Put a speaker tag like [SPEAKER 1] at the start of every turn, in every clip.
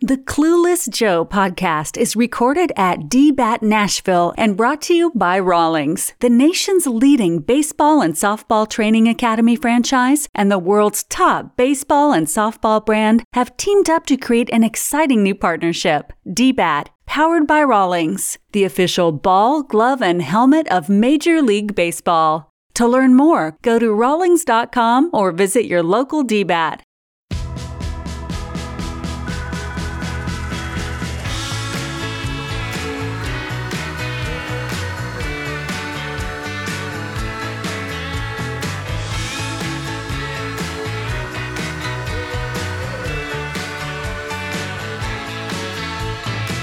[SPEAKER 1] The Clueless Joe podcast is recorded at DBAT Nashville and brought to you by Rawlings, the nation's leading baseball and softball training academy franchise and the world's top baseball and softball brand have teamed up to create an exciting new partnership, DBAT, powered by Rawlings, the official ball, glove, and helmet of Major League Baseball. To learn more, go to rawlings.com or visit your local DBAT.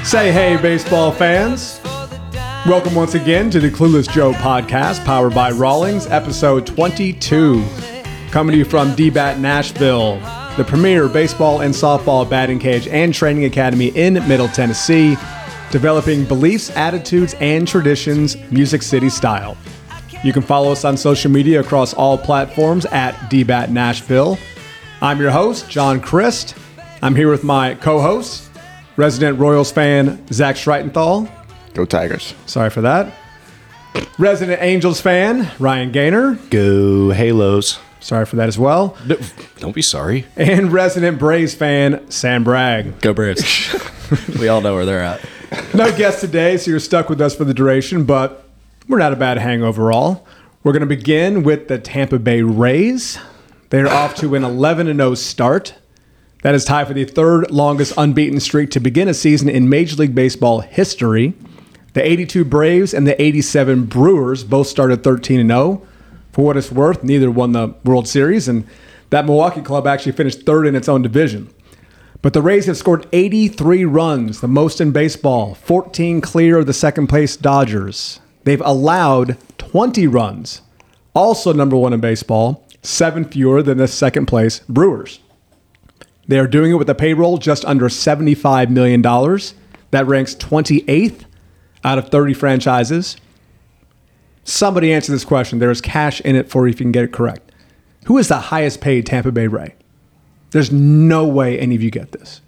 [SPEAKER 2] Say hey, baseball fans. Welcome once again to the Clueless Joe podcast, powered by Rawlings, episode 22. Coming to you from DBAT Nashville, the premier baseball and softball batting cage and training academy in Middle Tennessee, developing beliefs, attitudes, and traditions, Music City style. You can follow us on social media across all platforms at DBAT Nashville. I'm your host, John Christ. I'm here with my co host, resident Royals fan, Zach Schreitenthal.
[SPEAKER 3] Go Tigers.
[SPEAKER 2] Sorry for that. Resident Angels fan, Ryan Gaynor.
[SPEAKER 4] Go Halos.
[SPEAKER 2] Sorry for that as well.
[SPEAKER 4] Don't be sorry.
[SPEAKER 2] And resident Braves fan, Sam Bragg.
[SPEAKER 4] Go Braves. we all know where they're at.
[SPEAKER 2] No guest today, so you're stuck with us for the duration, but we're not a bad hang overall. We're going to begin with the Tampa Bay Rays. They're off to an 11 0 start. That is tied for the third longest unbeaten streak to begin a season in Major League Baseball history. The 82 Braves and the 87 Brewers both started 13 and 0. For what it's worth, neither won the World Series, and that Milwaukee club actually finished third in its own division. But the Rays have scored 83 runs, the most in baseball, 14 clear of the second place Dodgers. They've allowed 20 runs, also number one in baseball, seven fewer than the second place Brewers. They are doing it with a payroll just under $75 million. That ranks 28th out of 30 franchises. Somebody answer this question. There is cash in it for you if you can get it correct. Who is the highest paid Tampa Bay Ray? There's no way any of you get this.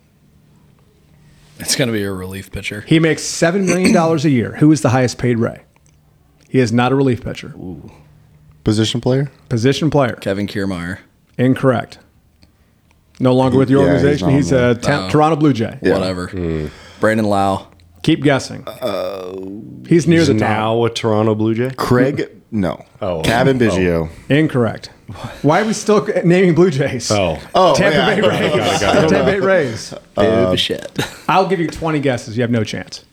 [SPEAKER 4] It's going to be a relief pitcher.
[SPEAKER 2] He makes $7 million a year. Who is the highest paid Ray? He is not a relief pitcher.
[SPEAKER 3] Position player?
[SPEAKER 2] Position player.
[SPEAKER 4] Kevin Kiermeyer.
[SPEAKER 2] Incorrect. No longer with your
[SPEAKER 3] Yeah, he's
[SPEAKER 2] organization.
[SPEAKER 3] not
[SPEAKER 2] He's,
[SPEAKER 3] on
[SPEAKER 2] a Ta- Uh, Toronto Blue Jay.
[SPEAKER 4] Whatever.
[SPEAKER 5] Hmm.
[SPEAKER 4] Brandon Lau.
[SPEAKER 2] Keep guessing. he's near the top.
[SPEAKER 5] now a Toronto Blue Jay?
[SPEAKER 3] Craig? No.
[SPEAKER 5] Oh.
[SPEAKER 3] Kevin Biggio.
[SPEAKER 2] Incorrect. Why are we still naming Blue Jays?
[SPEAKER 3] Oh,
[SPEAKER 2] Tampa
[SPEAKER 3] yeah.
[SPEAKER 2] Bay Rays. Tampa Bay Rays.
[SPEAKER 4] Bib uh, shit.
[SPEAKER 2] I'll give you 20 guesses. You have no chance.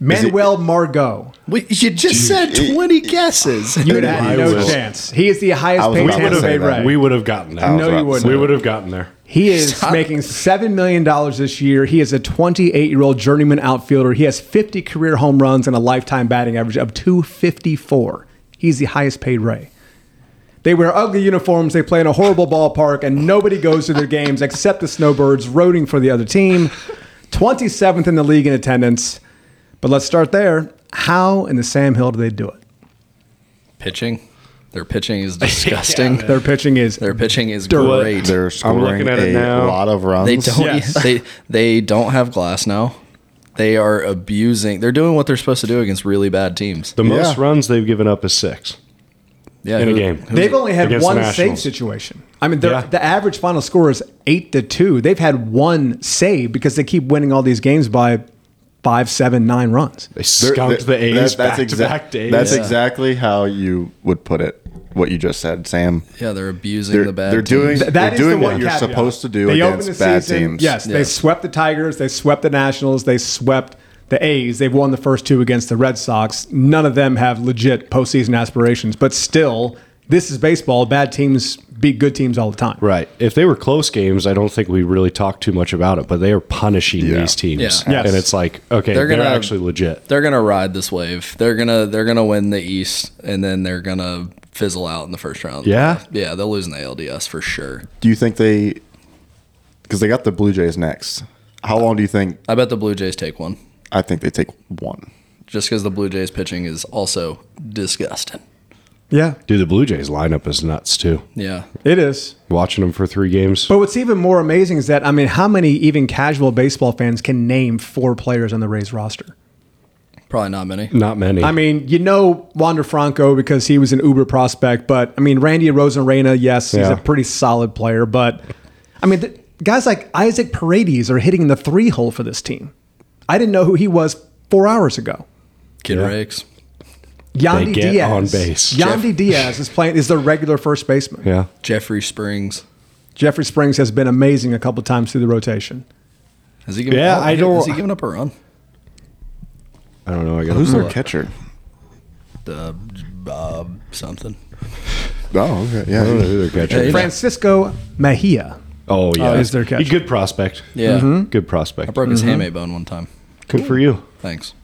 [SPEAKER 2] Manuel Margot.
[SPEAKER 4] you just said 20 guesses.
[SPEAKER 2] You would have
[SPEAKER 3] I
[SPEAKER 2] no
[SPEAKER 3] was-
[SPEAKER 2] chance. He is the
[SPEAKER 3] I
[SPEAKER 2] highest
[SPEAKER 3] was
[SPEAKER 2] paid
[SPEAKER 3] about to
[SPEAKER 2] Tampa Bay
[SPEAKER 3] say that.
[SPEAKER 2] Ray.
[SPEAKER 5] We would have gotten there.
[SPEAKER 3] was
[SPEAKER 2] no, you
[SPEAKER 3] about to
[SPEAKER 2] wouldn't.
[SPEAKER 3] say
[SPEAKER 5] we would have gotten there.
[SPEAKER 2] He is
[SPEAKER 4] Stop.
[SPEAKER 2] making $7 million this year. He is a 28 year old journeyman outfielder. He has 50 career home runs and a lifetime batting average of 254. He's the highest paid Ray. They wear ugly uniforms, they play in a horrible ballpark, and nobody goes to their games except the Snowbirds rooting for the other team. 27th in the league in attendance. But let's start there. How in the Sam Hill do they do it?
[SPEAKER 4] Pitching. Their pitching is disgusting.
[SPEAKER 2] Their pitching is
[SPEAKER 4] Their pitching is
[SPEAKER 2] Dirt.
[SPEAKER 4] great.
[SPEAKER 3] They're scoring
[SPEAKER 5] looking at
[SPEAKER 3] a
[SPEAKER 5] it now.
[SPEAKER 3] lot of runs.
[SPEAKER 4] They don't.
[SPEAKER 2] Yes.
[SPEAKER 4] They they don't have glass now. They are abusing. They're doing what they're supposed to do against really bad teams.
[SPEAKER 5] The most
[SPEAKER 3] Yeah.
[SPEAKER 5] runs they've given up is six.
[SPEAKER 4] Yeah,
[SPEAKER 5] in a
[SPEAKER 4] who-
[SPEAKER 5] game.
[SPEAKER 4] who's-
[SPEAKER 2] They've only had
[SPEAKER 5] Against the
[SPEAKER 2] one save
[SPEAKER 5] Nationals.
[SPEAKER 2] situation. I mean, they're-
[SPEAKER 5] Yeah.
[SPEAKER 2] the average final score is eight to two. They've had one save because they keep winning all these games by five, seven, nine runs.
[SPEAKER 5] They
[SPEAKER 3] They're-
[SPEAKER 5] skunked
[SPEAKER 3] they're-
[SPEAKER 5] the A's
[SPEAKER 3] that-
[SPEAKER 5] back to
[SPEAKER 3] exac-
[SPEAKER 5] back days.
[SPEAKER 3] That's exactly how you would put it, what you just said, Sam.
[SPEAKER 4] yeah, they're abusing
[SPEAKER 3] They're,
[SPEAKER 4] the bad.
[SPEAKER 3] they're doing,
[SPEAKER 4] teams.
[SPEAKER 2] Th-
[SPEAKER 3] they're
[SPEAKER 2] is
[SPEAKER 3] doing
[SPEAKER 2] the
[SPEAKER 3] what
[SPEAKER 2] one
[SPEAKER 3] you're
[SPEAKER 2] caveat.
[SPEAKER 3] supposed to do
[SPEAKER 2] They opened
[SPEAKER 3] against
[SPEAKER 2] the
[SPEAKER 3] bad
[SPEAKER 2] season-
[SPEAKER 3] teams.
[SPEAKER 2] Yes,
[SPEAKER 4] Yeah.
[SPEAKER 2] they swept the Tigers. They swept the Nationals. They swept the A's. They've won the first two against the Red Sox. None of them have legit postseason aspirations, but still, this is baseball. Bad teams beat good teams all the time.
[SPEAKER 5] right. If they were close games, I don't think we really talked too much about it, but they are punishing
[SPEAKER 3] Yeah.
[SPEAKER 5] these teams.
[SPEAKER 4] Yeah.
[SPEAKER 2] Yes.
[SPEAKER 5] And it's like, okay,
[SPEAKER 4] They're
[SPEAKER 5] they're,
[SPEAKER 4] gonna-
[SPEAKER 5] actually legit.
[SPEAKER 4] They're gonna ride this wave. They're gonna they're gonna win the East, and then they're gonna fizzle out in the first round.
[SPEAKER 5] Yeah?
[SPEAKER 4] yeah, they'll lose in the ALDS for sure.
[SPEAKER 3] Do you think they, because they got the Blue Jays next. How long do you think?
[SPEAKER 4] I bet the Blue Jays take one,
[SPEAKER 3] I think they take one.
[SPEAKER 4] just because the Blue Jays pitching is also disgusting.
[SPEAKER 2] Yeah,
[SPEAKER 5] Dude, the Blue Jays lineup is nuts too.
[SPEAKER 4] Yeah.
[SPEAKER 2] it is.
[SPEAKER 5] Watching them for three games.
[SPEAKER 2] But what's even more amazing is that I mean, how many even casual baseball fans can name four players on the Rays roster?
[SPEAKER 4] Probably not many.
[SPEAKER 5] Not many.
[SPEAKER 2] I mean, you know Wander Franco because he was an uber prospect, but I mean Randy Rosanarena, yes, he's
[SPEAKER 5] Yeah.
[SPEAKER 2] a pretty solid player, but I mean the, guys like Isaac Paredes are hitting the three hole for this team. I didn't know who he was four hours ago.
[SPEAKER 4] Kid Rakes.
[SPEAKER 2] Yandy
[SPEAKER 5] They get
[SPEAKER 2] Diaz
[SPEAKER 5] on base.
[SPEAKER 2] Yandy Diaz is playing is their regular first baseman.
[SPEAKER 5] yeah.
[SPEAKER 4] Jeffrey Springs.
[SPEAKER 2] Jeffrey Springs has been amazing a couple times through the rotation.
[SPEAKER 4] Has he given
[SPEAKER 5] Yeah,
[SPEAKER 4] up?
[SPEAKER 5] I
[SPEAKER 4] Has
[SPEAKER 5] don't-
[SPEAKER 4] he given up a run?
[SPEAKER 5] I don't know. I got
[SPEAKER 3] Who's
[SPEAKER 4] Hmm.
[SPEAKER 3] their catcher?
[SPEAKER 4] The Bob something.
[SPEAKER 3] Oh, okay.
[SPEAKER 5] I don't know
[SPEAKER 3] Yeah.
[SPEAKER 5] who their catcher.
[SPEAKER 4] Yeah,
[SPEAKER 5] is.
[SPEAKER 4] Fra-
[SPEAKER 2] Francisco Mejia.
[SPEAKER 5] oh yeah,
[SPEAKER 2] is their catcher. Mm-hmm.
[SPEAKER 5] Good prospect.
[SPEAKER 4] Yeah.
[SPEAKER 5] Good prospect.
[SPEAKER 4] I broke his hamate bone one time.
[SPEAKER 5] Good for you.
[SPEAKER 4] Thanks.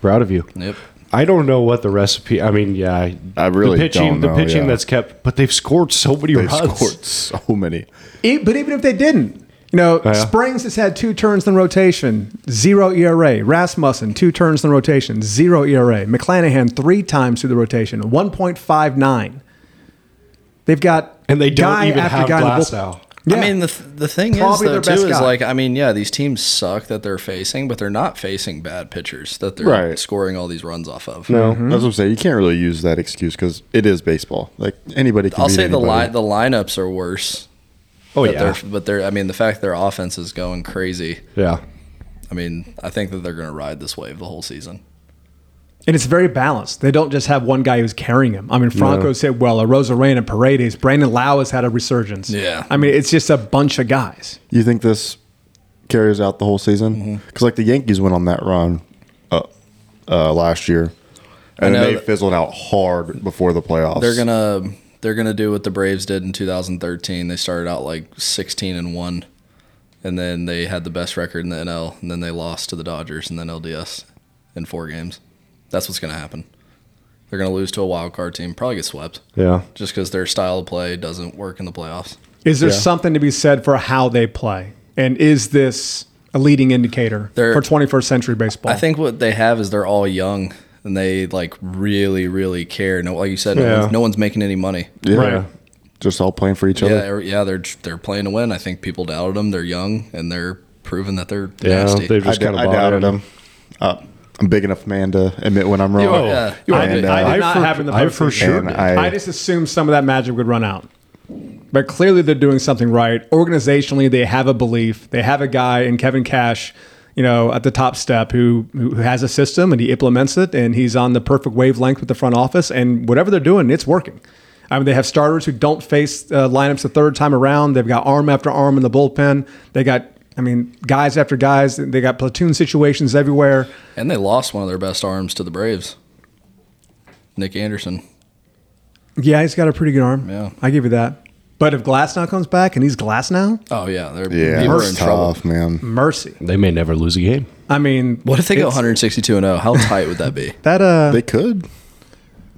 [SPEAKER 5] Proud of you.
[SPEAKER 4] Yep.
[SPEAKER 5] I don't know what the recipe. I mean, yeah, I,
[SPEAKER 3] I really
[SPEAKER 5] the pitching.
[SPEAKER 3] don't
[SPEAKER 5] the
[SPEAKER 3] know,
[SPEAKER 5] pitching
[SPEAKER 3] yeah.
[SPEAKER 5] that's kept, but they've scored so many
[SPEAKER 3] They
[SPEAKER 5] runs.
[SPEAKER 3] scored so many.
[SPEAKER 2] E- but even if they didn't, you know,
[SPEAKER 5] yeah?
[SPEAKER 2] Springs has had two turns in rotation, zero ERA. Rasmussen, two turns in rotation, zero ERA. McClanahan, three times through the rotation, 1.59. They've got
[SPEAKER 5] And they don't
[SPEAKER 2] guy
[SPEAKER 5] even
[SPEAKER 2] after
[SPEAKER 5] have
[SPEAKER 2] guy in the
[SPEAKER 5] Glass
[SPEAKER 2] bull-
[SPEAKER 5] now.
[SPEAKER 2] Yeah.
[SPEAKER 4] I mean, the, th- the thing
[SPEAKER 2] Probably
[SPEAKER 4] is,
[SPEAKER 2] their
[SPEAKER 4] though,
[SPEAKER 2] best
[SPEAKER 4] too, is
[SPEAKER 2] guy.
[SPEAKER 4] like, I mean, yeah, these teams suck that they're facing, but they're not facing bad pitchers that they're
[SPEAKER 3] Right.
[SPEAKER 4] scoring all these runs off of.
[SPEAKER 3] No,
[SPEAKER 5] Hmm?
[SPEAKER 3] that's what I'm saying. You can't really use that excuse because it is baseball. Like anybody can.
[SPEAKER 4] I'll
[SPEAKER 3] beat
[SPEAKER 4] say the
[SPEAKER 3] anybody.
[SPEAKER 4] line the lineups are worse.
[SPEAKER 5] Oh
[SPEAKER 4] but
[SPEAKER 5] yeah,
[SPEAKER 4] They're, but they're, I mean, the fact their offense is going crazy.
[SPEAKER 5] yeah.
[SPEAKER 4] I mean, I think that they're going to ride this wave the whole season.
[SPEAKER 2] and it's very balanced. They don't just have one guy who's carrying him. I mean, Franco said, well, a Rosarena, Paredes, Brandon Lau has had a resurgence.
[SPEAKER 4] Yeah.
[SPEAKER 2] I mean, it's just a bunch of guys.
[SPEAKER 3] You think this carries out the whole season?
[SPEAKER 5] Mm-hmm.
[SPEAKER 3] Because like the Yankees went on that run uh, uh, last year, and
[SPEAKER 4] know
[SPEAKER 3] then they
[SPEAKER 4] that-
[SPEAKER 3] fizzled out hard before the playoffs.
[SPEAKER 4] They're gonna they're gonna do what the Braves did in 2013. They started out like 16 and one, and then they had the best record in the NL, and then they lost to the Dodgers and then LDS in four games. That's what's gonna happen. They're gonna lose to a wild card team, probably get swept,
[SPEAKER 5] Yeah.
[SPEAKER 4] just because their style of play doesn't work in the playoffs.
[SPEAKER 2] Is there
[SPEAKER 5] Yeah.
[SPEAKER 2] something to be said for how they play? And is this a leading indicator
[SPEAKER 4] They're-
[SPEAKER 2] for 21st century baseball?
[SPEAKER 4] I think what they have is they're all young and they like really, really care. No, like you said, no,
[SPEAKER 5] Yeah.
[SPEAKER 4] one's, no one's making any money.
[SPEAKER 3] yeah,
[SPEAKER 5] Right.
[SPEAKER 3] just all playing for each
[SPEAKER 4] Yeah,
[SPEAKER 3] other.
[SPEAKER 4] er- yeah, they're they're playing to win. I think people doubted them. They're young and they're proving that they're
[SPEAKER 5] Yeah,
[SPEAKER 4] nasty.
[SPEAKER 5] they've
[SPEAKER 3] I,
[SPEAKER 5] just
[SPEAKER 3] d-
[SPEAKER 5] kind
[SPEAKER 3] I
[SPEAKER 5] of
[SPEAKER 3] doubted
[SPEAKER 5] bothered
[SPEAKER 3] them. Uh, I'm big enough man to admit when I'm wrong.
[SPEAKER 4] are, yeah. You
[SPEAKER 5] are.
[SPEAKER 3] And,
[SPEAKER 5] I did-
[SPEAKER 3] uh,
[SPEAKER 2] I did not
[SPEAKER 5] for-
[SPEAKER 2] have in the
[SPEAKER 5] I for
[SPEAKER 2] postseason.
[SPEAKER 5] sure
[SPEAKER 3] And
[SPEAKER 5] did.
[SPEAKER 3] I-
[SPEAKER 2] I just assumed some of that magic would run out. But clearly they're doing something right. Organizationally, they have a belief. They have a guy in Kevin Cash, you know, at the top step who who has a system and he implements it and he's on the perfect wavelength with the front office and whatever they're doing, it's working. I mean, they have starters who don't face uh, lineups the third time around. They've got arm after arm in the bullpen. They got, I mean, guys after guys. They got platoon situations everywhere.
[SPEAKER 4] And they lost one of their best arms to the Braves. Nick Anderson.
[SPEAKER 2] Yeah, he's got a pretty good arm.
[SPEAKER 4] Yeah.
[SPEAKER 2] I give you that. But if Glass now comes back and he's Glass now,
[SPEAKER 4] Oh yeah, they're
[SPEAKER 3] yeah,
[SPEAKER 4] people are
[SPEAKER 3] it's
[SPEAKER 4] in trouble.
[SPEAKER 3] tough, man.
[SPEAKER 2] mercy.
[SPEAKER 5] They may never lose a game.
[SPEAKER 2] I mean,
[SPEAKER 4] What if they go
[SPEAKER 2] it's-
[SPEAKER 4] 162 and 0? How tight would that be?
[SPEAKER 2] That uh,
[SPEAKER 3] They could.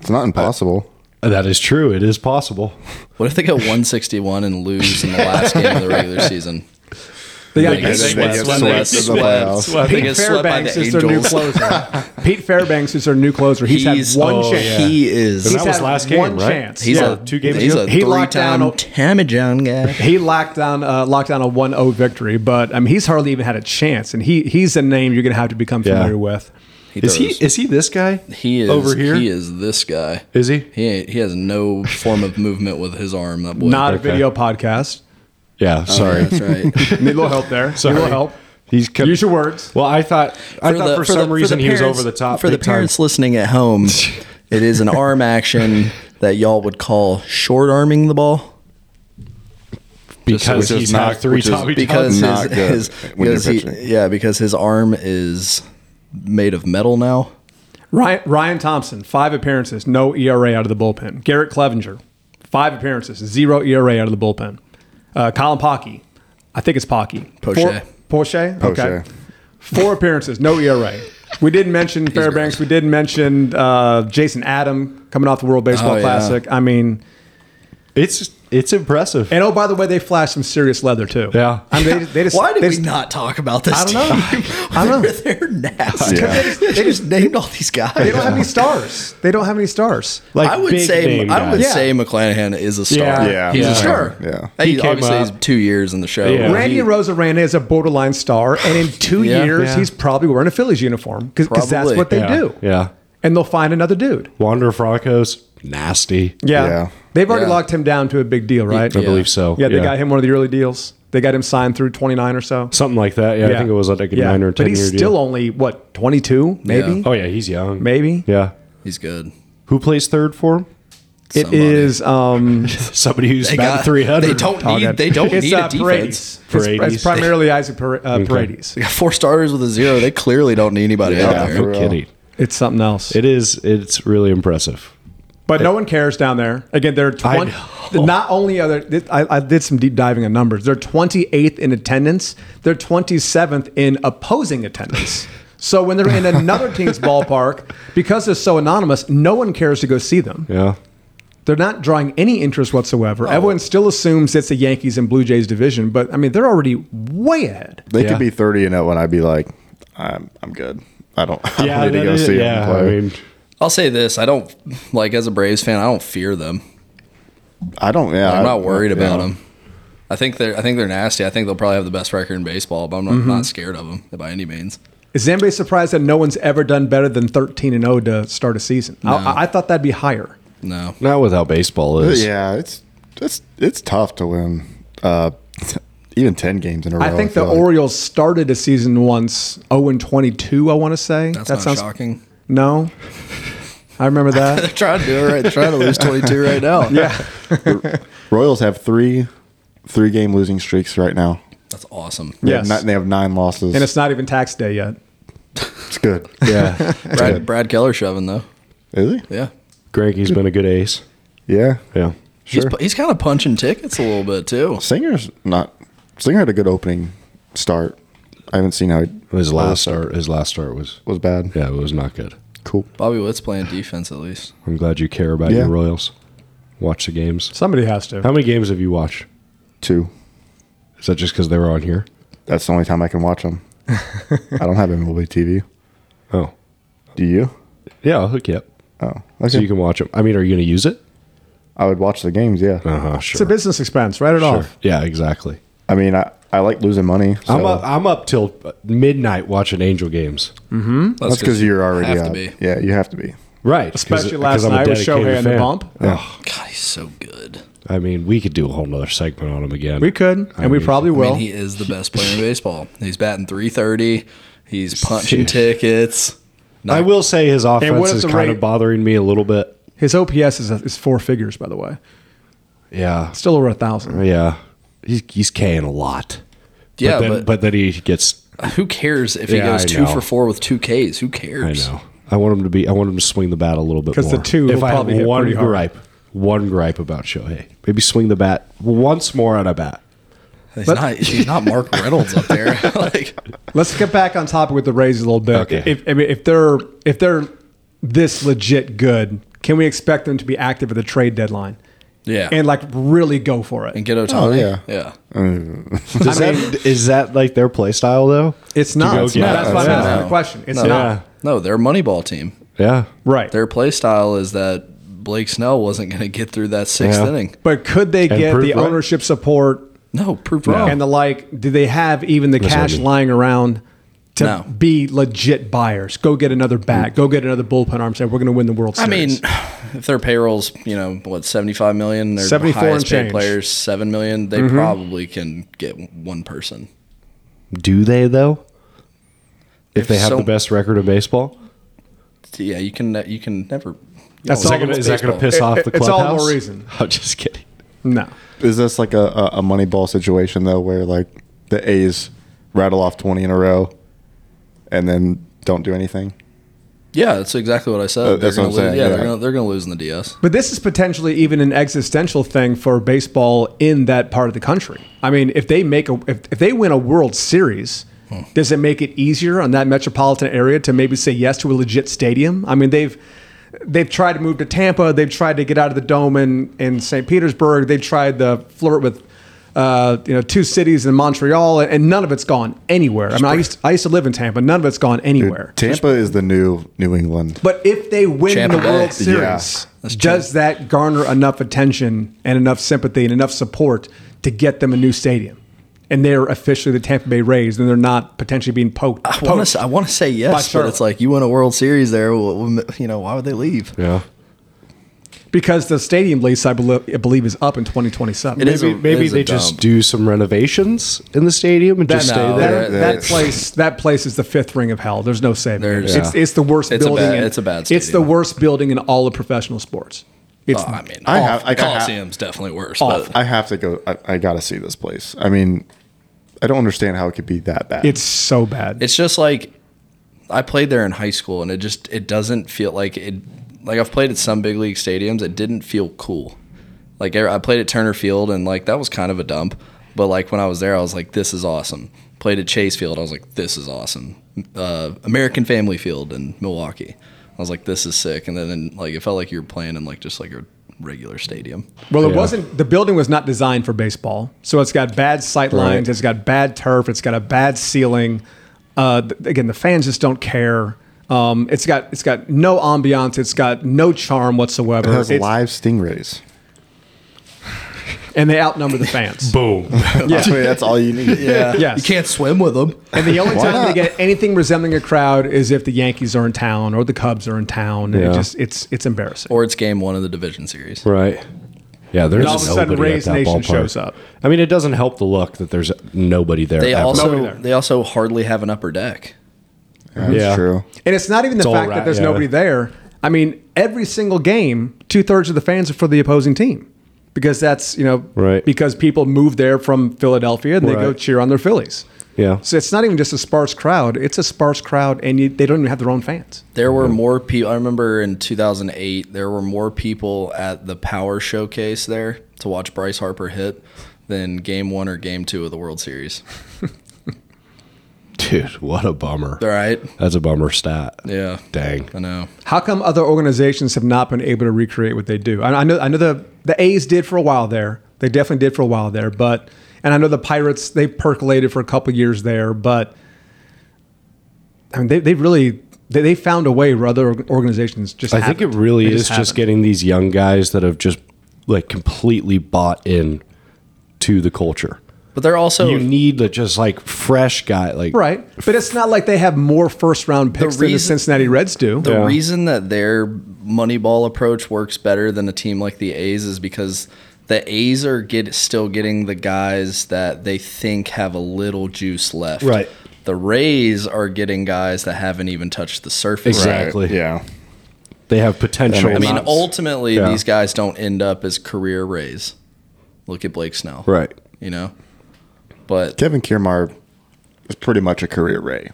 [SPEAKER 3] It's not impossible.
[SPEAKER 5] That is true. It is possible.
[SPEAKER 4] What if they go 161 and lose in the last game of the regular season?
[SPEAKER 2] they got
[SPEAKER 4] They get
[SPEAKER 3] they
[SPEAKER 4] swept.
[SPEAKER 3] get swept in the playoffs.
[SPEAKER 4] They
[SPEAKER 2] Pete
[SPEAKER 4] get swept by
[SPEAKER 2] Fairbanks
[SPEAKER 4] the
[SPEAKER 2] is their new
[SPEAKER 4] Angels.
[SPEAKER 2] closer. Pete Fairbanks is their new closer. He's, had one
[SPEAKER 4] oh,
[SPEAKER 2] chance.
[SPEAKER 4] He
[SPEAKER 5] And
[SPEAKER 4] is.
[SPEAKER 5] that
[SPEAKER 2] He's
[SPEAKER 5] was
[SPEAKER 2] had
[SPEAKER 5] last game,
[SPEAKER 2] one
[SPEAKER 5] right?
[SPEAKER 2] chance.
[SPEAKER 4] He's
[SPEAKER 2] Yeah.
[SPEAKER 4] a
[SPEAKER 5] two games
[SPEAKER 4] He's
[SPEAKER 5] ago.
[SPEAKER 4] a
[SPEAKER 2] He locked
[SPEAKER 4] three-time
[SPEAKER 2] down-
[SPEAKER 4] Tammy John guy.
[SPEAKER 2] He locked down uh, locked down a 1-0 victory, but I mean he's hardly even had a chance, and he he's a name you're going to have to become
[SPEAKER 5] Yeah.
[SPEAKER 2] familiar with.
[SPEAKER 5] Is he?
[SPEAKER 4] throws.
[SPEAKER 5] Is he this guy?
[SPEAKER 4] He is
[SPEAKER 5] over here.
[SPEAKER 4] He is this guy.
[SPEAKER 5] Is he?
[SPEAKER 4] He ain't, he has no form of movement with his arm. That boy.
[SPEAKER 2] Not
[SPEAKER 5] Okay.
[SPEAKER 2] a video podcast.
[SPEAKER 5] Yeah. Sorry.
[SPEAKER 4] Yeah, that's right.
[SPEAKER 2] Need a little help there. Need a
[SPEAKER 5] Sorry.
[SPEAKER 2] little help.
[SPEAKER 5] He's cut-
[SPEAKER 2] Use your words.
[SPEAKER 5] Well, I thought. I thought
[SPEAKER 4] the-
[SPEAKER 5] for
[SPEAKER 4] the-
[SPEAKER 5] some
[SPEAKER 4] the
[SPEAKER 5] reason he was
[SPEAKER 4] parents-
[SPEAKER 5] over the top.
[SPEAKER 4] For the
[SPEAKER 5] big time.
[SPEAKER 4] parents listening at home, it is an arm action that y'all would call short arming the ball
[SPEAKER 5] because
[SPEAKER 3] which is
[SPEAKER 5] he's
[SPEAKER 3] not-
[SPEAKER 5] had three
[SPEAKER 3] which is
[SPEAKER 5] Tommy John.
[SPEAKER 4] because
[SPEAKER 3] Not
[SPEAKER 4] his,
[SPEAKER 3] good
[SPEAKER 4] his
[SPEAKER 3] when you're
[SPEAKER 4] because he-
[SPEAKER 3] pitching.
[SPEAKER 4] yeah because his arm is made of metal now.
[SPEAKER 2] Ryan, Ryan Thompson, five appearances, no ERA out of the bullpen. Garrett Clevenger, five appearances, zero ERA out of the bullpen. Uh, Colin Pocky, I think it's Pocky.
[SPEAKER 4] Poche.
[SPEAKER 2] Four, Poche?
[SPEAKER 3] Poche.
[SPEAKER 2] Okay. Four appearances, no ERA. We didn't mention Fairbanks. We did mention uh, Jason Adam coming off the World Baseball
[SPEAKER 4] Oh, yeah.
[SPEAKER 2] Classic. I mean,
[SPEAKER 5] It's it's impressive.
[SPEAKER 2] And oh, by the way, they flashed some serious leather too.
[SPEAKER 5] Yeah.
[SPEAKER 2] I mean, they, they just
[SPEAKER 4] Why did
[SPEAKER 2] they
[SPEAKER 4] we
[SPEAKER 2] just-
[SPEAKER 4] not talk about this?
[SPEAKER 2] I don't know.
[SPEAKER 4] Team?
[SPEAKER 2] I don't know.
[SPEAKER 4] They're nasty.
[SPEAKER 3] Yeah.
[SPEAKER 4] They just named all these guys.
[SPEAKER 2] They don't have any stars. They don't have any stars.
[SPEAKER 5] Like
[SPEAKER 4] I would
[SPEAKER 5] big
[SPEAKER 4] say
[SPEAKER 5] name
[SPEAKER 4] I would
[SPEAKER 5] guys.
[SPEAKER 2] Yeah.
[SPEAKER 4] say McClanahan is a
[SPEAKER 5] Yeah.
[SPEAKER 4] star.
[SPEAKER 5] Yeah.
[SPEAKER 4] he's
[SPEAKER 5] Yeah.
[SPEAKER 4] a star.
[SPEAKER 3] Yeah.
[SPEAKER 4] Hey,
[SPEAKER 5] He came
[SPEAKER 4] obviously
[SPEAKER 5] up-
[SPEAKER 4] he's two years in the show.
[SPEAKER 5] Yeah.
[SPEAKER 2] Randy
[SPEAKER 4] He-
[SPEAKER 2] Rosaranda is a borderline star, and in two
[SPEAKER 4] Yeah.
[SPEAKER 2] years,
[SPEAKER 5] Yeah.
[SPEAKER 2] he's probably wearing a Phillies uniform because that's
[SPEAKER 4] Probably.
[SPEAKER 2] what they
[SPEAKER 5] yeah.
[SPEAKER 2] do.
[SPEAKER 5] Yeah.
[SPEAKER 2] And they'll find another dude.
[SPEAKER 5] Wander Franco's nasty.
[SPEAKER 2] Yeah.
[SPEAKER 3] Yeah.
[SPEAKER 2] They've already
[SPEAKER 4] Yeah.
[SPEAKER 2] locked him down to a big deal, right?
[SPEAKER 5] I believe so.
[SPEAKER 2] Yeah, they got him one of the early deals. They got him signed through 29 or so.
[SPEAKER 5] Something like that. Yeah, I think it was like a
[SPEAKER 2] Yeah.
[SPEAKER 5] nine or ten
[SPEAKER 2] But he's
[SPEAKER 5] year
[SPEAKER 2] still
[SPEAKER 5] deal.
[SPEAKER 2] only, what, 22, maybe?
[SPEAKER 4] Yeah.
[SPEAKER 5] oh yeah, he's young.
[SPEAKER 2] Maybe.
[SPEAKER 5] Yeah.
[SPEAKER 4] He's good.
[SPEAKER 5] Who plays third for him?
[SPEAKER 2] It
[SPEAKER 4] Somebody.
[SPEAKER 2] is. Um,
[SPEAKER 5] Somebody who's
[SPEAKER 4] They
[SPEAKER 5] batting
[SPEAKER 4] got-
[SPEAKER 5] three hundred.
[SPEAKER 4] They don't need. They don't
[SPEAKER 2] it's
[SPEAKER 4] need
[SPEAKER 2] uh,
[SPEAKER 4] a defense.
[SPEAKER 2] Paredes. It's- It's,
[SPEAKER 5] Paredes.
[SPEAKER 2] primarily Isaac Per- uh, Paredes.
[SPEAKER 4] They got four starters with a zero. They clearly don't need anybody
[SPEAKER 3] Yeah,
[SPEAKER 4] out
[SPEAKER 3] for
[SPEAKER 4] there.
[SPEAKER 5] No
[SPEAKER 3] real.
[SPEAKER 5] kidding.
[SPEAKER 2] It's something else.
[SPEAKER 5] It is. It's really impressive.
[SPEAKER 2] But no one cares down there. Again, they're
[SPEAKER 5] I
[SPEAKER 2] 20,
[SPEAKER 5] know.
[SPEAKER 2] not only are they, I, I did some deep diving on numbers. They're 28th in attendance. They're 27th in opposing attendance. so when they're in another team's ballpark, because they're so anonymous, no one cares to go see them.
[SPEAKER 5] Yeah.
[SPEAKER 2] They're not drawing any interest whatsoever. Everyone still assumes it's the Yankees and Blue Jays division, but I mean, they're already way ahead.
[SPEAKER 3] They
[SPEAKER 5] Yeah.
[SPEAKER 3] could be 30 and up, and I'd be like, I'm, I'm good. I don't, I
[SPEAKER 5] Yeah.
[SPEAKER 3] don't need to go
[SPEAKER 5] that-
[SPEAKER 3] see
[SPEAKER 5] yeah.
[SPEAKER 3] him play.
[SPEAKER 5] I mean,
[SPEAKER 4] I'll say this: I don't like as a Braves fan. I don't fear them.
[SPEAKER 3] I don't, yeah.
[SPEAKER 4] I'm not worried about
[SPEAKER 3] yeah.
[SPEAKER 4] them. I think they're. I think they're nasty. I think they'll probably have the best record in baseball, but I'm not,
[SPEAKER 3] Mm-hmm.
[SPEAKER 4] not scared of them by any means.
[SPEAKER 2] Is anybody surprised that no one's ever done better than 13 and 0 to start a season? I, I thought that'd be higher.
[SPEAKER 4] No.
[SPEAKER 5] not with how baseball
[SPEAKER 3] But
[SPEAKER 5] is.
[SPEAKER 3] Yeah, it's, it's, it's tough to win uh, even 10 games in a row.
[SPEAKER 2] I think the
[SPEAKER 3] feel like.
[SPEAKER 2] Orioles started a season once 0 and 22, I want to say.
[SPEAKER 4] That's
[SPEAKER 2] that
[SPEAKER 4] not
[SPEAKER 2] sounds
[SPEAKER 4] shocking.
[SPEAKER 2] No. I remember that.
[SPEAKER 4] They're trying to do it right. They're trying to lose 22 right now.
[SPEAKER 2] yeah.
[SPEAKER 3] Royals have three, three game losing streaks right now.
[SPEAKER 4] That's awesome.
[SPEAKER 3] They
[SPEAKER 2] Yes.
[SPEAKER 3] Have nine, they have nine losses.
[SPEAKER 2] And it's not even tax day yet.
[SPEAKER 3] it's good.
[SPEAKER 5] Yeah.
[SPEAKER 4] Brad, Brad Keller shoving though.
[SPEAKER 3] Is he?
[SPEAKER 4] Yeah.
[SPEAKER 5] Granky's been a good ace.
[SPEAKER 3] Yeah.
[SPEAKER 5] Yeah.
[SPEAKER 4] He's, pu- he's kind of punching tickets a little bit too.
[SPEAKER 3] Singer's not, Singer had a good opening start. I haven't seen how he
[SPEAKER 5] His last start. His last start was.
[SPEAKER 3] was bad.
[SPEAKER 5] Yeah, it was not good.
[SPEAKER 3] Cool.
[SPEAKER 4] Bobby Witt's playing defense at least.
[SPEAKER 5] I'm glad you care about
[SPEAKER 3] Yeah.
[SPEAKER 5] your Royals. Watch the games.
[SPEAKER 2] Somebody has to.
[SPEAKER 5] How many games have you watched?
[SPEAKER 3] Two.
[SPEAKER 5] Is that just because they were on here?
[SPEAKER 3] That's the only time I can watch them. I don't have MLB TV.
[SPEAKER 5] Oh,
[SPEAKER 3] Do you?
[SPEAKER 5] yeah. I'll hook you up
[SPEAKER 3] Oh, okay.
[SPEAKER 5] so you can watch them. I mean, are you going to use it?
[SPEAKER 3] I would watch the games. Yeah.
[SPEAKER 5] Uh huh.
[SPEAKER 2] It's a
[SPEAKER 5] Sure.
[SPEAKER 2] business expense. Write it
[SPEAKER 5] Sure.
[SPEAKER 2] off.
[SPEAKER 5] Yeah. Exactly.
[SPEAKER 3] I mean, I, I like losing money. So
[SPEAKER 5] I'm up. I'm up till uh, midnight watching Angel games.
[SPEAKER 3] That's because you're already
[SPEAKER 4] have
[SPEAKER 3] up.
[SPEAKER 4] to be.
[SPEAKER 3] Yeah, you have to be.
[SPEAKER 5] Right. 'cause-
[SPEAKER 2] Especially
[SPEAKER 5] 'cause
[SPEAKER 2] last
[SPEAKER 5] I'm a
[SPEAKER 2] night with
[SPEAKER 5] dedicated
[SPEAKER 2] Shohei and the
[SPEAKER 5] fan.
[SPEAKER 2] bump.
[SPEAKER 4] God, he's so good.
[SPEAKER 5] I mean, we could do a whole nother segment on him again.
[SPEAKER 2] We could, and
[SPEAKER 5] I
[SPEAKER 2] we
[SPEAKER 5] mean,
[SPEAKER 2] probably
[SPEAKER 4] I
[SPEAKER 2] will.
[SPEAKER 4] mean, he is the best player in baseball. He's batting 330. He's punching tickets.
[SPEAKER 5] I will say his offense
[SPEAKER 2] if
[SPEAKER 5] is
[SPEAKER 2] the
[SPEAKER 5] kind
[SPEAKER 2] rate-
[SPEAKER 5] of bothering me a little bit.
[SPEAKER 2] His OPS is, is four figures, by the way.
[SPEAKER 5] Yeah.
[SPEAKER 2] Still over a thousand.
[SPEAKER 5] Yeah. He's he's K'ing a lot.
[SPEAKER 4] Yeah,
[SPEAKER 5] But then,
[SPEAKER 4] but,
[SPEAKER 5] but then he gets.
[SPEAKER 4] who cares if
[SPEAKER 5] Yeah,
[SPEAKER 4] he goes
[SPEAKER 5] I
[SPEAKER 4] two
[SPEAKER 5] know.
[SPEAKER 4] for four with two Ks? Who
[SPEAKER 5] I
[SPEAKER 4] cares?
[SPEAKER 5] know. I want him to be. I want him to swing the bat a little bit
[SPEAKER 2] 'Cause
[SPEAKER 5] more.
[SPEAKER 2] the two
[SPEAKER 5] If
[SPEAKER 2] will
[SPEAKER 5] I have
[SPEAKER 2] probably hit
[SPEAKER 5] one
[SPEAKER 2] pretty hard.
[SPEAKER 5] gripe, one gripe about Shohei, maybe swing the bat once more at a bat.
[SPEAKER 4] He's not. He's not Mark Reynolds up there. like
[SPEAKER 2] Let's get back on topic with the Rays a little bit.
[SPEAKER 5] Okay.
[SPEAKER 2] If, I mean, if they're if they're this legit good, can we expect them to be active at the trade deadline
[SPEAKER 4] yeah,
[SPEAKER 2] and like really go for it?
[SPEAKER 4] and get Otani.
[SPEAKER 3] Oh, yeah.
[SPEAKER 4] yeah.
[SPEAKER 5] Does
[SPEAKER 2] I
[SPEAKER 5] that is that like their play style though?
[SPEAKER 2] It's
[SPEAKER 5] go
[SPEAKER 2] not. It's
[SPEAKER 5] get
[SPEAKER 2] not.
[SPEAKER 5] it.
[SPEAKER 2] That's why I'm
[SPEAKER 5] Yeah.
[SPEAKER 2] asking the question. It's
[SPEAKER 4] No.
[SPEAKER 2] not
[SPEAKER 5] Yeah.
[SPEAKER 4] No, their Moneyball team.
[SPEAKER 5] Yeah.
[SPEAKER 2] right.
[SPEAKER 4] Their play style is that Blake Snell wasn't going to get through that sixth
[SPEAKER 5] Yeah.
[SPEAKER 4] inning.
[SPEAKER 2] But could they get
[SPEAKER 5] prove
[SPEAKER 2] the
[SPEAKER 5] right.
[SPEAKER 2] ownership support
[SPEAKER 4] No, proof wrong.
[SPEAKER 2] and the like? Do they have even the cash
[SPEAKER 5] Andy.
[SPEAKER 2] lying around to
[SPEAKER 4] No.
[SPEAKER 2] be legit buyers? Go get another bat. Go get another bullpen arm. Say we're going to win the World
[SPEAKER 4] I
[SPEAKER 2] Series.
[SPEAKER 4] mean, if their payroll's you know what seventy five million, their
[SPEAKER 2] 74 and
[SPEAKER 4] highest paid
[SPEAKER 2] change.
[SPEAKER 4] players seven million, they probably can get one person.
[SPEAKER 5] Do they though? If,
[SPEAKER 4] If
[SPEAKER 5] they have
[SPEAKER 4] so-
[SPEAKER 5] the best record of baseball,
[SPEAKER 4] Yeah, you can you can never.
[SPEAKER 2] That's
[SPEAKER 5] is
[SPEAKER 2] all
[SPEAKER 5] that
[SPEAKER 2] the
[SPEAKER 5] gonna,
[SPEAKER 2] more
[SPEAKER 5] is that gonna
[SPEAKER 4] baseball.
[SPEAKER 5] piss
[SPEAKER 2] It-
[SPEAKER 5] off
[SPEAKER 2] it-
[SPEAKER 5] the clubhouse?
[SPEAKER 2] it's all the more reason.
[SPEAKER 5] I'm just kidding.
[SPEAKER 2] no.
[SPEAKER 3] Is this like a, a, a money ball situation, though, where like the A's rattle off 20 in a row and then don't do anything?
[SPEAKER 4] Yeah, that's exactly what I said.
[SPEAKER 3] Uh,
[SPEAKER 4] they're
[SPEAKER 3] that's what
[SPEAKER 4] gonna
[SPEAKER 3] I'm
[SPEAKER 4] lose,
[SPEAKER 3] saying,
[SPEAKER 4] yeah,
[SPEAKER 3] yeah.
[SPEAKER 4] they're gonna they're gonna lose in the DS.
[SPEAKER 2] But this is potentially even an existential thing for baseball in that part of the country. I mean, if they make a if, if they win a World Series, does it make it easier on that metropolitan area to maybe say yes to a legit stadium? I mean, they've they've tried to move to Tampa. They've tried to get out of the dome in, in St. Petersburg. They've tried to flirt with, uh, you know, two cities in Montreal, and none of it's gone anywhere. I mean, I used I used to live in Tampa. None of it's gone anywhere.
[SPEAKER 3] Tampa is the new New England.
[SPEAKER 2] But if they win
[SPEAKER 4] Tampa
[SPEAKER 2] the
[SPEAKER 4] Bay.
[SPEAKER 2] World
[SPEAKER 3] Yeah.
[SPEAKER 2] Series,
[SPEAKER 4] That's
[SPEAKER 2] does that garner enough attention and enough sympathy and enough support to get them a new stadium? And they're officially the Tampa Bay Rays, and they're not potentially being poked.
[SPEAKER 4] I want
[SPEAKER 2] poached.
[SPEAKER 4] to. I want to say yes, but
[SPEAKER 2] Charlotte.
[SPEAKER 4] it's like you win a World Series there. wh- wh- You know why would they leave?
[SPEAKER 5] Yeah.
[SPEAKER 2] because the stadium lease, I believe, I believe is up in 2027.
[SPEAKER 4] It is
[SPEAKER 5] Maybe
[SPEAKER 4] a- it
[SPEAKER 5] maybe
[SPEAKER 4] is a
[SPEAKER 5] they just
[SPEAKER 4] dumb-
[SPEAKER 5] do some renovations in the stadium and just
[SPEAKER 4] no,
[SPEAKER 5] stay
[SPEAKER 2] uh,
[SPEAKER 5] there.
[SPEAKER 4] they're-
[SPEAKER 2] that, that
[SPEAKER 4] it's-
[SPEAKER 2] place that place is the fifth ring of hell. There's no saving. it.
[SPEAKER 4] There's-
[SPEAKER 2] It's, it's the worst
[SPEAKER 4] It's a
[SPEAKER 2] building.
[SPEAKER 4] bad-
[SPEAKER 2] in-
[SPEAKER 4] it's a bad
[SPEAKER 2] It's the
[SPEAKER 4] stadium.
[SPEAKER 2] worst building in all of professional sports. It's
[SPEAKER 4] Oh, I mean,
[SPEAKER 3] I
[SPEAKER 4] awful.
[SPEAKER 3] have- I- I have-
[SPEAKER 4] Coliseum's definitely worse.
[SPEAKER 2] Awful.
[SPEAKER 4] But
[SPEAKER 3] I have to go. I, I gotta see this place. I mean, I don't understand how it could be that bad.
[SPEAKER 2] it's so bad.
[SPEAKER 4] it's just like I played there in high school, and it just it doesn't feel like it. Like I've played at some big league stadiums, it didn't feel cool. Like I I played at Turner Field, and like that was kind of a dump. But like when I was there, I was like, this is awesome. Played at Chase Field, I was like, this is awesome. Uh, American Family Field in Milwaukee, I was like, this is sick. And then in, like it felt like you were playing in like just like a regular stadium.
[SPEAKER 2] Well, it
[SPEAKER 5] Yeah.
[SPEAKER 2] wasn't. The building was not designed for baseball, so it's got bad sight lines. It's got bad turf. It's got a bad ceiling. Uh, th- again, the fans just don't care. Um, it's got it's got no ambiance. It's got no charm whatsoever.
[SPEAKER 3] it has
[SPEAKER 2] It's-
[SPEAKER 3] live stingrays.
[SPEAKER 2] and they outnumber the fans.
[SPEAKER 5] Boom.
[SPEAKER 3] Yeah, that's all you need.
[SPEAKER 4] Yeah,
[SPEAKER 2] Yes.
[SPEAKER 4] you can't swim with them.
[SPEAKER 2] and the only
[SPEAKER 3] Why
[SPEAKER 2] time they
[SPEAKER 3] not?
[SPEAKER 2] get anything resembling a crowd is if the Yankees are in town or the Cubs are in town. And
[SPEAKER 5] Yeah.
[SPEAKER 2] It just it's it's embarrassing.
[SPEAKER 4] Or it's game one of the division series.
[SPEAKER 5] Right. Yeah, there's
[SPEAKER 2] And all of a
[SPEAKER 5] nobody
[SPEAKER 2] sudden,
[SPEAKER 5] at
[SPEAKER 2] Rays
[SPEAKER 5] that
[SPEAKER 2] Nation
[SPEAKER 5] ballpark.
[SPEAKER 2] shows up.
[SPEAKER 5] I mean, it doesn't help the look that there's nobody there.
[SPEAKER 4] They
[SPEAKER 5] ever.
[SPEAKER 2] Nobody
[SPEAKER 4] also
[SPEAKER 2] there.
[SPEAKER 4] they also hardly have an upper deck.
[SPEAKER 3] That's
[SPEAKER 5] Yeah.
[SPEAKER 3] true.
[SPEAKER 2] And it's not even the
[SPEAKER 5] It's all
[SPEAKER 2] fact that
[SPEAKER 5] right,
[SPEAKER 2] there's
[SPEAKER 5] yeah.
[SPEAKER 2] nobody there. I mean, every single game, two thirds of the fans are for the opposing team because that's you know
[SPEAKER 5] Right.
[SPEAKER 2] because people move there from Philadelphia and they go
[SPEAKER 5] Right.
[SPEAKER 2] cheer on their Phillies.
[SPEAKER 5] yeah.
[SPEAKER 2] So it's not even just a sparse crowd; it's a sparse crowd, and you, they don't even have their own fans.
[SPEAKER 4] There were more people. I remember in 2008, there were more people at the Power Showcase there to watch Bryce Harper hit than Game One or Game Two of the World Series.
[SPEAKER 5] Dude, what a bummer.
[SPEAKER 4] All right.
[SPEAKER 5] That's a bummer stat.
[SPEAKER 4] Yeah.
[SPEAKER 5] Dang.
[SPEAKER 4] I know.
[SPEAKER 2] How come other organizations have not been able to recreate what they do? I, I know, I know the the A's did for a while there. They definitely did for a while there, but and I know the Pirates they percolated for a couple years there, but I mean they they really they, they found a way where other org- organizations just.
[SPEAKER 5] I think it
[SPEAKER 2] haven't.
[SPEAKER 5] really
[SPEAKER 2] They
[SPEAKER 5] is just,
[SPEAKER 2] haven't.
[SPEAKER 5] getting these young guys that have just like completely bought in to the culture.
[SPEAKER 4] But they're also
[SPEAKER 5] You need the just like fresh guy, like
[SPEAKER 2] right, but it's not like they have more first round picks than the
[SPEAKER 4] reason-
[SPEAKER 2] Cincinnati Reds do.
[SPEAKER 4] the
[SPEAKER 5] Yeah.
[SPEAKER 4] reason that their Moneyball approach works better than a team like the A's is because the A's are get still getting the guys that they think have a little juice left.
[SPEAKER 5] Right.
[SPEAKER 4] The Rays are getting guys that haven't even touched the surface.
[SPEAKER 5] exactly.
[SPEAKER 3] Yeah.
[SPEAKER 5] They have potential.
[SPEAKER 3] I
[SPEAKER 4] I mean,
[SPEAKER 3] Nuts.
[SPEAKER 4] ultimately,
[SPEAKER 5] Yeah.
[SPEAKER 4] these guys don't end up as career Rays. Look at Blake Snell.
[SPEAKER 5] right.
[SPEAKER 4] You know? But,
[SPEAKER 3] Kevin Kiermaier is pretty much a career Ray.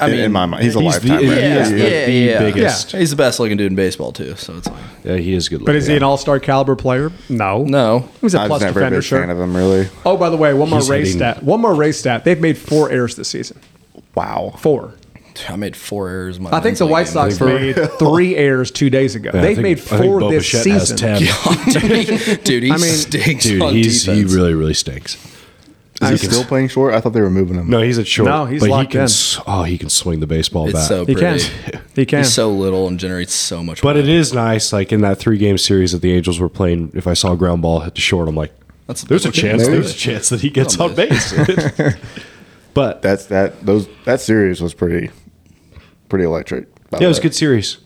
[SPEAKER 4] I
[SPEAKER 3] in-
[SPEAKER 4] mean,
[SPEAKER 3] in my mind, he's a
[SPEAKER 5] He's the,
[SPEAKER 3] lifetime Ray.
[SPEAKER 4] Yeah,
[SPEAKER 5] he is
[SPEAKER 4] yeah,
[SPEAKER 5] the
[SPEAKER 4] yeah.
[SPEAKER 5] biggest. Yeah.
[SPEAKER 4] he's the best looking dude in baseball, too. So it's like,
[SPEAKER 5] he is good.
[SPEAKER 2] But is he an
[SPEAKER 5] looking.
[SPEAKER 2] all star caliber player? No,
[SPEAKER 4] no.
[SPEAKER 2] He's a
[SPEAKER 3] I was
[SPEAKER 2] plus
[SPEAKER 3] never a
[SPEAKER 2] defender,
[SPEAKER 3] big fan
[SPEAKER 2] sure.
[SPEAKER 3] of him, really.
[SPEAKER 2] Oh, by the way, one more
[SPEAKER 5] He's
[SPEAKER 2] race
[SPEAKER 5] hitting-
[SPEAKER 2] stat. One more race stat. They've made four errors this season.
[SPEAKER 3] Wow.
[SPEAKER 2] Four.
[SPEAKER 4] I made four errors. In my
[SPEAKER 2] I think the White
[SPEAKER 4] White
[SPEAKER 2] Sox made three errors two days ago.
[SPEAKER 5] Yeah, I
[SPEAKER 2] They've
[SPEAKER 5] think-
[SPEAKER 2] made
[SPEAKER 5] I think
[SPEAKER 2] four
[SPEAKER 5] Bo
[SPEAKER 2] this
[SPEAKER 5] Bichette has
[SPEAKER 2] season.
[SPEAKER 5] 10.
[SPEAKER 4] dude, he
[SPEAKER 2] I mean-
[SPEAKER 4] stinks
[SPEAKER 5] Dude,
[SPEAKER 4] on
[SPEAKER 5] he's, he
[SPEAKER 4] defense.
[SPEAKER 5] really, really stinks.
[SPEAKER 3] Is he still playing short? I thought they were moving him.
[SPEAKER 5] No, he's a short.
[SPEAKER 2] No, he's
[SPEAKER 5] but
[SPEAKER 2] locked
[SPEAKER 5] he can,
[SPEAKER 2] in.
[SPEAKER 5] s- Oh, he can swing the baseball
[SPEAKER 4] It's
[SPEAKER 5] back.
[SPEAKER 4] so
[SPEAKER 2] He can.
[SPEAKER 4] pretty.
[SPEAKER 2] He can.
[SPEAKER 4] He's so little and generates so much.
[SPEAKER 5] But
[SPEAKER 4] weight.
[SPEAKER 5] it is nice, like in that three game series that the Angels were playing. If I saw a ground ball hit to short, I'm like,
[SPEAKER 4] That's a
[SPEAKER 5] there's a
[SPEAKER 4] big
[SPEAKER 5] chance.
[SPEAKER 4] move.
[SPEAKER 5] There's a chance that he gets on base. but
[SPEAKER 3] That's that. Those that series was pretty, pretty electric. by
[SPEAKER 5] yeah, it was a
[SPEAKER 3] the way.
[SPEAKER 5] good series.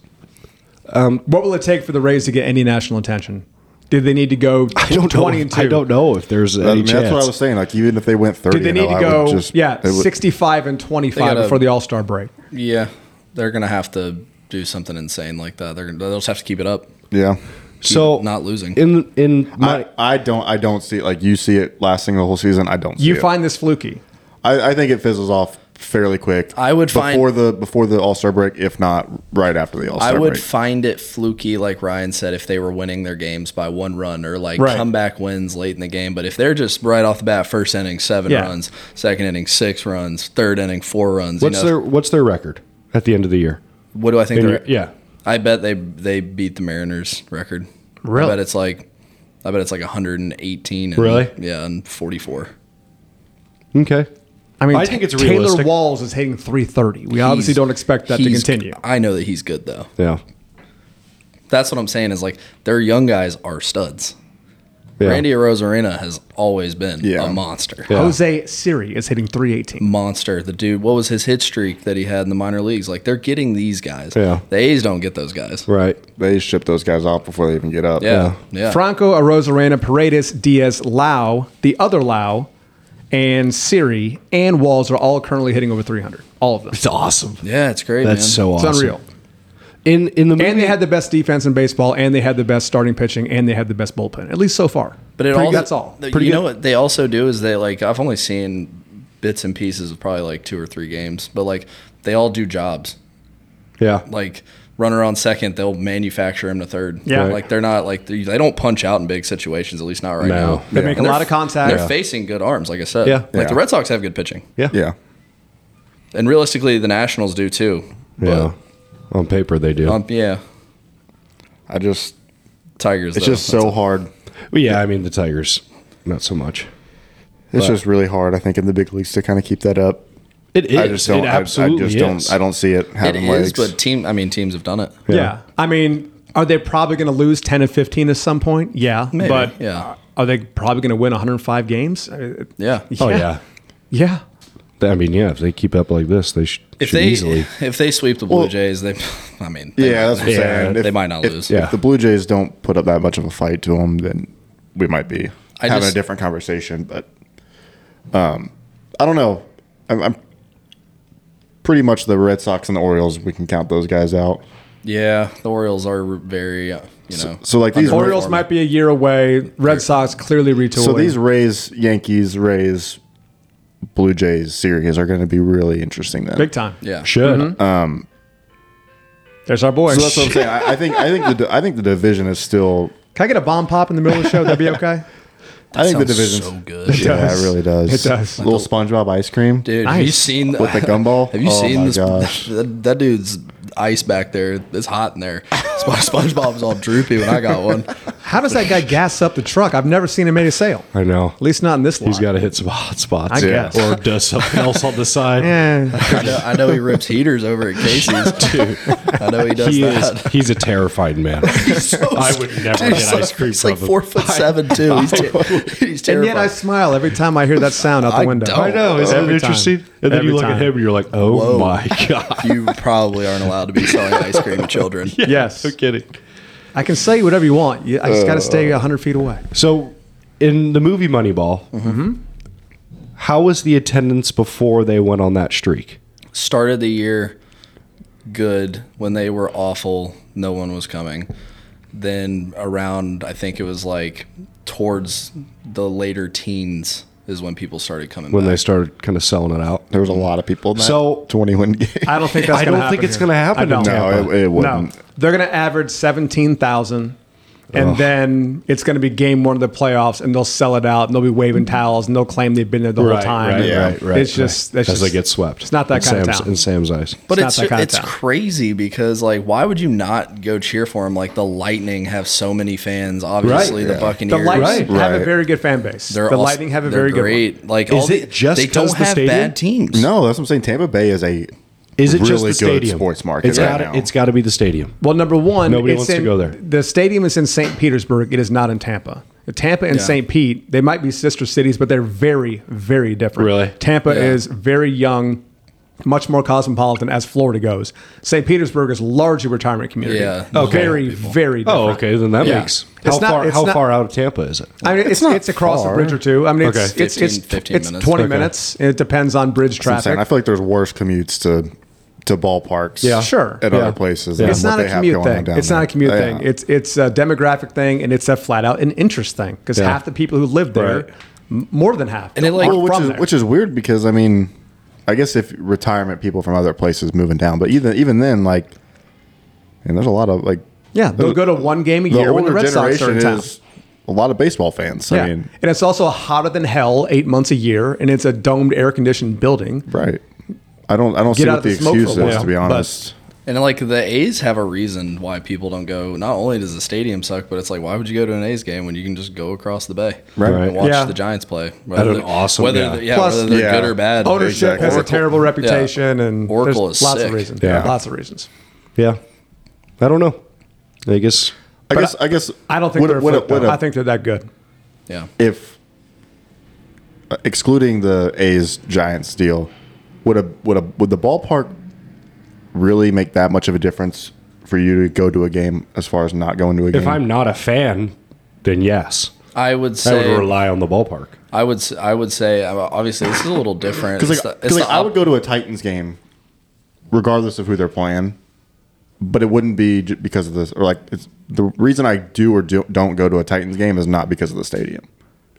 [SPEAKER 2] What will it take for the Rays to get any national attention? Do they need to go
[SPEAKER 5] I don't know.
[SPEAKER 2] twenty and
[SPEAKER 5] If,
[SPEAKER 2] two? Uh,
[SPEAKER 5] I don't know if there's
[SPEAKER 3] I
[SPEAKER 5] any
[SPEAKER 3] mean,
[SPEAKER 5] chance.
[SPEAKER 3] that's what I was saying. Like even if they went thirty,
[SPEAKER 2] Do they
[SPEAKER 3] and
[SPEAKER 2] need
[SPEAKER 3] all,
[SPEAKER 2] to
[SPEAKER 3] I would
[SPEAKER 2] go
[SPEAKER 3] just-
[SPEAKER 2] yeah
[SPEAKER 3] it would-
[SPEAKER 2] sixty-five and twenty-five
[SPEAKER 4] gotta-
[SPEAKER 2] before the All Star break?
[SPEAKER 4] Yeah, they're gonna have to do something insane like that. They're gonna, they'll just have to keep it up.
[SPEAKER 3] Yeah,
[SPEAKER 5] so
[SPEAKER 4] not losing.
[SPEAKER 5] in in my
[SPEAKER 3] I, I don't. I don't see like you see it lasting the whole season. I don't. See
[SPEAKER 2] You
[SPEAKER 3] it.
[SPEAKER 2] find this fluky.
[SPEAKER 3] I, I think it fizzles off fairly quick.
[SPEAKER 4] I would
[SPEAKER 3] before
[SPEAKER 4] find-
[SPEAKER 3] the before the All Star break, if not right after the All Star
[SPEAKER 4] I
[SPEAKER 3] break.
[SPEAKER 4] would find it fluky, like Ryan said, if they were winning their games by one run or like
[SPEAKER 2] Right.
[SPEAKER 4] comeback wins late in the game. But if they're just right off the bat, first inning seven
[SPEAKER 2] Yeah.
[SPEAKER 4] runs, second inning six runs, third inning four runs.
[SPEAKER 5] what's
[SPEAKER 4] you know,
[SPEAKER 5] their what's their record at the end of the year?
[SPEAKER 4] what do I think?
[SPEAKER 5] In
[SPEAKER 4] they're-
[SPEAKER 5] your- yeah,
[SPEAKER 4] I bet they they beat the Mariners record.
[SPEAKER 6] Really?
[SPEAKER 4] I bet it's like I bet it's like 118 and,
[SPEAKER 5] Really?
[SPEAKER 4] Yeah, and 44.
[SPEAKER 5] Okay.
[SPEAKER 2] I mean,
[SPEAKER 5] I
[SPEAKER 2] Ta-
[SPEAKER 5] think it's
[SPEAKER 2] Taylor
[SPEAKER 5] realistic.
[SPEAKER 2] Walls is hitting 330. We obviously
[SPEAKER 4] He's-
[SPEAKER 2] don't expect that to
[SPEAKER 4] he's-
[SPEAKER 2] continue.
[SPEAKER 4] I know that he's good though.
[SPEAKER 5] Yeah.
[SPEAKER 4] That's what I'm saying is like their young guys are studs.
[SPEAKER 5] Yeah.
[SPEAKER 4] Randy Rosarena has always been
[SPEAKER 3] Yeah.
[SPEAKER 4] a monster.
[SPEAKER 5] Yeah.
[SPEAKER 2] Jose Siri is hitting 318.
[SPEAKER 4] Monster. The dude, what was his hit streak that he had in the minor leagues? Like they're getting these guys.
[SPEAKER 5] Yeah.
[SPEAKER 4] The A's don't get those guys.
[SPEAKER 5] Right.
[SPEAKER 3] They ship those guys off before they even get up.
[SPEAKER 4] Yeah. Yeah.
[SPEAKER 2] Franco, Arozarena, Paredes, Diaz, Lau, the other Lau, and Siri and Walls are all currently hitting over 300. All of them.
[SPEAKER 5] It's awesome.
[SPEAKER 4] yeah, it's great.
[SPEAKER 5] That's
[SPEAKER 4] man.
[SPEAKER 5] so
[SPEAKER 2] It's
[SPEAKER 5] awesome.
[SPEAKER 2] unreal.
[SPEAKER 5] In in the movie,
[SPEAKER 2] And they had the best defense in baseball, and they had the best starting pitching, and they had the best bullpen, at least so far.
[SPEAKER 4] But it
[SPEAKER 2] Pretty
[SPEAKER 4] all
[SPEAKER 2] good. that's all.
[SPEAKER 4] You
[SPEAKER 2] Pretty
[SPEAKER 4] know
[SPEAKER 2] good.
[SPEAKER 4] what they also do is they like I've only seen bits and pieces of probably like two or three games, but like they all do jobs.
[SPEAKER 5] yeah.
[SPEAKER 4] Like runner on second, they'll manufacture him to third.
[SPEAKER 2] Yeah.
[SPEAKER 4] like they're not like they, they don't punch out in big situations. At least not right
[SPEAKER 5] No.
[SPEAKER 4] now.
[SPEAKER 5] They
[SPEAKER 2] make
[SPEAKER 4] And
[SPEAKER 2] a
[SPEAKER 4] they're-
[SPEAKER 2] lot of contact.
[SPEAKER 4] They're
[SPEAKER 2] Yeah.
[SPEAKER 4] facing good arms, like I said.
[SPEAKER 5] Yeah.
[SPEAKER 4] like
[SPEAKER 3] Yeah.
[SPEAKER 4] the Red Sox have good pitching,
[SPEAKER 5] yeah.
[SPEAKER 3] Yeah.
[SPEAKER 4] and realistically, the Nationals do too.
[SPEAKER 5] Yeah. On paper they do.
[SPEAKER 4] But, um, yeah,
[SPEAKER 3] I just,
[SPEAKER 4] Tigers.
[SPEAKER 3] it's
[SPEAKER 4] though.
[SPEAKER 3] just so hard.
[SPEAKER 5] Well, yeah, I mean the Tigers, not so much.
[SPEAKER 3] It's
[SPEAKER 5] But-
[SPEAKER 3] just really hard, I think, in the big leagues to kind of keep that up.
[SPEAKER 5] It is.
[SPEAKER 3] I just don't.
[SPEAKER 5] It
[SPEAKER 3] I, I just
[SPEAKER 5] absolutely is.
[SPEAKER 3] don't. I don't see it
[SPEAKER 4] it
[SPEAKER 3] having
[SPEAKER 4] is,
[SPEAKER 3] legs.
[SPEAKER 4] but team. I mean, teams have done it.
[SPEAKER 2] yeah. I mean, are they probably going to lose 10 to 15 at some point? Yeah.
[SPEAKER 4] Maybe,
[SPEAKER 2] but
[SPEAKER 4] yeah.
[SPEAKER 2] are they probably going to win 105 games? Uh,
[SPEAKER 4] Yeah.
[SPEAKER 5] Oh
[SPEAKER 2] Yeah.
[SPEAKER 5] yeah.
[SPEAKER 2] Yeah.
[SPEAKER 5] I mean, yeah. If they keep up like this, they should,
[SPEAKER 4] If
[SPEAKER 5] should
[SPEAKER 4] they
[SPEAKER 5] easily.
[SPEAKER 4] if they sweep the Blue
[SPEAKER 3] Well-
[SPEAKER 4] Jays, they. I mean. they
[SPEAKER 3] yeah,
[SPEAKER 4] might
[SPEAKER 3] that's what I'm
[SPEAKER 5] Yeah,
[SPEAKER 3] saying.
[SPEAKER 4] they might not lose.
[SPEAKER 5] Yeah.
[SPEAKER 3] If the Blue Jays don't put up that much of a fight to them, then we might be
[SPEAKER 4] I
[SPEAKER 3] having
[SPEAKER 4] just-
[SPEAKER 3] a different conversation. But um, I don't know. I'm, I'm pretty much the Red Sox and the Orioles. We can count those guys out.
[SPEAKER 4] Yeah, the Orioles are very, uh, you know.
[SPEAKER 3] so, like, these
[SPEAKER 4] underperforming.
[SPEAKER 2] Orioles might be a year away. Red Sox clearly retooling.
[SPEAKER 3] So these Rays, Yankees, Rays, Blue Jays series are going to be really interesting then.
[SPEAKER 2] big time.
[SPEAKER 4] Yeah. Mm-hmm.
[SPEAKER 5] should.
[SPEAKER 2] There's our boy.
[SPEAKER 3] So that's what I'm saying. I, I think I think the di- I think the division is still.
[SPEAKER 2] Can I get a bomb pop in the middle of the show? That'd be okay.
[SPEAKER 3] I think the
[SPEAKER 4] Sounds
[SPEAKER 3] division.
[SPEAKER 4] so good,
[SPEAKER 3] Yeah, it really does.
[SPEAKER 2] It does.
[SPEAKER 3] Little SpongeBob ice cream.
[SPEAKER 4] dude. Have you
[SPEAKER 2] Nice.
[SPEAKER 4] seen
[SPEAKER 3] With the gumball?
[SPEAKER 4] Have you
[SPEAKER 3] Oh
[SPEAKER 4] seen
[SPEAKER 3] my
[SPEAKER 4] this?
[SPEAKER 3] gosh.
[SPEAKER 4] That, that dude's ice back there. It's hot in there. Spo- SpongeBob's all droopy when I got one.
[SPEAKER 2] How does that guy gas up the truck? I've never seen him make a sale.
[SPEAKER 5] I know.
[SPEAKER 2] At least not in this line.
[SPEAKER 5] He's got to hit some hot spots.
[SPEAKER 2] I guess.
[SPEAKER 5] Or does something else on the side.
[SPEAKER 2] Eh,
[SPEAKER 4] I know, I know he rips heaters over at Casey's too. I know he does
[SPEAKER 5] He
[SPEAKER 4] that.
[SPEAKER 5] is. He's a terrifying man. I would
[SPEAKER 4] Dude,
[SPEAKER 5] never get
[SPEAKER 4] he's like-
[SPEAKER 5] ice cream
[SPEAKER 4] He's
[SPEAKER 5] from
[SPEAKER 4] like
[SPEAKER 5] him.
[SPEAKER 4] four foot seven too. He's, ter- he's
[SPEAKER 2] and yet
[SPEAKER 4] terrifying.
[SPEAKER 2] I smile every time I hear that sound out the
[SPEAKER 4] I
[SPEAKER 2] window.
[SPEAKER 4] don't. I know,
[SPEAKER 5] Is that
[SPEAKER 2] Every time.
[SPEAKER 5] interesting? Oh, And then
[SPEAKER 2] Every
[SPEAKER 5] you look
[SPEAKER 2] time.
[SPEAKER 5] at him and you're like,
[SPEAKER 4] Whoa.
[SPEAKER 5] oh my god.
[SPEAKER 4] you probably aren't allowed to be selling ice cream to children.
[SPEAKER 2] Yes.
[SPEAKER 5] No kidding.
[SPEAKER 2] I can say whatever you want. You- I just got to stay 100 feet away.
[SPEAKER 5] So, in the movie Moneyball, how was the attendance before they went on that streak?
[SPEAKER 4] started the year good when they were awful no one was coming then around i think it was like towards the later teens is when people started coming
[SPEAKER 5] When they
[SPEAKER 4] back
[SPEAKER 5] started kind of selling it out.
[SPEAKER 3] There was a lot of people. In that
[SPEAKER 5] So-
[SPEAKER 3] twenty-one game.
[SPEAKER 2] I don't think that's
[SPEAKER 5] I
[SPEAKER 2] gonna
[SPEAKER 5] don't think
[SPEAKER 2] happen
[SPEAKER 5] it's
[SPEAKER 2] here.
[SPEAKER 5] going to happen.
[SPEAKER 2] I
[SPEAKER 5] in
[SPEAKER 2] don't.
[SPEAKER 5] Tampa.
[SPEAKER 3] No, it, it
[SPEAKER 2] No.
[SPEAKER 3] wouldn't.
[SPEAKER 2] They're going to average 17,000 and
[SPEAKER 5] Ugh.
[SPEAKER 2] then it's going to be game one of the playoffs and they'll sell it out and they'll be waving towels and they'll claim they've been there the whole
[SPEAKER 5] Right,
[SPEAKER 2] time.
[SPEAKER 5] right,
[SPEAKER 3] Yeah.
[SPEAKER 5] right, right.
[SPEAKER 2] It's just-
[SPEAKER 5] right.
[SPEAKER 2] that's
[SPEAKER 5] as
[SPEAKER 2] just-
[SPEAKER 5] they get swept.
[SPEAKER 2] it's not that
[SPEAKER 5] in
[SPEAKER 2] kind of
[SPEAKER 5] Sam's,
[SPEAKER 2] town.
[SPEAKER 5] In Sam's eyes,
[SPEAKER 4] but
[SPEAKER 2] It's
[SPEAKER 4] it's
[SPEAKER 2] not that kind of
[SPEAKER 4] it's
[SPEAKER 2] town.
[SPEAKER 4] crazy because like why would you not go cheer for them like the lightning have so many fans obviously the
[SPEAKER 3] yeah.
[SPEAKER 2] The
[SPEAKER 4] buccaneers
[SPEAKER 2] Lightning
[SPEAKER 5] Right.
[SPEAKER 2] have a
[SPEAKER 3] Right.
[SPEAKER 2] very good fan base.
[SPEAKER 4] they're
[SPEAKER 2] the
[SPEAKER 4] also-
[SPEAKER 2] Lightning have a
[SPEAKER 4] they're
[SPEAKER 2] very good
[SPEAKER 4] great.
[SPEAKER 2] one.
[SPEAKER 4] Like,
[SPEAKER 5] Is
[SPEAKER 4] all the-
[SPEAKER 5] it just
[SPEAKER 4] they don't
[SPEAKER 5] because the
[SPEAKER 4] have
[SPEAKER 5] stadium?
[SPEAKER 4] bad teams?
[SPEAKER 3] No, that's what I'm saying. Tampa Bay is a
[SPEAKER 5] is it just
[SPEAKER 3] really
[SPEAKER 5] the
[SPEAKER 3] good
[SPEAKER 5] stadium?
[SPEAKER 3] sports market
[SPEAKER 5] It's
[SPEAKER 3] right
[SPEAKER 5] gotta,
[SPEAKER 3] now.
[SPEAKER 5] It's got to be the stadium.
[SPEAKER 2] Well, number one,
[SPEAKER 5] Nobody
[SPEAKER 2] it's
[SPEAKER 5] wants to
[SPEAKER 2] in-
[SPEAKER 5] go there.
[SPEAKER 2] The stadium is in St. Petersburg. It is not in Tampa. Uh, Tampa and
[SPEAKER 4] Yeah.
[SPEAKER 2] St. Pete, they might be sister cities, but they're very, very different.
[SPEAKER 5] Really?
[SPEAKER 2] Tampa
[SPEAKER 4] Yeah.
[SPEAKER 2] is very young, much more cosmopolitan as Florida goes. St. Petersburg is largely retirement community.
[SPEAKER 4] Yeah.
[SPEAKER 5] Okay.
[SPEAKER 2] Very, very different.
[SPEAKER 5] Oh, okay. Then that
[SPEAKER 2] Yeah.
[SPEAKER 5] makes
[SPEAKER 2] It's
[SPEAKER 5] how
[SPEAKER 2] not-
[SPEAKER 5] far?
[SPEAKER 2] it's
[SPEAKER 5] How
[SPEAKER 2] not-
[SPEAKER 5] far out of Tampa is it?
[SPEAKER 2] I mean, it's, it's,
[SPEAKER 3] not
[SPEAKER 2] across a
[SPEAKER 3] far.
[SPEAKER 2] bridge or two. I mean, it's,
[SPEAKER 5] Okay.
[SPEAKER 2] it's, it's,
[SPEAKER 4] 15, 15
[SPEAKER 2] it's
[SPEAKER 4] minutes.
[SPEAKER 2] 20
[SPEAKER 5] Okay.
[SPEAKER 2] minutes. It depends on bridge
[SPEAKER 3] That's what I'm saying.
[SPEAKER 2] traffic.
[SPEAKER 3] I feel like there's worse commutes to to ballparks.
[SPEAKER 5] Yeah.
[SPEAKER 2] Sure.
[SPEAKER 3] At
[SPEAKER 5] Yeah.
[SPEAKER 3] other places. than
[SPEAKER 2] It's
[SPEAKER 3] what
[SPEAKER 2] not a
[SPEAKER 3] they have
[SPEAKER 2] commute
[SPEAKER 3] going on
[SPEAKER 2] thing.
[SPEAKER 3] down
[SPEAKER 2] It's not
[SPEAKER 3] there.
[SPEAKER 2] a commute
[SPEAKER 3] Yeah.
[SPEAKER 2] thing. It's it's a demographic thing, and it's a flat out an interest thing because
[SPEAKER 5] Yeah.
[SPEAKER 2] half the people who live there,
[SPEAKER 5] Right.
[SPEAKER 2] m- more than half,
[SPEAKER 4] And it, like-
[SPEAKER 2] are
[SPEAKER 3] Well, which
[SPEAKER 2] from
[SPEAKER 3] is
[SPEAKER 2] there.
[SPEAKER 3] which is weird because I mean, I guess if retirement people from other places moving down, but even even then, like, and there's a lot of like
[SPEAKER 2] yeah, they'll go to one game a
[SPEAKER 3] the
[SPEAKER 2] year when the
[SPEAKER 3] older
[SPEAKER 2] Red Sox are
[SPEAKER 3] generation
[SPEAKER 2] in town.
[SPEAKER 3] is a lot of baseball fans.
[SPEAKER 2] yeah,
[SPEAKER 3] I mean,
[SPEAKER 2] and it's also hotter than hell eight months a year, and it's a domed air conditioned building.
[SPEAKER 3] right? I don't I don't see
[SPEAKER 2] out
[SPEAKER 3] what
[SPEAKER 2] of
[SPEAKER 3] the
[SPEAKER 2] the smoke for a
[SPEAKER 3] excuse is
[SPEAKER 2] while,
[SPEAKER 3] to be
[SPEAKER 2] but-
[SPEAKER 3] honest.
[SPEAKER 4] And like the A's have a reason why people don't go. Not only does the stadium suck, but it's like why would you go to an A's game when you can just go across the bay
[SPEAKER 3] Right.
[SPEAKER 4] and watch
[SPEAKER 5] Yeah.
[SPEAKER 4] the Giants play? Whether
[SPEAKER 5] an
[SPEAKER 4] they're-
[SPEAKER 5] awesome-
[SPEAKER 4] whether
[SPEAKER 5] yeah.
[SPEAKER 4] they're- yeah,
[SPEAKER 2] Plus-
[SPEAKER 4] whether they're
[SPEAKER 3] Yeah.
[SPEAKER 4] good or bad.
[SPEAKER 2] Ownership has a
[SPEAKER 4] Oracle-
[SPEAKER 2] terrible
[SPEAKER 4] yeah.
[SPEAKER 2] reputation, and
[SPEAKER 4] Oracle
[SPEAKER 2] there's
[SPEAKER 4] is
[SPEAKER 2] lots of
[SPEAKER 4] sick.
[SPEAKER 2] reasons.
[SPEAKER 5] Yeah.
[SPEAKER 2] lots of reasons.
[SPEAKER 5] Yeah. I don't know. I guess
[SPEAKER 3] I guess. I, guess.
[SPEAKER 2] I don't think
[SPEAKER 3] would-
[SPEAKER 2] they're.
[SPEAKER 3] would-
[SPEAKER 2] flipped, though.
[SPEAKER 3] would-
[SPEAKER 2] I think they're that good.
[SPEAKER 4] Yeah,
[SPEAKER 3] if uh, excluding the A's Giants deal, would a would a would the ballpark really make that much of a difference for you to go to a game as far as not going to a game?
[SPEAKER 5] if I'm not a fan, then yes.
[SPEAKER 4] I would
[SPEAKER 5] I would
[SPEAKER 4] say.
[SPEAKER 5] rely on the ballpark.
[SPEAKER 4] I would. s- I would say. uh, Obviously, this is a little different.
[SPEAKER 3] because
[SPEAKER 4] It's
[SPEAKER 3] like,
[SPEAKER 4] the- it's
[SPEAKER 3] 'cause, like,
[SPEAKER 4] the
[SPEAKER 3] I
[SPEAKER 4] op-
[SPEAKER 3] would go to a Titans game, regardless of who they're playing, but it wouldn't be j- because of this or like it's the reason I do or do, don't go to a Titans game is not because of the stadium.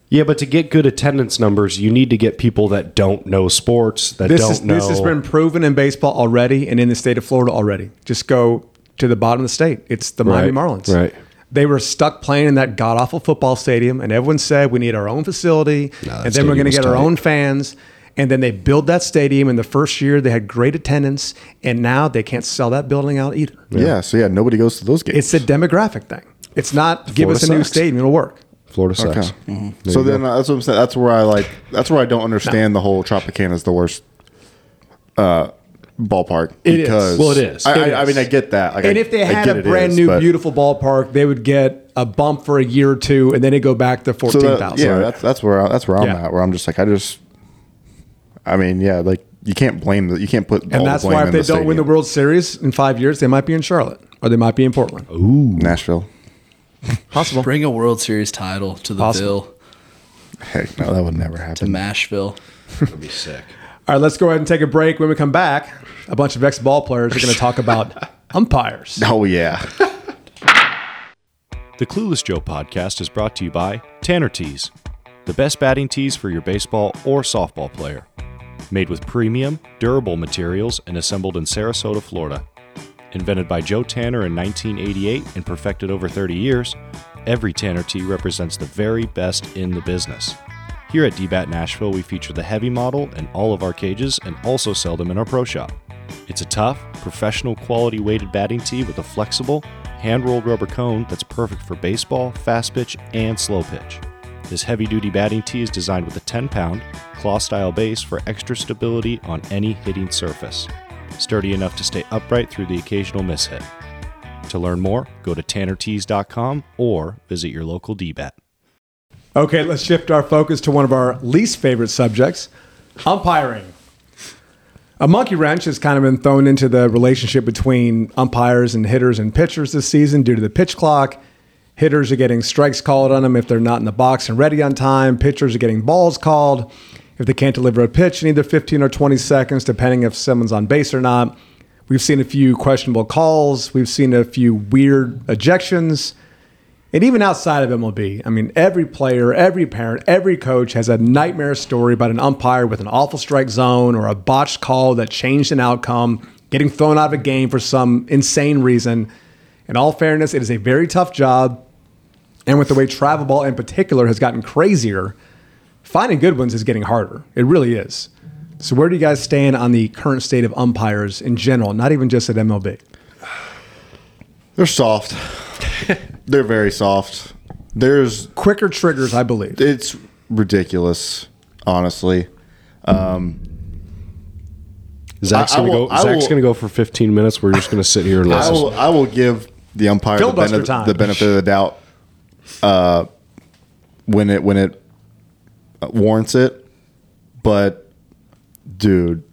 [SPEAKER 5] Yeah, but to get good attendance numbers, you need to get people that don't know sports, that
[SPEAKER 2] This
[SPEAKER 5] don't
[SPEAKER 2] is
[SPEAKER 5] know.
[SPEAKER 2] this has been proven in baseball already, and in the state of Florida already. Just go to the bottom of the state. It's the Miami
[SPEAKER 5] Right,
[SPEAKER 2] Marlins.
[SPEAKER 5] right.
[SPEAKER 2] They were stuck playing in that god awful football stadium, and everyone said we need our own facility,
[SPEAKER 5] that
[SPEAKER 2] and then we're
[SPEAKER 5] stadium
[SPEAKER 2] going to
[SPEAKER 5] was
[SPEAKER 2] get our
[SPEAKER 5] tight.
[SPEAKER 2] own fans. And then they build that stadium. In the first year, they had great attendance, and now they can't sell that building out either.
[SPEAKER 3] Yeah. so yeah, nobody goes to those games.
[SPEAKER 2] It's a demographic thing. It's not give
[SPEAKER 5] Florida
[SPEAKER 2] us a new
[SPEAKER 5] sucks.
[SPEAKER 2] stadium; it'll work.
[SPEAKER 5] Florida
[SPEAKER 3] Okay.
[SPEAKER 5] sucks.
[SPEAKER 3] So
[SPEAKER 5] you go.
[SPEAKER 3] then uh, that's what I'm saying. That's where I like. That's where I don't understand the whole Tropicana is the worst uh, ballpark.
[SPEAKER 2] It is.
[SPEAKER 5] Well, it is.
[SPEAKER 3] I,
[SPEAKER 5] It
[SPEAKER 3] I, I
[SPEAKER 5] is.
[SPEAKER 3] mean, I get that. Like,
[SPEAKER 2] And
[SPEAKER 3] I-
[SPEAKER 2] if they
[SPEAKER 3] I
[SPEAKER 2] had
[SPEAKER 3] get
[SPEAKER 2] a
[SPEAKER 3] it is,
[SPEAKER 2] brand new,
[SPEAKER 3] but-
[SPEAKER 2] beautiful ballpark, they would get a bump for a year or two, and then it go back to
[SPEAKER 3] so
[SPEAKER 2] fourteen
[SPEAKER 3] that-
[SPEAKER 2] thousand.
[SPEAKER 3] yeah, that's that's where I, that's where I'm
[SPEAKER 2] Yeah.
[SPEAKER 3] at. Where I'm just like, I just, I mean, yeah, like you can't blame the you can't put all
[SPEAKER 2] and
[SPEAKER 3] the
[SPEAKER 2] that's
[SPEAKER 3] blame
[SPEAKER 2] why
[SPEAKER 3] in
[SPEAKER 2] if they
[SPEAKER 3] the
[SPEAKER 2] don't win the
[SPEAKER 3] stadium.
[SPEAKER 2] World Series in five years, they might be in Charlotte or they might be in Portland.
[SPEAKER 3] Oh. Nashville.
[SPEAKER 2] Possible.
[SPEAKER 4] bring a World Series title to the
[SPEAKER 2] Possible.
[SPEAKER 4] Ville,
[SPEAKER 3] Heck, no, that would never
[SPEAKER 4] to
[SPEAKER 3] happen.
[SPEAKER 4] Mashville.
[SPEAKER 5] That'd be sick.
[SPEAKER 2] All right, let's go ahead and take a break. When we come back, a bunch of ex ball players are going to talk about umpires.
[SPEAKER 3] Oh yeah.
[SPEAKER 6] The Clueless Joe podcast is brought to you by Tanner Tees, the best batting tees for your baseball or softball player. Made with premium, durable materials and assembled in Sarasota, Florida. Invented by Joe Tanner in 1988 and perfected over 30 years, every Tanner tee represents the very best in the business. Here at DBAT Nashville, we feature the heavy model in all of our cages and also sell them in our pro shop. It's a tough, professional quality weighted batting tee with a flexible, hand rolled rubber cone that's perfect for baseball, fast pitch, and slow pitch. This heavy duty batting tee is designed with a 10 pound, claw style base for extra stability on any hitting surface. Sturdy enough to stay upright through the occasional mishit. To learn more, go to tannertees.com or visit your local DBAT.
[SPEAKER 2] Okay, let's shift our focus to one of our least favorite subjects umpiring. A monkey wrench has kind of been thrown into the relationship between umpires and hitters and pitchers this season due to the pitch clock. Hitters are getting strikes called on them if they're not in the box and ready on time. Pitchers are getting balls called if they can't deliver a pitch in either 15 or 20 seconds, depending if someone's on base or not. We've seen a few questionable calls. We've seen a few weird ejections. And even outside of MLB, I mean, every player, every parent, every coach has a nightmare story about an umpire with an awful strike zone or a botched call that changed an outcome, getting thrown out of a game for some insane reason. In all fairness, it is a very tough job. And with the way travel ball in particular has gotten crazier, finding good ones is getting harder. It really is. So, where do you guys stand on the current state of umpires in general, not even just at MLB?
[SPEAKER 3] They're soft. They're very soft. There's
[SPEAKER 2] Quicker triggers, I believe.
[SPEAKER 3] it's ridiculous, honestly.
[SPEAKER 5] Zach's
[SPEAKER 3] I- I
[SPEAKER 5] gonna
[SPEAKER 3] will-
[SPEAKER 5] go.
[SPEAKER 3] I
[SPEAKER 5] Zach's
[SPEAKER 3] will-
[SPEAKER 5] gonna go for 15 minutes. We're just gonna sit here and
[SPEAKER 3] I
[SPEAKER 5] listen.
[SPEAKER 3] will, I will give the umpire the,
[SPEAKER 2] Filibuster
[SPEAKER 3] benef-
[SPEAKER 2] time.
[SPEAKER 3] the benefit of the doubt uh, when it when it uh, warrants it. But dude,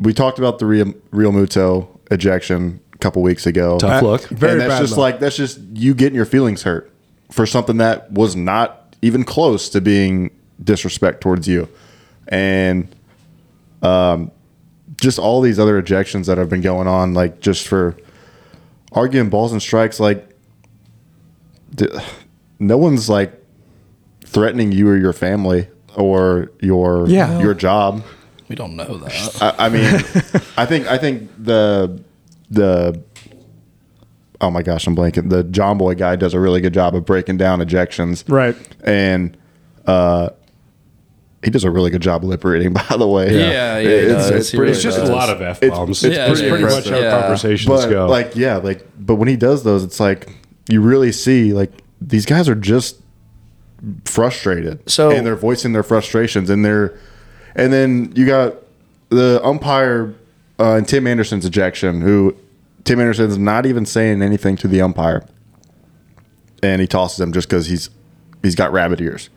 [SPEAKER 3] we talked about the Real, Real Muto ejection a couple weeks ago.
[SPEAKER 5] Tough
[SPEAKER 2] Uh,
[SPEAKER 5] look.
[SPEAKER 2] very
[SPEAKER 3] and that's
[SPEAKER 2] bad
[SPEAKER 3] just
[SPEAKER 2] luck.
[SPEAKER 3] like that's just you getting your feelings hurt for something that was not even close to being disrespect towards you, and um, just all these other ejections that have been going on, like just for arguing balls and strikes. Like, d- no one's like threatening you or your family or your
[SPEAKER 2] Yeah.
[SPEAKER 3] your job.
[SPEAKER 4] We don't know that.
[SPEAKER 3] I, I mean, I think I think the the oh my gosh, I'm blanking. The John Boy guy does a really good job of breaking down ejections,
[SPEAKER 2] Right.
[SPEAKER 3] And uh, He does a really good job liberating, by the way.
[SPEAKER 4] Yeah, yeah, he
[SPEAKER 3] it's,
[SPEAKER 4] does.
[SPEAKER 3] it's
[SPEAKER 4] He
[SPEAKER 3] pretty.
[SPEAKER 4] really
[SPEAKER 5] It's just
[SPEAKER 4] does.
[SPEAKER 5] a lot of f bombs. It's,
[SPEAKER 3] it's
[SPEAKER 5] pretty,
[SPEAKER 4] pretty
[SPEAKER 5] pretty much
[SPEAKER 4] impressive.
[SPEAKER 5] how
[SPEAKER 4] Yeah.
[SPEAKER 5] conversations
[SPEAKER 3] but
[SPEAKER 5] go.
[SPEAKER 3] like, yeah, like, but when he does those, it's like you really see like these guys are just frustrated.
[SPEAKER 4] So-
[SPEAKER 3] and they're voicing their frustrations, and they're, and then you got the umpire uh, and Tim Anderson's ejection. Who Tim Anderson's not even saying anything to the umpire, and he tosses him just because he's he's got rabbit ears.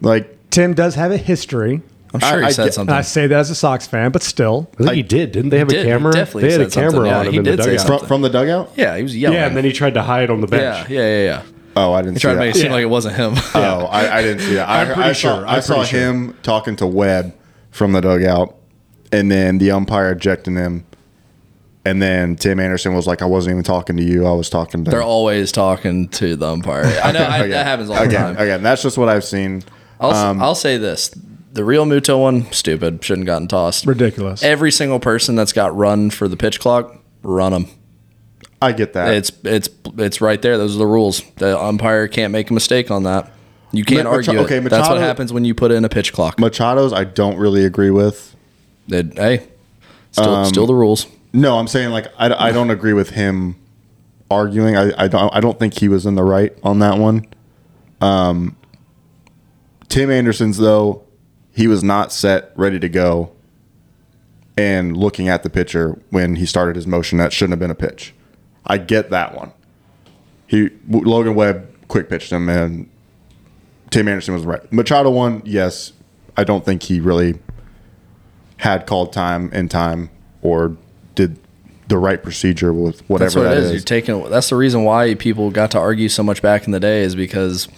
[SPEAKER 3] Like
[SPEAKER 2] Tim does have a history.
[SPEAKER 4] I'm sure
[SPEAKER 3] I- I
[SPEAKER 4] he said
[SPEAKER 3] get-
[SPEAKER 2] And
[SPEAKER 4] something.
[SPEAKER 2] I say that as a Sox fan, but still.
[SPEAKER 5] I think he did, didn't they? Have a
[SPEAKER 4] did. He
[SPEAKER 5] camera.
[SPEAKER 4] definitely
[SPEAKER 5] They had a
[SPEAKER 4] said something.
[SPEAKER 5] camera
[SPEAKER 4] Yeah,
[SPEAKER 5] on him
[SPEAKER 4] he
[SPEAKER 5] in the
[SPEAKER 4] did say
[SPEAKER 5] dugout.
[SPEAKER 4] something.
[SPEAKER 3] from, from the dugout.
[SPEAKER 4] yeah, he was yelling.
[SPEAKER 5] Yeah, and then he tried to hide on the
[SPEAKER 4] yeah,
[SPEAKER 5] bench.
[SPEAKER 4] yeah, yeah, yeah.
[SPEAKER 3] Oh, I didn't.
[SPEAKER 4] He
[SPEAKER 3] see
[SPEAKER 4] tried to
[SPEAKER 3] that.
[SPEAKER 4] make it seem like it wasn't him.
[SPEAKER 3] Oh, I, I didn't see that. I,
[SPEAKER 5] I'm pretty
[SPEAKER 3] I saw,
[SPEAKER 5] sure.
[SPEAKER 3] I
[SPEAKER 5] I'm
[SPEAKER 3] saw
[SPEAKER 5] pretty sure.
[SPEAKER 3] him talking to Webb from the dugout, and then the umpire ejecting him. And then Tim Anderson was like, "I wasn't even talking to you. I was talking to."
[SPEAKER 4] They're always talking to the umpire. I know I, that happens all the
[SPEAKER 3] again,
[SPEAKER 4] time.
[SPEAKER 3] Again, that's just what I've seen.
[SPEAKER 4] I'll, s
[SPEAKER 3] Um,
[SPEAKER 4] will say this: the real Muto one, stupid, shouldn't gotten tossed.
[SPEAKER 2] Ridiculous.
[SPEAKER 4] Every single person that's got run for the pitch clock, run them.
[SPEAKER 3] I get that.
[SPEAKER 4] It's it's it's right there. Those are the rules. The umpire can't make a mistake on that. You can't
[SPEAKER 3] Ma- Macha-
[SPEAKER 4] argue.
[SPEAKER 3] okay,
[SPEAKER 4] it. That's what
[SPEAKER 3] Machado-
[SPEAKER 4] happens when you put in a pitch clock.
[SPEAKER 3] Machado's. I don't really agree with.
[SPEAKER 4] It- hey, still,
[SPEAKER 3] Um,
[SPEAKER 4] still the rules.
[SPEAKER 3] No, I'm saying like I, I don't agree with him arguing. I, I don't I don't think he was in the right on that one. Um, Tim Anderson's though he was not set ready to go and looking at the pitcher when he started his motion that shouldn't have been a pitch. I get that one. He W- Logan Webb quick pitched him and Tim Anderson was right. Machado won. Yes, I don't think he really had called time in time or did the right procedure with
[SPEAKER 4] That's
[SPEAKER 3] whatever
[SPEAKER 4] what
[SPEAKER 3] that
[SPEAKER 4] it is. You're
[SPEAKER 3] is.
[SPEAKER 4] taking. That's the reason why people got to argue so much back in the day is because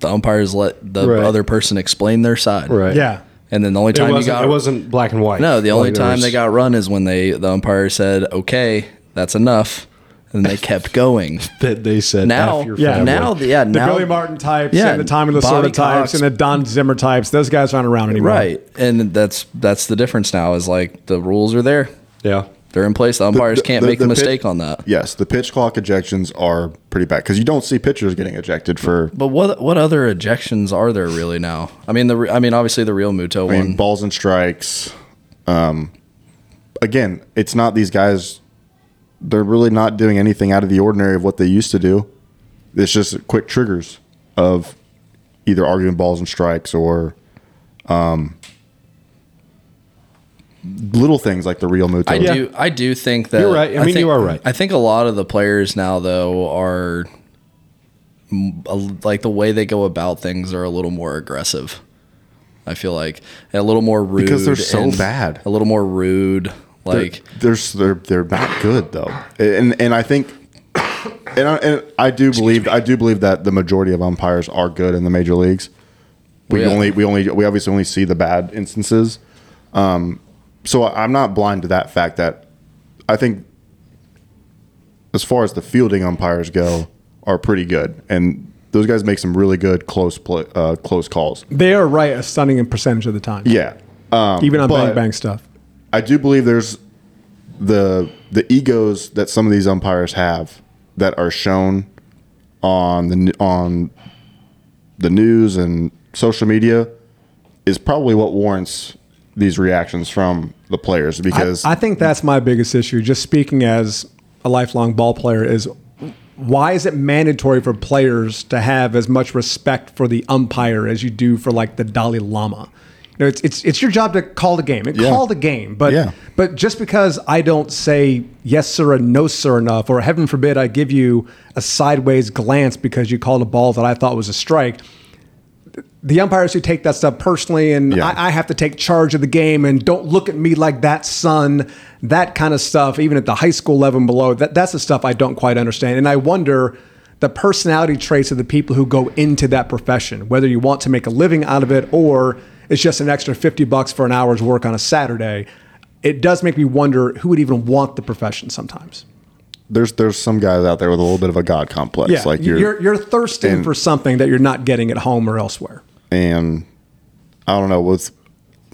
[SPEAKER 4] the umpires let the
[SPEAKER 5] Right.
[SPEAKER 4] other person explain their side.
[SPEAKER 5] Right.
[SPEAKER 2] Yeah.
[SPEAKER 4] And then the only
[SPEAKER 5] It
[SPEAKER 4] time you
[SPEAKER 5] wasn't,
[SPEAKER 4] got
[SPEAKER 5] it wasn't black and white.
[SPEAKER 4] No, the only
[SPEAKER 5] Like, there
[SPEAKER 4] time
[SPEAKER 5] was-
[SPEAKER 4] they got run is when they the umpire said, "Okay, that's enough," and they kept going.
[SPEAKER 5] that they said
[SPEAKER 4] Now,
[SPEAKER 5] F your
[SPEAKER 4] yeah,
[SPEAKER 5] family.
[SPEAKER 4] now, the- yeah,
[SPEAKER 2] The
[SPEAKER 4] now,
[SPEAKER 2] Billy Martin types
[SPEAKER 4] Yeah,
[SPEAKER 2] and the Tommy Lasorda
[SPEAKER 4] Bobby
[SPEAKER 2] types
[SPEAKER 4] Cox.
[SPEAKER 2] and the Don Zimmer types, those guys aren't around anymore.
[SPEAKER 4] right? And that's that's the difference now. Is like the rules are there;
[SPEAKER 5] yeah.
[SPEAKER 4] they're in place. The umpires can't
[SPEAKER 3] the-
[SPEAKER 4] make
[SPEAKER 3] the
[SPEAKER 4] a
[SPEAKER 3] pitch-
[SPEAKER 4] mistake on that.
[SPEAKER 3] Yes, the pitch clock ejections are pretty bad because you don't see pitchers getting ejected for
[SPEAKER 4] But what what other ejections are there really now? I mean, the re- I mean, obviously the real Muto
[SPEAKER 3] I
[SPEAKER 4] one.
[SPEAKER 3] mean, balls and strikes. Um, again, it's not these guys. They're really not doing anything out of the ordinary of what they used to do. It's just quick triggers of either arguing balls and strikes or um, little things like the real Muto.
[SPEAKER 4] I do. I do think that
[SPEAKER 5] You're right. I mean,
[SPEAKER 4] think-
[SPEAKER 5] you are right.
[SPEAKER 4] I think a lot of the players now, though, are m- a- like the way they go about things are a little more aggressive. I feel like and a little more rude
[SPEAKER 3] Because they're so
[SPEAKER 4] and
[SPEAKER 3] bad.
[SPEAKER 4] A little more rude. Like
[SPEAKER 3] there's they're they're not good though, and and I think, and I, and I do believe I do believe that the majority of umpires are good in the major leagues. We
[SPEAKER 4] Yeah.
[SPEAKER 3] only we only we obviously only see the bad instances, um, so I, I'm not blind to that fact that I think as far as the fielding umpires go are pretty good, and those guys make some really good close play, uh, close calls.
[SPEAKER 2] They are right a stunning percentage of the time.
[SPEAKER 3] Yeah, Um,
[SPEAKER 2] Even on
[SPEAKER 3] but-
[SPEAKER 2] bang bang stuff.
[SPEAKER 3] I do believe there's the the egos that some of these umpires have that are shown on the n- on the news and social media is probably what warrants these reactions from the players because
[SPEAKER 2] I, I think that's my biggest issue. Just speaking as a lifelong ball player is why is it mandatory for players to have as much respect for the umpire as you do for like the Dalai Lama? You know, it's it's it's your job to call the game and
[SPEAKER 3] Yeah.
[SPEAKER 2] call the game, but
[SPEAKER 3] Yeah.
[SPEAKER 2] but just because I don't say yes sir and no sir enough, or heaven forbid I give you a sideways glance because you called a ball that I thought was a strike, the umpires who take that stuff personally and
[SPEAKER 3] Yeah.
[SPEAKER 2] I, I have to take charge of the game and don't look at me like that son that kind of stuff even at the high school level and below that, that's the stuff i don't quite understand and i wonder the personality traits of the people who go into that profession whether you want to make a living out of it or it's just an extra 50 bucks for an hour's work on a saturday it does make me wonder who would even want the profession sometimes
[SPEAKER 3] there's there's some guys out there with a little bit of a god complex
[SPEAKER 2] yeah
[SPEAKER 3] like
[SPEAKER 2] you're,
[SPEAKER 3] you're,
[SPEAKER 2] you're, thirsting
[SPEAKER 3] and-
[SPEAKER 2] for something that you're not getting at home or elsewhere
[SPEAKER 3] and I don't know with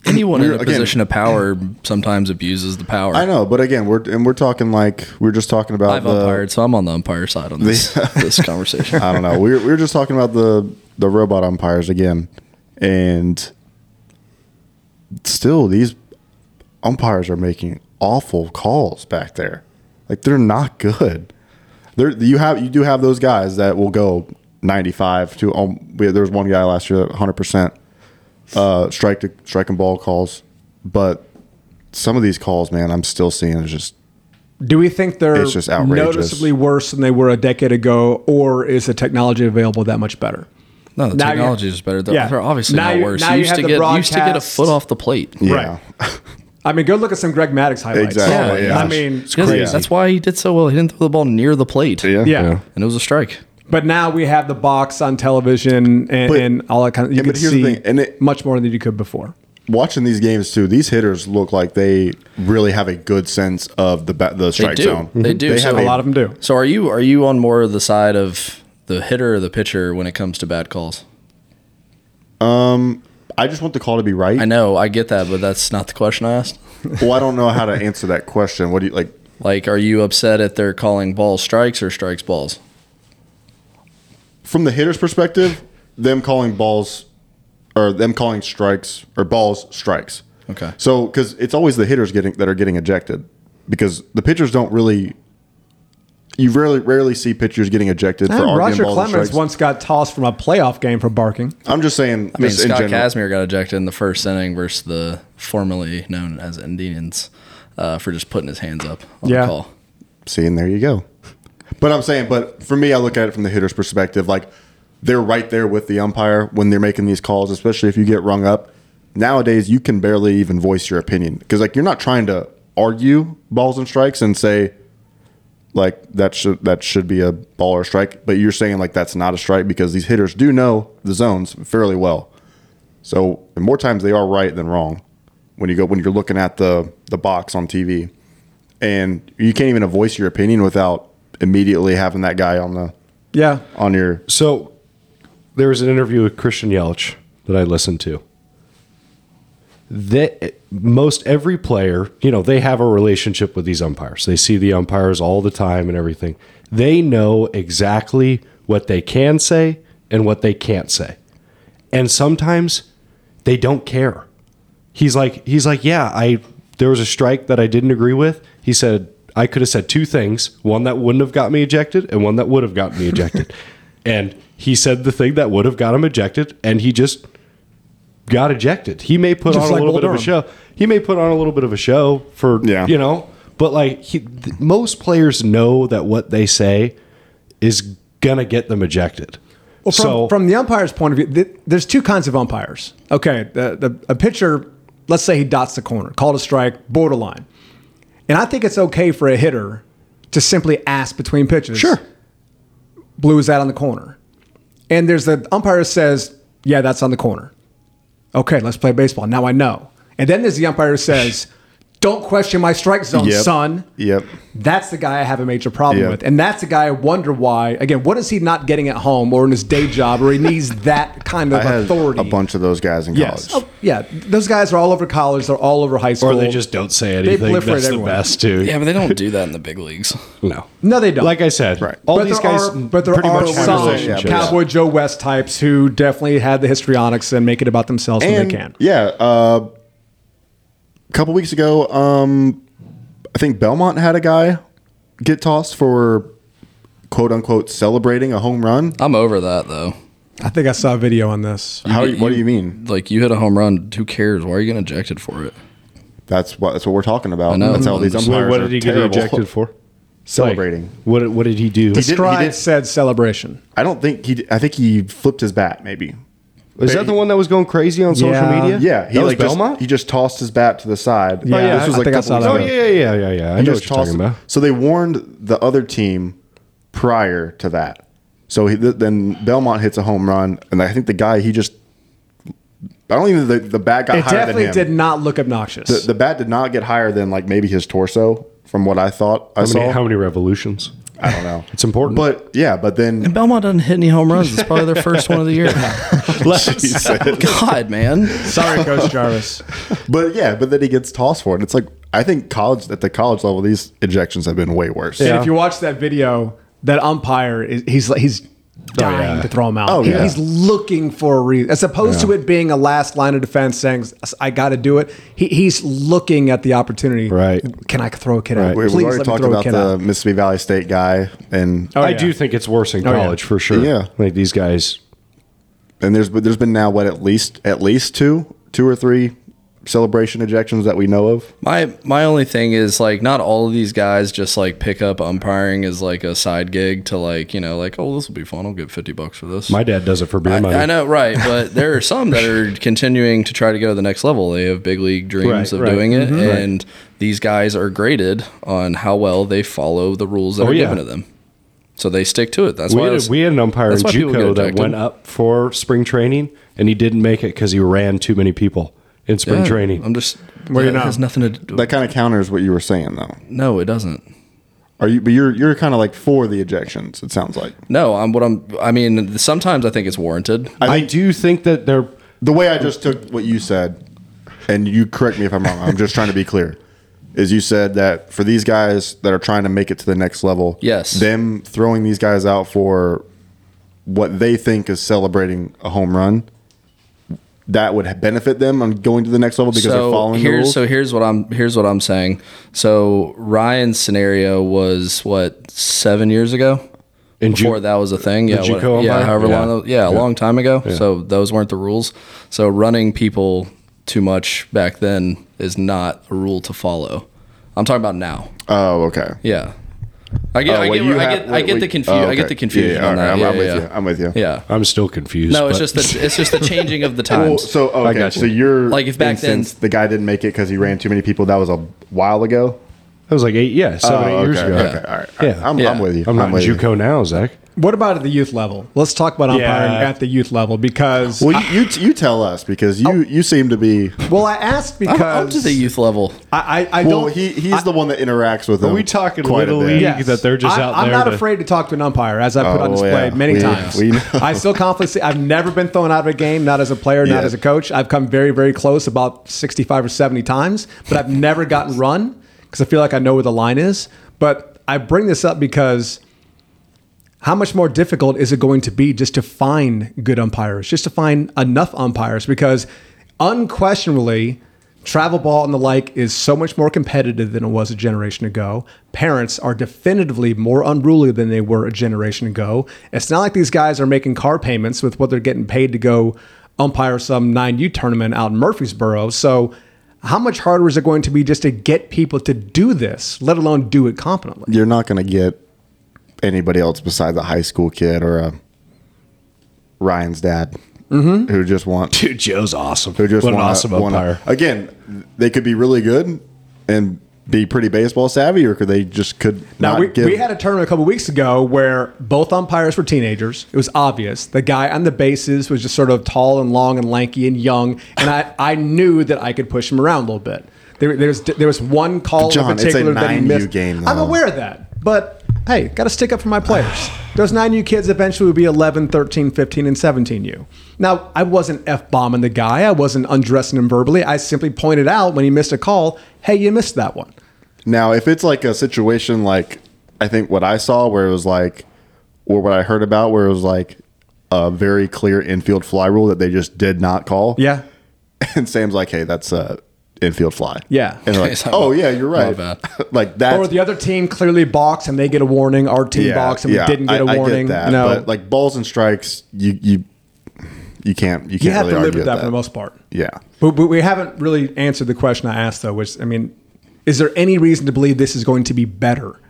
[SPEAKER 4] anyone in
[SPEAKER 3] we're-
[SPEAKER 4] a
[SPEAKER 3] again-
[SPEAKER 4] position of power sometimes abuses the power.
[SPEAKER 3] I know but again we're and we're talking like we we're just talking about
[SPEAKER 4] I've
[SPEAKER 3] the,
[SPEAKER 4] umpired, so I'm on the umpire side on this this conversation.
[SPEAKER 3] I don't know. We were, we were just talking about the the robot umpires again, and still these umpires are making awful calls back there. Like they're not good. There you have you do have those guys that will go 95 to um, we, there was one guy last year that 100% uh strike to strike and ball calls, but some of these calls, man, I'm still seeing is just
[SPEAKER 2] Do we think they're
[SPEAKER 3] It's just outrageous.
[SPEAKER 2] noticeably worse than they were a decade ago, or is the technology available that much better?
[SPEAKER 4] No, the
[SPEAKER 2] Now you're-
[SPEAKER 4] technology is better. They're,
[SPEAKER 2] Yeah.
[SPEAKER 4] they're obviously
[SPEAKER 2] Now
[SPEAKER 4] not
[SPEAKER 2] you-
[SPEAKER 4] worse.
[SPEAKER 2] now
[SPEAKER 4] You
[SPEAKER 2] you
[SPEAKER 4] used
[SPEAKER 2] have
[SPEAKER 4] to
[SPEAKER 2] the
[SPEAKER 4] get used to get a
[SPEAKER 2] broadcast.
[SPEAKER 4] foot off the plate.
[SPEAKER 3] yeah.
[SPEAKER 2] Right. I mean, go look at some Greg Maddox highlights.
[SPEAKER 3] Exactly,
[SPEAKER 2] I
[SPEAKER 3] yeah.
[SPEAKER 2] mean,
[SPEAKER 4] Yeah, That's why he did so well. He didn't throw the ball near the plate.
[SPEAKER 3] Yeah.
[SPEAKER 2] yeah.
[SPEAKER 4] And it was a strike.
[SPEAKER 2] But now we have the box on television and,
[SPEAKER 3] But-
[SPEAKER 2] and all that kind of. You
[SPEAKER 3] Yeah,
[SPEAKER 2] can
[SPEAKER 3] but here's the
[SPEAKER 2] see
[SPEAKER 3] thing, and it-
[SPEAKER 2] much more than you could before.
[SPEAKER 3] Watching these games too, these hitters look like they really have a good sense of the ba- the strike
[SPEAKER 4] do.
[SPEAKER 3] zone.
[SPEAKER 4] They do. So
[SPEAKER 3] have
[SPEAKER 2] A lot of them do.
[SPEAKER 4] So are you are you on more of the side of the hitter or the pitcher when it comes to bad calls?
[SPEAKER 3] um, I just want the call to be right.
[SPEAKER 4] I know, I get that, but that's not the question I asked.
[SPEAKER 3] well, I don't know how to answer that question. What do you like?
[SPEAKER 4] Like, are you upset at their calling balls strikes or strikes balls?
[SPEAKER 3] From the hitter's perspective, them calling balls or them calling strikes or balls strikes.
[SPEAKER 4] Okay.
[SPEAKER 3] So, because it's always the hitters getting that are getting ejected, because the pitchers don't really. You rarely rarely see pitchers getting ejected for
[SPEAKER 2] Ah,
[SPEAKER 3] arguing
[SPEAKER 2] Roger
[SPEAKER 3] balls and
[SPEAKER 2] Clemens
[SPEAKER 3] strikes.
[SPEAKER 2] once got tossed from a playoff game for barking.
[SPEAKER 3] I'm just saying.
[SPEAKER 4] I mean,
[SPEAKER 3] just in
[SPEAKER 4] Scott
[SPEAKER 3] general.
[SPEAKER 4] Kazmir got ejected in the first inning versus the formerly known as Indians uh, for just putting his hands up on
[SPEAKER 2] Yeah.
[SPEAKER 4] the call.
[SPEAKER 3] See, and there you go. But I'm saying, but for me, I look at it from the hitter's perspective. Like they're right there with the umpire when they're making these calls, especially if you get rung up. Nowadays, you can barely even voice your opinion because like you're not trying to argue balls and strikes and say like that should that should be a ball or strike, but you're saying like that's not a strike because these hitters do know the zones fairly well. So and more times they are right than wrong when you go when you're looking at the the box on TV and you can't even voice your opinion without immediately having that guy on the
[SPEAKER 2] Yeah,
[SPEAKER 3] on your
[SPEAKER 5] So there was an interview with Christian Yelich that I listened to. That most every player, you know, they have a relationship with these umpires. They see the umpires all the time and everything. They know exactly what they can say and what they can't say. And sometimes they don't care. He's like he's like, "Yeah, I there was a strike that I didn't agree with." He said, "I could have said two things, one that wouldn't have got me ejected and one that would have gotten me ejected." and he said the thing that would have got him ejected and he just got ejected. He may put
[SPEAKER 2] Just
[SPEAKER 5] on
[SPEAKER 2] like
[SPEAKER 5] a little
[SPEAKER 2] Bull
[SPEAKER 5] bit of a
[SPEAKER 2] Durham.
[SPEAKER 5] show. He may put on a little bit of a show for
[SPEAKER 3] Yeah.
[SPEAKER 5] you know, but like he, th- most players know that what they say is gonna get them ejected.
[SPEAKER 2] Well, from,
[SPEAKER 5] so
[SPEAKER 2] from the umpire's point of view, th- there's two kinds of umpires. Okay, the, the, a pitcher, let's say he dots the corner, called a strike, borderline. And I think it's okay for a hitter to simply ask between pitches.
[SPEAKER 3] Sure.
[SPEAKER 2] Blue is out on the corner. And there's the umpire who says, yeah, that's on the corner. Okay, let's play baseball. Now I know. And then there's the umpire who says, don't question my strike zone,
[SPEAKER 3] Yep.
[SPEAKER 2] son.
[SPEAKER 3] Yep.
[SPEAKER 2] That's the guy I have a major problem
[SPEAKER 3] Yeah.
[SPEAKER 2] with. And that's the guy I wonder why. Again, what is he not getting at home or in his day job or he needs that kind of
[SPEAKER 3] I had
[SPEAKER 2] authority?
[SPEAKER 3] a bunch of those guys in
[SPEAKER 2] Yes.
[SPEAKER 3] college.
[SPEAKER 2] Oh, yeah. Those guys are all over college. They're all over high school.
[SPEAKER 5] or they just don't say anything.
[SPEAKER 2] proliferate
[SPEAKER 5] That's
[SPEAKER 2] everywhere.
[SPEAKER 5] the best too.
[SPEAKER 4] Yeah, but they don't do that in the big leagues.
[SPEAKER 5] No,
[SPEAKER 2] No, they don't.
[SPEAKER 5] Like I said,
[SPEAKER 3] Right.
[SPEAKER 5] all
[SPEAKER 2] but
[SPEAKER 5] these
[SPEAKER 2] there
[SPEAKER 5] guys,
[SPEAKER 2] are, but there
[SPEAKER 5] pretty
[SPEAKER 2] are
[SPEAKER 5] much have
[SPEAKER 2] some
[SPEAKER 3] relationships.
[SPEAKER 2] Cowboy Joe West types who definitely had the histrionics and make it about themselves when
[SPEAKER 3] and
[SPEAKER 2] they can.
[SPEAKER 3] yeah, uh, a couple weeks ago, um, I think Belmont had a guy get tossed for quote unquote celebrating a home run.
[SPEAKER 4] I'm over that though.
[SPEAKER 2] I think I saw a video on this.
[SPEAKER 3] How? what do you mean?
[SPEAKER 4] Like you hit a home run, who cares? Why are you getting ejected for it?
[SPEAKER 3] That's what that's what we're talking about.
[SPEAKER 4] know.
[SPEAKER 3] That's how these
[SPEAKER 4] Wait,
[SPEAKER 3] umpires
[SPEAKER 5] What did
[SPEAKER 3] are
[SPEAKER 5] he get
[SPEAKER 3] terrible.
[SPEAKER 5] ejected for?
[SPEAKER 3] Celebrating.
[SPEAKER 5] Like, what What did he do?
[SPEAKER 3] He did-
[SPEAKER 2] Stride
[SPEAKER 3] did-
[SPEAKER 2] said celebration.
[SPEAKER 3] I don't think he. I think he flipped his bat. Maybe.
[SPEAKER 5] Is that the one that was going crazy on social
[SPEAKER 2] Yeah.
[SPEAKER 5] media?
[SPEAKER 3] Yeah,
[SPEAKER 5] he that was
[SPEAKER 3] like just-
[SPEAKER 5] Belmont.
[SPEAKER 3] he just tossed his bat to the side.
[SPEAKER 2] Yeah,
[SPEAKER 5] yeah,
[SPEAKER 3] this was
[SPEAKER 2] I
[SPEAKER 3] like
[SPEAKER 2] think I
[SPEAKER 3] a couple
[SPEAKER 2] saw
[SPEAKER 3] weeks
[SPEAKER 2] that
[SPEAKER 5] oh
[SPEAKER 3] ago.
[SPEAKER 2] one.
[SPEAKER 5] yeah, yeah, yeah, yeah, yeah. I
[SPEAKER 3] He
[SPEAKER 5] know
[SPEAKER 3] just
[SPEAKER 5] what you're talking
[SPEAKER 3] tossed-
[SPEAKER 5] about.
[SPEAKER 3] So they warned the other team prior to that. So he, th- then Belmont hits a home run, and I think the guy he just I don't even think the, the bat got
[SPEAKER 2] It
[SPEAKER 3] higher than
[SPEAKER 2] definitely
[SPEAKER 3] him.
[SPEAKER 2] did not look obnoxious.
[SPEAKER 3] The, the bat did not get higher than like maybe his torso, from what I thought I
[SPEAKER 5] How many,
[SPEAKER 3] saw.
[SPEAKER 5] how many revolutions?
[SPEAKER 3] I don't know.
[SPEAKER 5] It's important.
[SPEAKER 3] but yeah, but then
[SPEAKER 4] Belmont doesn't hit any home runs. It's probably their first one of the year. God, man.
[SPEAKER 2] Sorry, Coach Jarvis.
[SPEAKER 3] but yeah, but then he gets tossed for it. It's like I think college at the college level, these ejections have been way worse.
[SPEAKER 2] And if you watch that video, that umpire is he's he's dying to throw him out.
[SPEAKER 3] Oh,
[SPEAKER 2] He-
[SPEAKER 3] yeah.
[SPEAKER 2] He's looking for a reason. As opposed to it being a last line of defense saying, "S- I got to do it, he, he's looking at the opportunity.
[SPEAKER 5] Right.
[SPEAKER 2] Can I throw a kid out?
[SPEAKER 3] We, have
[SPEAKER 2] Please
[SPEAKER 3] already
[SPEAKER 2] let me
[SPEAKER 3] talked
[SPEAKER 2] throw a
[SPEAKER 3] about
[SPEAKER 2] kid
[SPEAKER 3] the
[SPEAKER 2] out.
[SPEAKER 3] Mississippi Valley State guy, and
[SPEAKER 2] Oh,
[SPEAKER 5] I
[SPEAKER 2] yeah.
[SPEAKER 5] do think it's worse in
[SPEAKER 2] Oh, yeah.
[SPEAKER 5] college for sure.
[SPEAKER 3] Yeah.
[SPEAKER 5] like these guys.
[SPEAKER 3] and there's but there's been now what at least at least two two or three celebration ejections that we know of.
[SPEAKER 4] My my only thing is like not all of these guys just like pick up umpiring as like a side gig to like you know like oh this will be fun I'll get fifty bucks for this.
[SPEAKER 5] My dad does it for beer
[SPEAKER 4] I,
[SPEAKER 5] money.
[SPEAKER 4] I know right, but there are some that are continuing to try to go to the next level. They have big league dreams
[SPEAKER 5] Right,
[SPEAKER 4] of
[SPEAKER 5] right.
[SPEAKER 4] doing it, and these guys are graded on how well they follow the rules that
[SPEAKER 5] Oh,
[SPEAKER 4] are
[SPEAKER 5] yeah.
[SPEAKER 4] given to them. So they stick to it. That's
[SPEAKER 5] We
[SPEAKER 4] why I
[SPEAKER 5] had,
[SPEAKER 4] was-
[SPEAKER 5] we had an umpire in
[SPEAKER 4] that's why people get
[SPEAKER 5] JUCO that
[SPEAKER 4] ejected.
[SPEAKER 5] went up for spring training, and he didn't make it because he ran too many people in spring
[SPEAKER 4] Yeah,
[SPEAKER 5] training.
[SPEAKER 4] I'm just
[SPEAKER 2] Where you
[SPEAKER 4] that
[SPEAKER 2] know.
[SPEAKER 4] has nothing to do.
[SPEAKER 3] That kind of counters what you were saying though.
[SPEAKER 4] no, it doesn't.
[SPEAKER 3] Are you? But you're you're kind of like for the ejections. It sounds like
[SPEAKER 4] No, I'm what I'm. I mean, sometimes I think it's warranted.
[SPEAKER 5] I, do think that they're
[SPEAKER 3] the way I just took what you said, and you correct me if I'm wrong. I'm just trying to be clear. Is you said that for these guys that are trying to make it to the next level,
[SPEAKER 4] Yes.
[SPEAKER 3] them throwing these guys out for what they think is celebrating a home run, that would benefit them on going to the next level because they're following the
[SPEAKER 4] here's,
[SPEAKER 3] rules.
[SPEAKER 4] So here's what I'm here's what I'm saying. So Ryan's scenario was what seven years ago.
[SPEAKER 5] in
[SPEAKER 4] Before
[SPEAKER 5] Ju-
[SPEAKER 4] that was a thing, yeah,
[SPEAKER 5] JUCO
[SPEAKER 4] what- yeah,
[SPEAKER 5] umpire?
[SPEAKER 4] however
[SPEAKER 5] Yeah.
[SPEAKER 4] long, yeah, a long time ago. So those weren't the rules. So running people too much back then is not a rule to follow. I'm talking about now.
[SPEAKER 3] oh, okay.
[SPEAKER 4] Yeah, I get,
[SPEAKER 3] Oh,
[SPEAKER 4] I
[SPEAKER 3] what
[SPEAKER 4] get,
[SPEAKER 3] you
[SPEAKER 4] where- I
[SPEAKER 3] have-
[SPEAKER 4] get,
[SPEAKER 3] what-
[SPEAKER 4] I get
[SPEAKER 3] what-
[SPEAKER 4] the confusion.
[SPEAKER 3] oh,
[SPEAKER 4] I
[SPEAKER 3] okay.
[SPEAKER 4] get the confusion
[SPEAKER 3] Yeah, yeah,
[SPEAKER 4] on
[SPEAKER 3] all right,
[SPEAKER 4] that.
[SPEAKER 3] I'm,
[SPEAKER 4] yeah,
[SPEAKER 3] I'm with
[SPEAKER 4] yeah.
[SPEAKER 3] you. I'm with you.
[SPEAKER 4] Yeah.
[SPEAKER 5] I'm still confused.
[SPEAKER 4] No, it's
[SPEAKER 5] but-
[SPEAKER 4] just the it's just the changing of the
[SPEAKER 3] Well,
[SPEAKER 4] times.
[SPEAKER 3] so uh, okay,
[SPEAKER 5] got you.
[SPEAKER 3] so you're
[SPEAKER 4] Like, if back then-
[SPEAKER 3] the guy didn't make it because he ran too many people. That was a while ago.
[SPEAKER 5] that was like eight, yeah, seven, eight
[SPEAKER 3] Oh,
[SPEAKER 5] years
[SPEAKER 3] okay,
[SPEAKER 5] ago.
[SPEAKER 3] Okay, all right, all right.
[SPEAKER 5] Yeah.
[SPEAKER 3] I'm,
[SPEAKER 4] Yeah.
[SPEAKER 3] I'm with you.
[SPEAKER 5] I'm not in
[SPEAKER 3] with you.
[SPEAKER 5] JUCO now, Zach.
[SPEAKER 2] What about at the youth level? Let's talk about umpiring
[SPEAKER 5] Yeah.
[SPEAKER 2] at the youth level because. Well,
[SPEAKER 3] Well, you, you t- you tell us because
[SPEAKER 5] Oh.
[SPEAKER 3] you you seem to be.
[SPEAKER 2] I asked because.
[SPEAKER 4] I'm up to the youth level.
[SPEAKER 2] I, I, I
[SPEAKER 3] Well,
[SPEAKER 2] don't.
[SPEAKER 3] he he's the one that interacts with them.
[SPEAKER 5] we talking
[SPEAKER 3] quite a
[SPEAKER 5] Little
[SPEAKER 3] bit.
[SPEAKER 5] League? that they're just
[SPEAKER 2] I,
[SPEAKER 5] out
[SPEAKER 2] I'm
[SPEAKER 5] there
[SPEAKER 2] not
[SPEAKER 5] to-
[SPEAKER 2] afraid to talk to an umpire, as I put on
[SPEAKER 3] Oh,
[SPEAKER 2] display
[SPEAKER 3] yeah.
[SPEAKER 2] many
[SPEAKER 3] We-
[SPEAKER 2] times.
[SPEAKER 3] we know.
[SPEAKER 2] I still confidently say I've never been thrown out of a game, not as a player, not
[SPEAKER 3] Yeah.
[SPEAKER 2] as a coach. I've come very, very close about 65 or 70 times, but I've never gotten run because I feel like I know where the line is. But I bring this up because how much more difficult is it going to be just to find good umpires, just to find enough umpires? Because unquestionably, travel ball and the like is so much more competitive than it was a generation ago. Parents are definitively more unruly than they were a generation ago. It's not like these guys are making car payments with what they're getting paid to go umpire some 9U tournament out in Murfreesboro. So, how much harder is it going to be just to get people to do this, let alone do it competently?
[SPEAKER 3] You're not going to get anybody else besides a high school kid or a Ryan's dad who just want
[SPEAKER 5] Dude, Joe's awesome.
[SPEAKER 3] who just
[SPEAKER 5] Mm-hmm. what an
[SPEAKER 3] wanna-
[SPEAKER 5] awesome
[SPEAKER 3] wanna-
[SPEAKER 5] umpire.
[SPEAKER 3] again, they could be really good and be pretty baseball savvy, or could they just could
[SPEAKER 2] Now
[SPEAKER 3] not
[SPEAKER 2] we,
[SPEAKER 3] give.
[SPEAKER 2] we had a tournament a couple weeks ago where both umpires were teenagers. It was obvious. The guy on the bases was just sort of tall and long and lanky and young, and I, I knew that I could push him around a little bit. There, there was there was one call
[SPEAKER 3] John,
[SPEAKER 2] in
[SPEAKER 3] it's a
[SPEAKER 2] particular that he
[SPEAKER 3] 9U
[SPEAKER 2] missed.
[SPEAKER 3] game,
[SPEAKER 2] I'm
[SPEAKER 3] though.
[SPEAKER 2] aware of that, but hey, got to stick up for my players. Those 9U kids eventually will be 11, 13, 15, and 17U. Now, I wasn't F bombing the guy. I wasn't undressing him verbally. I simply pointed out when he missed a call, hey, you missed that one.
[SPEAKER 3] Now, if it's like a situation like I think what I saw where it was like, or what I heard about where it was like a very clear infield fly rule that they just did not call.
[SPEAKER 2] Yeah.
[SPEAKER 3] And Sam's like, hey, that's a infield fly.
[SPEAKER 2] Yeah.
[SPEAKER 3] And they're
[SPEAKER 4] It's
[SPEAKER 3] like,
[SPEAKER 4] not
[SPEAKER 3] oh,
[SPEAKER 4] bad.
[SPEAKER 3] yeah, you're
[SPEAKER 4] Not
[SPEAKER 3] right.
[SPEAKER 4] bad.
[SPEAKER 3] like that.
[SPEAKER 2] or the other team clearly balks and they get a warning. Our team balks and we didn't get a warning.
[SPEAKER 3] that,
[SPEAKER 2] no,
[SPEAKER 3] But like balls and strikes, you, you, you can't, you can't
[SPEAKER 2] you have
[SPEAKER 3] really
[SPEAKER 2] to live
[SPEAKER 3] argue
[SPEAKER 2] with that, for the
[SPEAKER 3] that.
[SPEAKER 2] most part.
[SPEAKER 3] Yeah.
[SPEAKER 2] But, but we haven't really answered the question I asked though, which I mean, is there any reason to believe this is going to be better?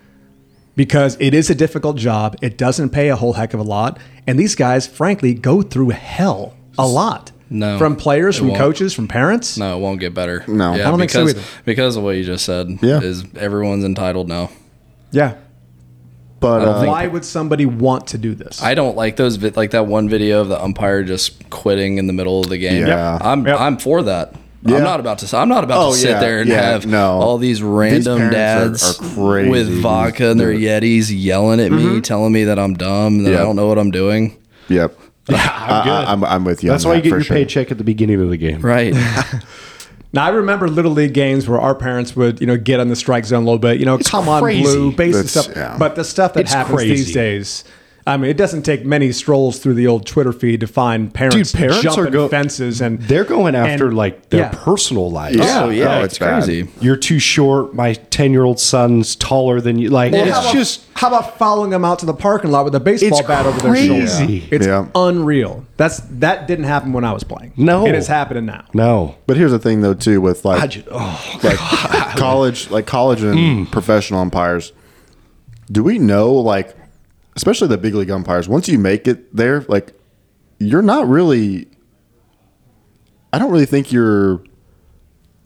[SPEAKER 2] Because it is a difficult job. It doesn't pay a whole heck of a lot, and these guys, frankly, go through hell a lot.
[SPEAKER 4] No,
[SPEAKER 2] from players,
[SPEAKER 4] it
[SPEAKER 2] from
[SPEAKER 4] won't.
[SPEAKER 2] coaches, from parents.
[SPEAKER 4] No, it won't get better.
[SPEAKER 3] No.
[SPEAKER 4] yeah,
[SPEAKER 3] I
[SPEAKER 2] don't think so
[SPEAKER 4] because,
[SPEAKER 2] either.
[SPEAKER 4] Because of what you just said.
[SPEAKER 3] Yeah.
[SPEAKER 4] Is everyone's entitled now.
[SPEAKER 2] Yeah.
[SPEAKER 3] But uh,
[SPEAKER 2] Why would somebody want to do this?
[SPEAKER 4] I don't like those vi- like that one video of the umpire just quitting in the middle of the game.
[SPEAKER 3] Yeah. Yep.
[SPEAKER 4] I'm I'm for that.
[SPEAKER 3] Yeah.
[SPEAKER 4] I'm not about to. s- I'm not about
[SPEAKER 3] Oh,
[SPEAKER 4] to sit
[SPEAKER 3] yeah,
[SPEAKER 4] there and
[SPEAKER 3] yeah,
[SPEAKER 4] have
[SPEAKER 3] no.
[SPEAKER 4] all these random
[SPEAKER 3] parents are-
[SPEAKER 4] dads
[SPEAKER 3] are crazy
[SPEAKER 4] with vodka and their Yetis yelling at me, telling me that I'm dumb and that
[SPEAKER 3] Yeah.
[SPEAKER 4] I don't know what I'm doing.
[SPEAKER 3] yep.
[SPEAKER 5] I'm good.
[SPEAKER 3] I, I, I'm, I'm with you.
[SPEAKER 5] That's
[SPEAKER 3] on
[SPEAKER 5] why you
[SPEAKER 3] that
[SPEAKER 5] get
[SPEAKER 3] for
[SPEAKER 5] your
[SPEAKER 3] sure.
[SPEAKER 5] paycheck at the beginning of the game.
[SPEAKER 4] Right.
[SPEAKER 2] Now I remember little league games where our parents would, you know, get on the strike zone a little bit. You know, come on,
[SPEAKER 5] crazy.
[SPEAKER 2] blue, basic
[SPEAKER 3] That's-
[SPEAKER 2] stuff.
[SPEAKER 3] yeah.
[SPEAKER 2] But the stuff that
[SPEAKER 5] It's
[SPEAKER 2] happens
[SPEAKER 5] crazy.
[SPEAKER 2] these days I mean, it doesn't take many strolls through the old Twitter feed to find parents,
[SPEAKER 5] Dude, parents
[SPEAKER 2] jumping
[SPEAKER 5] are go-
[SPEAKER 2] fences and
[SPEAKER 5] They're going after
[SPEAKER 2] and-
[SPEAKER 5] like their
[SPEAKER 2] yeah.
[SPEAKER 5] personal lives.
[SPEAKER 3] Yeah.
[SPEAKER 4] oh yeah,
[SPEAKER 3] no,
[SPEAKER 4] it's
[SPEAKER 3] it's bad.
[SPEAKER 4] crazy.
[SPEAKER 5] You're too short. My 10 year old son's taller than you. Like,
[SPEAKER 2] Well, how
[SPEAKER 5] it's
[SPEAKER 2] about-
[SPEAKER 5] just.
[SPEAKER 2] how about following them out to the parking lot with a baseball
[SPEAKER 5] It's
[SPEAKER 2] bat over their shoulder?
[SPEAKER 5] crazy.
[SPEAKER 2] It's
[SPEAKER 3] Yeah.
[SPEAKER 2] unreal. That's that didn't happen when I was playing.
[SPEAKER 5] No.
[SPEAKER 2] it is happening now.
[SPEAKER 5] No.
[SPEAKER 3] But here's the thing, though, too, with like
[SPEAKER 5] ju- oh,
[SPEAKER 3] like college, like college and professional umpires. Do we know, like, especially the big league umpires? Once you make it there, like, you're not really. I don't really think you're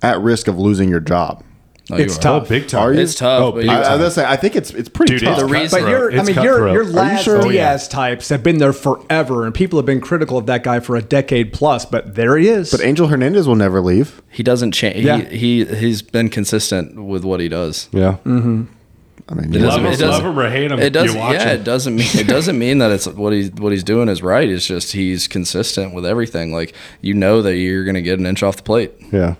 [SPEAKER 3] at risk of losing your job.
[SPEAKER 4] Oh, you
[SPEAKER 2] It's
[SPEAKER 4] are.
[SPEAKER 2] tough.
[SPEAKER 5] Oh, big time.
[SPEAKER 3] Are you?
[SPEAKER 4] It's tough,
[SPEAKER 5] Oh,
[SPEAKER 4] but
[SPEAKER 5] big
[SPEAKER 4] you-
[SPEAKER 3] I, I
[SPEAKER 5] time.
[SPEAKER 3] was gonna say, I think it's it's pretty
[SPEAKER 5] Dude, it's
[SPEAKER 3] tough.
[SPEAKER 4] The reason-
[SPEAKER 2] But
[SPEAKER 5] Cutthroat.
[SPEAKER 2] you're, I
[SPEAKER 5] It's
[SPEAKER 2] mean, you're,
[SPEAKER 5] cutthroat.
[SPEAKER 2] you're
[SPEAKER 5] Are you
[SPEAKER 2] Laz
[SPEAKER 3] sure? Oh,
[SPEAKER 5] yeah.
[SPEAKER 2] Diaz types have been there forever, and people have been critical of that guy for a decade plus. But there he is.
[SPEAKER 3] but Angel Hernandez will never leave.
[SPEAKER 4] He doesn't change.
[SPEAKER 2] Yeah.
[SPEAKER 4] He, he he's been consistent with what he does.
[SPEAKER 5] yeah.
[SPEAKER 3] I mean,
[SPEAKER 4] It
[SPEAKER 3] yeah.
[SPEAKER 4] doesn't-
[SPEAKER 5] him,
[SPEAKER 4] it doesn't-
[SPEAKER 5] love him or hate him,
[SPEAKER 4] It doesn't.
[SPEAKER 5] you watch
[SPEAKER 4] Yeah,
[SPEAKER 5] him.
[SPEAKER 4] it doesn't mean it doesn't mean that it's what he's what he's doing is right. It's just he's consistent with everything. Like you know that you're gonna get an inch off the plate.
[SPEAKER 5] Yeah.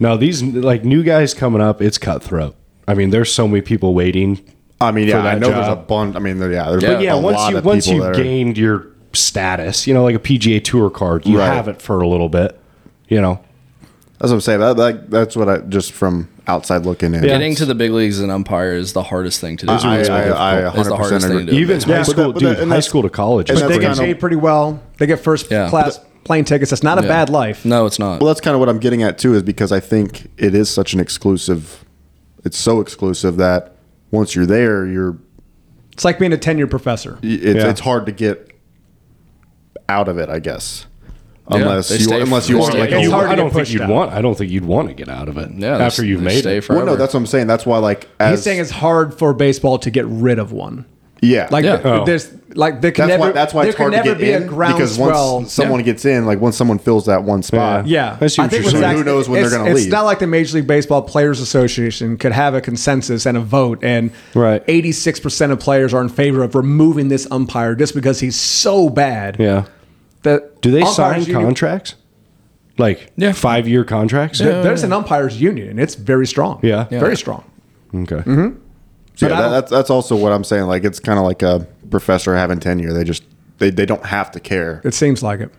[SPEAKER 5] No, these like new guys coming up, it's cutthroat. I mean, there's so many people waiting.
[SPEAKER 3] I mean, yeah,
[SPEAKER 5] for
[SPEAKER 3] I
[SPEAKER 5] that
[SPEAKER 3] know there's a
[SPEAKER 5] job.
[SPEAKER 3] bunch. I mean, there- yeah, there's
[SPEAKER 4] But
[SPEAKER 3] a
[SPEAKER 5] Yeah, once
[SPEAKER 3] lot
[SPEAKER 5] you
[SPEAKER 3] of
[SPEAKER 5] once
[SPEAKER 3] people
[SPEAKER 5] you
[SPEAKER 3] that are-
[SPEAKER 5] gained your status, you know, like a PGA Tour card, you
[SPEAKER 3] Right.
[SPEAKER 5] have it for a little bit. You know,
[SPEAKER 3] That's what I'm saying. That, that that's what I just from outside looking in.
[SPEAKER 4] Getting to the big leagues as an umpire is the hardest thing to do.
[SPEAKER 3] I,
[SPEAKER 4] It's
[SPEAKER 3] I, I,
[SPEAKER 4] the
[SPEAKER 3] 100%
[SPEAKER 4] hardest thing
[SPEAKER 3] agree.
[SPEAKER 4] to do.
[SPEAKER 5] even high
[SPEAKER 3] but that-
[SPEAKER 5] school,
[SPEAKER 3] but
[SPEAKER 5] dude,
[SPEAKER 3] that- and
[SPEAKER 5] high
[SPEAKER 3] that's-
[SPEAKER 5] school to college.
[SPEAKER 3] and
[SPEAKER 5] is
[SPEAKER 3] that's
[SPEAKER 2] they
[SPEAKER 5] crazy.
[SPEAKER 2] get
[SPEAKER 3] kinda-
[SPEAKER 2] paid pretty well. They get first
[SPEAKER 4] Yeah.
[SPEAKER 2] class plane tickets. That's not a
[SPEAKER 4] Yeah.
[SPEAKER 2] bad life.
[SPEAKER 4] No, it's not.
[SPEAKER 3] Well, that's kind of what I'm getting at too, is because I think it is such an exclusive. It's so exclusive that once you're there, you're
[SPEAKER 2] It's like being a tenured professor.
[SPEAKER 3] it's,
[SPEAKER 5] Yeah.
[SPEAKER 3] it's hard to get out of it. I guess
[SPEAKER 4] Yeah,
[SPEAKER 3] unless
[SPEAKER 4] they
[SPEAKER 3] you
[SPEAKER 4] stay-
[SPEAKER 3] unless you
[SPEAKER 4] they
[SPEAKER 3] are
[SPEAKER 4] stay
[SPEAKER 3] like
[SPEAKER 5] It's
[SPEAKER 3] you,
[SPEAKER 2] hard to
[SPEAKER 5] I
[SPEAKER 2] get
[SPEAKER 5] don't think
[SPEAKER 2] pushed
[SPEAKER 5] you'd
[SPEAKER 2] out.
[SPEAKER 5] want. I don't think you'd want to get out of it.
[SPEAKER 4] yeah, they-
[SPEAKER 5] after you've
[SPEAKER 4] they
[SPEAKER 5] made
[SPEAKER 4] stay
[SPEAKER 5] it.
[SPEAKER 4] Forever.
[SPEAKER 3] Well, no, that's what I'm saying. That's why like as,
[SPEAKER 2] He's saying it's hard for baseball to get rid of one.
[SPEAKER 3] yeah
[SPEAKER 2] Like
[SPEAKER 4] Yeah.
[SPEAKER 2] th- there's like there can
[SPEAKER 3] that's
[SPEAKER 2] never
[SPEAKER 3] why that's why
[SPEAKER 2] there
[SPEAKER 3] it's
[SPEAKER 2] can
[SPEAKER 3] hard to
[SPEAKER 2] never
[SPEAKER 3] get
[SPEAKER 2] be
[SPEAKER 3] in
[SPEAKER 2] a ground
[SPEAKER 3] because
[SPEAKER 2] swell.
[SPEAKER 3] once someone gets in, like once someone fills that one spot,
[SPEAKER 2] Yeah,
[SPEAKER 5] I see what you're
[SPEAKER 2] what's
[SPEAKER 5] saying.
[SPEAKER 2] actually-
[SPEAKER 3] Who knows when they're
[SPEAKER 2] it's-
[SPEAKER 3] gonna
[SPEAKER 2] It's
[SPEAKER 3] leave.
[SPEAKER 2] not like the Major League Baseball Players Association could have a consensus and a vote, and
[SPEAKER 5] Right.
[SPEAKER 2] eighty-six percent of players are in favor of removing this umpire just because he's so bad.
[SPEAKER 5] Yeah.
[SPEAKER 2] that
[SPEAKER 5] Do they
[SPEAKER 2] umpires
[SPEAKER 5] sign
[SPEAKER 2] union-
[SPEAKER 5] contracts? Like
[SPEAKER 4] Yeah.
[SPEAKER 5] five year contracts?
[SPEAKER 2] There- There's an umpires union, and it's very strong.
[SPEAKER 5] Yeah. Yeah.
[SPEAKER 2] very strong.
[SPEAKER 5] Okay.
[SPEAKER 3] So
[SPEAKER 2] But
[SPEAKER 3] yeah,
[SPEAKER 2] I
[SPEAKER 3] that,
[SPEAKER 2] don't-
[SPEAKER 3] that's that's also what I'm saying. Like it's kind of like a professor having tenure. They just they, they don't have to care
[SPEAKER 2] It seems like it.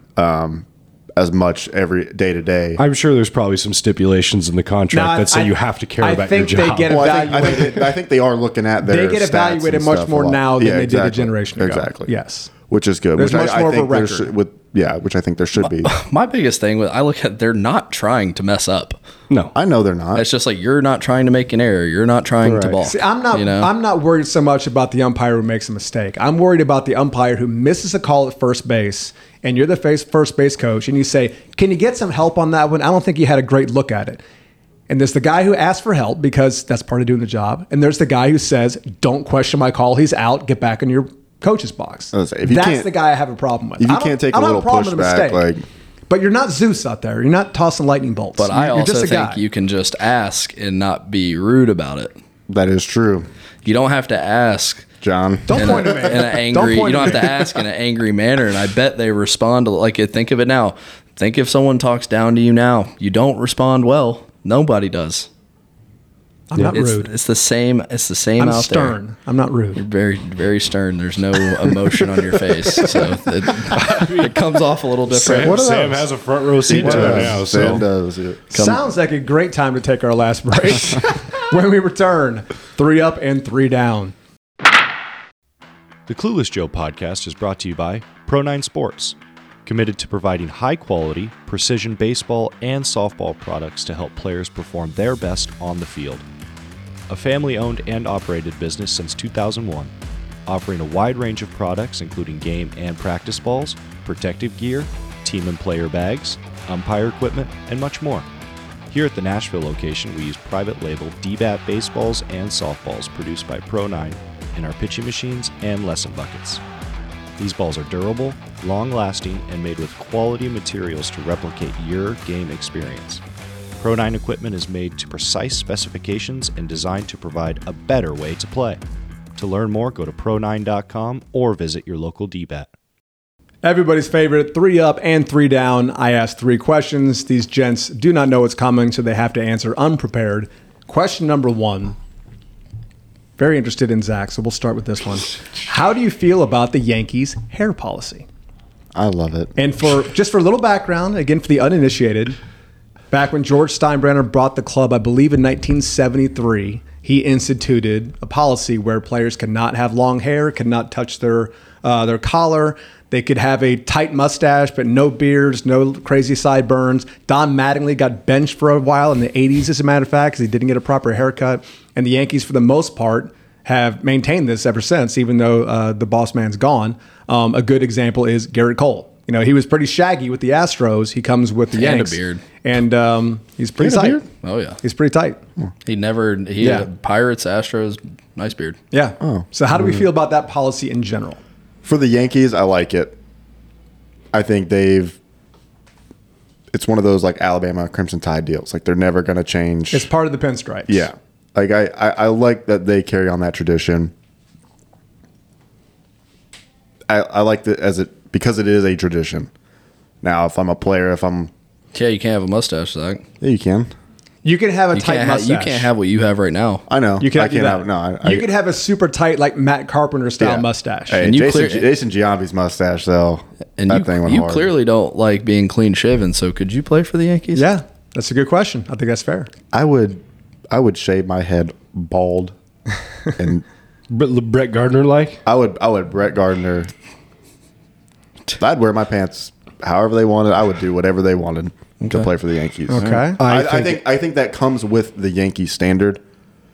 [SPEAKER 3] as much every day to day.
[SPEAKER 5] I'm sure there's probably some stipulations in the contract
[SPEAKER 2] No, I-
[SPEAKER 5] that say
[SPEAKER 2] I-
[SPEAKER 5] you have to care
[SPEAKER 2] I
[SPEAKER 5] about
[SPEAKER 2] think
[SPEAKER 5] your
[SPEAKER 2] they
[SPEAKER 5] job.
[SPEAKER 2] get
[SPEAKER 3] Well, I think, I, think they, I think they are looking at their.
[SPEAKER 2] They get
[SPEAKER 3] stats and
[SPEAKER 2] evaluated much
[SPEAKER 3] stuff a
[SPEAKER 2] more
[SPEAKER 3] lot.
[SPEAKER 2] now than
[SPEAKER 3] Yeah,
[SPEAKER 2] they did a
[SPEAKER 3] exactly.
[SPEAKER 2] generation ago.
[SPEAKER 3] Exactly.
[SPEAKER 2] Yes.
[SPEAKER 3] which is good.
[SPEAKER 2] There's
[SPEAKER 3] which
[SPEAKER 2] much
[SPEAKER 3] I,
[SPEAKER 2] more of
[SPEAKER 3] I
[SPEAKER 2] a
[SPEAKER 3] think there
[SPEAKER 2] record.
[SPEAKER 3] should- with yeah, which I think there should be.
[SPEAKER 4] My biggest thing with I look at they're not trying to mess up.
[SPEAKER 5] no.
[SPEAKER 3] I know they're not.
[SPEAKER 4] It's just like you're not trying to make an error. You're not trying to
[SPEAKER 5] Right.
[SPEAKER 4] balk.
[SPEAKER 2] See, I'm not.
[SPEAKER 4] You know?
[SPEAKER 2] I'm not worried so much about the umpire who makes a mistake. I'm worried about the umpire who misses a call at first base, and you're the face, first base coach, and you say, "Can you get some help on that one? I don't think you had a great look at it." And there's the guy who asks for help because that's part of doing the job, and there's the guy who says, "Don't question my call. He's out. Get back in your coach's box."
[SPEAKER 3] I was gonna say, if you
[SPEAKER 2] that's
[SPEAKER 3] can't-
[SPEAKER 2] the guy I have a problem with.
[SPEAKER 3] if you
[SPEAKER 2] I don't-
[SPEAKER 3] can't take
[SPEAKER 2] I
[SPEAKER 3] a
[SPEAKER 2] don't have
[SPEAKER 3] little
[SPEAKER 2] problem with a
[SPEAKER 3] pushback,
[SPEAKER 2] mistake.
[SPEAKER 3] like-
[SPEAKER 2] But you're not Zeus out there. You're not tossing lightning bolts.
[SPEAKER 4] but I
[SPEAKER 2] You're
[SPEAKER 4] also
[SPEAKER 2] just a
[SPEAKER 4] think
[SPEAKER 2] guy.
[SPEAKER 4] you can just ask and not be rude about it.
[SPEAKER 3] that is true,
[SPEAKER 4] You don't have to ask
[SPEAKER 3] John.
[SPEAKER 2] Don't
[SPEAKER 4] in,
[SPEAKER 2] point
[SPEAKER 4] a,
[SPEAKER 2] at me.
[SPEAKER 4] in an angry.
[SPEAKER 2] point
[SPEAKER 4] you don't
[SPEAKER 2] at
[SPEAKER 4] have to
[SPEAKER 2] me.
[SPEAKER 4] ask in an angry manner, and I bet they respond to like. Think of it now. Think if someone talks down to you now, you don't respond well. Nobody does.
[SPEAKER 2] I'm not
[SPEAKER 4] It's,
[SPEAKER 2] rude.
[SPEAKER 4] it's the same. It's the same
[SPEAKER 2] I'm
[SPEAKER 4] out
[SPEAKER 2] stern.
[SPEAKER 4] there.
[SPEAKER 2] I'm not rude.
[SPEAKER 4] Very, very stern. There's no emotion on your face, so it, it comes off a little different.
[SPEAKER 3] What are
[SPEAKER 5] Sam
[SPEAKER 3] those?
[SPEAKER 5] has a front row seat to it now.
[SPEAKER 3] does. Sam
[SPEAKER 5] So.
[SPEAKER 3] does. yeah.
[SPEAKER 2] Sounds like a great time to take our last break. when we return, three up and three down.
[SPEAKER 6] The Clueless Joe podcast is brought to you by Pro9 Sports, committed to providing high quality, precision baseball and softball products to help players perform their best on the field. A family owned and operated business since 2001, offering a wide range of products including game and practice balls, protective gear, team and player bags, umpire equipment, and much more. Here at the Nashville location, we use private label DBAT baseballs and softballs produced by Pro9 in our pitching machines and lesson buckets. These balls are durable, long lasting, and made with quality materials to replicate your game experience. Pro9 equipment is made to precise specifications and designed to provide a better way to play. To learn more, go to pro9.com or visit your local DBAT.
[SPEAKER 2] Everybody's favorite, three up and three down. I asked three questions. These gents do not know what's coming, so they have to answer unprepared. Question number one very interested in Zach, so we'll start with this one. How do you feel about the Yankees' hair policy?
[SPEAKER 3] I love it.
[SPEAKER 2] And for just for a little background, again for the uninitiated, back when George Steinbrenner brought the club, I believe in 1973, he instituted a policy where players could not have long hair, could not touch their uh, their collar. They could have a tight mustache, but no beards, no crazy sideburns. Don Mattingly got benched for a while in the 80s, as a matter of fact, because he didn't get a proper haircut. And the Yankees, for the most part, have maintained this ever since, even though uh, the boss man's gone. Um, a good example is Garrett Cole. You know, he was pretty shaggy with the Astros. He comes with the
[SPEAKER 4] And a
[SPEAKER 2] Yanks.
[SPEAKER 4] beard.
[SPEAKER 2] And um, he's pretty
[SPEAKER 3] had a
[SPEAKER 2] tight.
[SPEAKER 3] beard?
[SPEAKER 4] Oh yeah,
[SPEAKER 2] He's pretty tight.
[SPEAKER 4] he never. He
[SPEAKER 2] Yeah.
[SPEAKER 4] had Pirates, Astros, nice beard.
[SPEAKER 2] Yeah.
[SPEAKER 3] Oh.
[SPEAKER 2] So, how do
[SPEAKER 3] Mm.
[SPEAKER 2] we feel about that policy in general?
[SPEAKER 3] For the Yankees, I like it. I think they've. It's one of those like Alabama Crimson Tide deals. Like they're never going to change.
[SPEAKER 2] It's part of the pinstripes.
[SPEAKER 3] yeah. Like I, I, I like that they carry on that tradition. I, I like that as it because it is a tradition. Now, if I'm a player, if I'm
[SPEAKER 4] Yeah, you can't have a mustache, Zach.
[SPEAKER 3] yeah, you can.
[SPEAKER 2] You can have a
[SPEAKER 4] You
[SPEAKER 2] tight
[SPEAKER 4] can't, ha-
[SPEAKER 2] mustache.
[SPEAKER 4] you can't have what you have right now.
[SPEAKER 3] I know.
[SPEAKER 2] You can
[SPEAKER 3] I can't have no. I,
[SPEAKER 2] you
[SPEAKER 3] I,
[SPEAKER 2] could have a super tight, like Matt Carpenter style
[SPEAKER 3] yeah.
[SPEAKER 2] mustache.
[SPEAKER 3] Hey,
[SPEAKER 4] And you
[SPEAKER 3] Jason,
[SPEAKER 4] clear-
[SPEAKER 3] Jason Giambi's mustache though.
[SPEAKER 4] And
[SPEAKER 3] that
[SPEAKER 4] you,
[SPEAKER 3] thing went
[SPEAKER 4] you
[SPEAKER 3] hard.
[SPEAKER 4] clearly don't like being clean shaven. So could you play for the Yankees?
[SPEAKER 2] Yeah. That's a good question. I think that's fair.
[SPEAKER 3] I would, I would shave my head bald, and
[SPEAKER 5] Bre- Brett Gardner like?
[SPEAKER 3] I would I would Brett Gardner. I'd wear my pants however they wanted. I would do whatever they wanted to play for the Yankees.
[SPEAKER 2] Okay.
[SPEAKER 3] I, I think I think, that comes with the Yankee standard